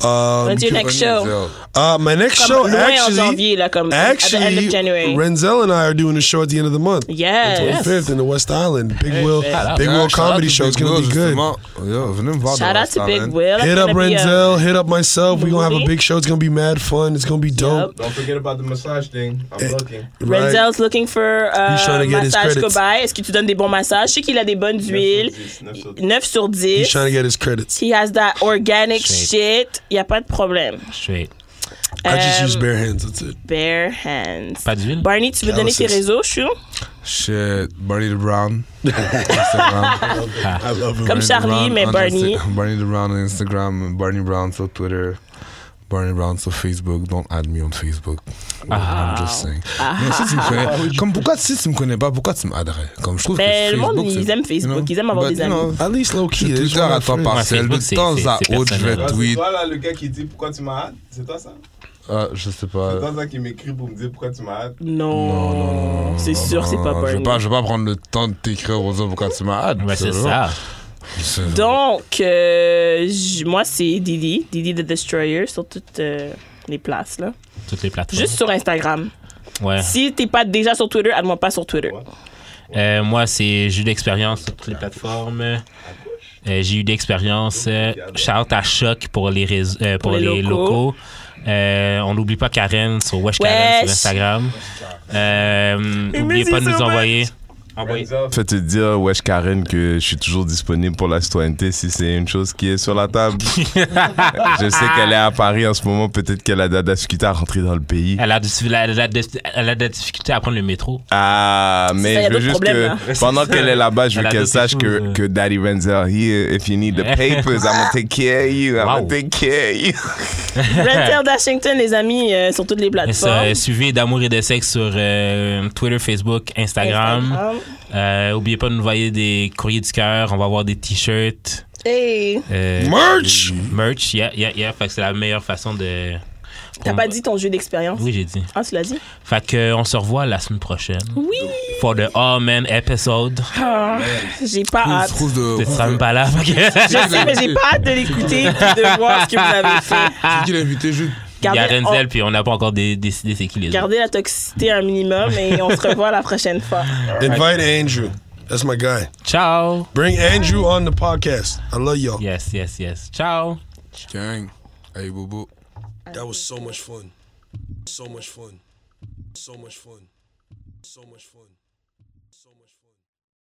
S4: Um,
S2: When's your next show?
S4: uh, my next
S2: Comme
S4: show
S2: loin en
S4: actually,
S2: janvier, là, comme um, at the end
S4: actually,
S2: of January.
S4: Renzel and I are doing a show at the end of the month.
S2: Yes.
S4: On 25th in the West Island, Big Will,
S3: shout
S4: Big Will
S7: Shout out
S4: comedy
S7: to
S4: show. It's
S7: Big
S4: gonna
S7: Will,
S4: be good.
S7: justement. Yo, venez me voir.
S2: Shout
S7: dans
S2: out to
S7: la
S2: Big
S7: salle,
S2: Will.
S4: Hit
S2: That's
S4: up
S2: gonna be a-
S4: Renzel. Hit up myself. We're gonna have a
S2: movie.
S4: big show. It's gonna be mad fun. It's gonna be dope.
S2: Yup.
S8: Don't forget about the massage thing. I'm looking.
S4: Right.
S2: Renzel's looking for
S4: He's trying
S2: uh,
S4: to get his
S2: massage
S4: credits.
S2: cobaye. Est-ce que tu donnes des bons massages? Je sais qu'il a des bonnes huiles.
S8: 9 sur 10.
S2: 9 sur
S4: He's
S2: 10.
S4: trying to get his credits.
S2: He has that organic
S3: Shit.
S2: shit. Il n'y a pas de problème.
S3: Straight.
S4: I just
S2: Um,
S4: use bare hands. That's it.
S2: Bare hands.
S3: Pas d'huile?
S2: Barney, tu veux donner tes
S4: Calluses.
S2: réseaux, Chou?
S7: Shit, Barney the Brown. Instagram.
S3: Ah,
S4: I love him.
S2: Comme Charlie,
S7: Brown
S2: mais
S7: on
S2: Barney.
S7: Insta- Barney the Brown on Instagram, Barney Brown sur Twitter, Barney Brown sur Facebook. Don't add me on Facebook. I'm
S3: ah,
S7: just saying.
S2: Ah.
S7: Mais si tu me
S4: Ah
S7: connais, comme pourquoi si tu me connais pas, pourquoi tu m'adresses Comme je trouve
S2: Ben,
S7: que
S2: le monde,
S7: Facebook,
S2: ils
S7: c'est-
S2: aiment Facebook, ils aiment avoir
S7: but,
S2: des
S7: you know,
S2: amis.
S4: At least low key.
S7: J'ai
S4: it's
S7: Twitter
S4: one
S7: à
S4: of my
S7: temps
S4: friends.
S7: partiel.
S3: Facebook,
S7: De
S3: c'est-
S7: temps
S3: c'est-
S7: à
S3: c'est
S7: autre, je
S3: personnel.
S7: vais
S8: Toi, C'est
S7: tweet.
S8: toi, là, le gars qui dit pourquoi tu m'as hâte C'est toi, ça
S7: Ah, je sais pas.
S4: Euh.
S8: C'est toi, ça qui m'écrit pour me dire pourquoi tu m'as hâte
S2: Non. c'est sûr, c'est pas
S7: Non, je vais
S2: Barney.
S7: pas, je vais pas prendre le temps de t'écrire aux autres pourquoi tu m'as hâte.
S3: ah. Ouais, c'est
S7: tu vois.
S3: ça.
S7: C'est-
S2: Donc, euh, j- moi, c'est Didi, Didi the Destroyer sur toutes euh, les places, là.
S3: Toutes les plateformes.
S2: Juste sur Instagram.
S3: Ouais.
S2: Si t'es pas déjà sur Twitter, aide-moi pas sur Twitter.
S3: Euh, moi, c'est j'ai eu de l'expérience sur toutes les plateformes. Euh, j'ai eu de l'expérience. Euh, shout à Choc pour les, rés- euh, pour
S2: Pour les
S3: les
S2: locaux.
S3: locaux. Euh, on n'oublie pas Karen sur Wesh Karen
S2: Wesh.
S3: sur Instagram. Euh, N'oubliez
S2: merci
S3: pas de nous
S2: so
S3: envoyer. envoyer-
S10: Fais-te dire, wesh Karen, que je suis toujours disponible pour la citoyenneté si c'est une chose qui est sur la table. je sais qu'elle est à Paris en ce moment, peut-être qu'elle a de la difficulté à rentrer dans le pays.
S3: Elle a, du- elle, a, elle a des- elle a des difficultés à prendre le métro.
S10: Ah,
S2: ça,
S10: mais
S2: y a
S10: je veux
S2: d'autres
S10: juste que
S2: problèmes, hein.
S10: pendant qu'elle est là-bas, je veux
S3: Elle a
S10: qu'elle
S3: d'autres
S10: sache que,
S3: choses,
S10: que Daddy Renzel here. If you need the papers, I'm gonna take care of you. I'm
S3: Wow.
S10: gonna take care of you.
S2: Renter Dashington, les amis, euh, sur toutes les
S3: Et ça,
S2: plateformes.
S3: euh, suivez D'amour et de sexe sur euh, Twitter, Facebook, Instagram.
S2: Instagram.
S3: Euh, oubliez pas de nous envoyer des courriers du cœur. On va avoir des t-shirts.
S2: Hey,
S3: Euh,
S4: Merch!
S3: Merch, yeah, yeah, yeah. Fait que c'est la meilleure façon de.
S2: t'as pas dit ton jeu d'expérience?
S3: Oui, j'ai dit.
S2: Ah, tu l'as dit?
S3: Fait que euh, on se revoit la semaine prochaine
S2: Oui!
S3: for the All Man episode.
S2: Ah, j'ai pas hâte.
S7: Trouve de-
S3: C'est ça me pas là. Fait que-
S2: Je sais, mais j'ai pas hâte de l'écouter et de voir ce que vous avez fait.
S7: Qui l'a invité juste
S3: Il y a
S2: Gardez,
S3: Renzel, puis on n'a pas encore dé- décidé c'est qui les autres.
S2: gardez la toxicité à un minimum et on se revoit la prochaine fois.
S4: Invite Andrew. That's my guy.
S3: Ciao.
S4: Bring Andrew on the podcast. I love y'all.
S3: Yes, yes, yes. Ciao.
S7: Gang. Hey, Boubou.
S4: That was so much fun. So much fun. So much fun. So much fun.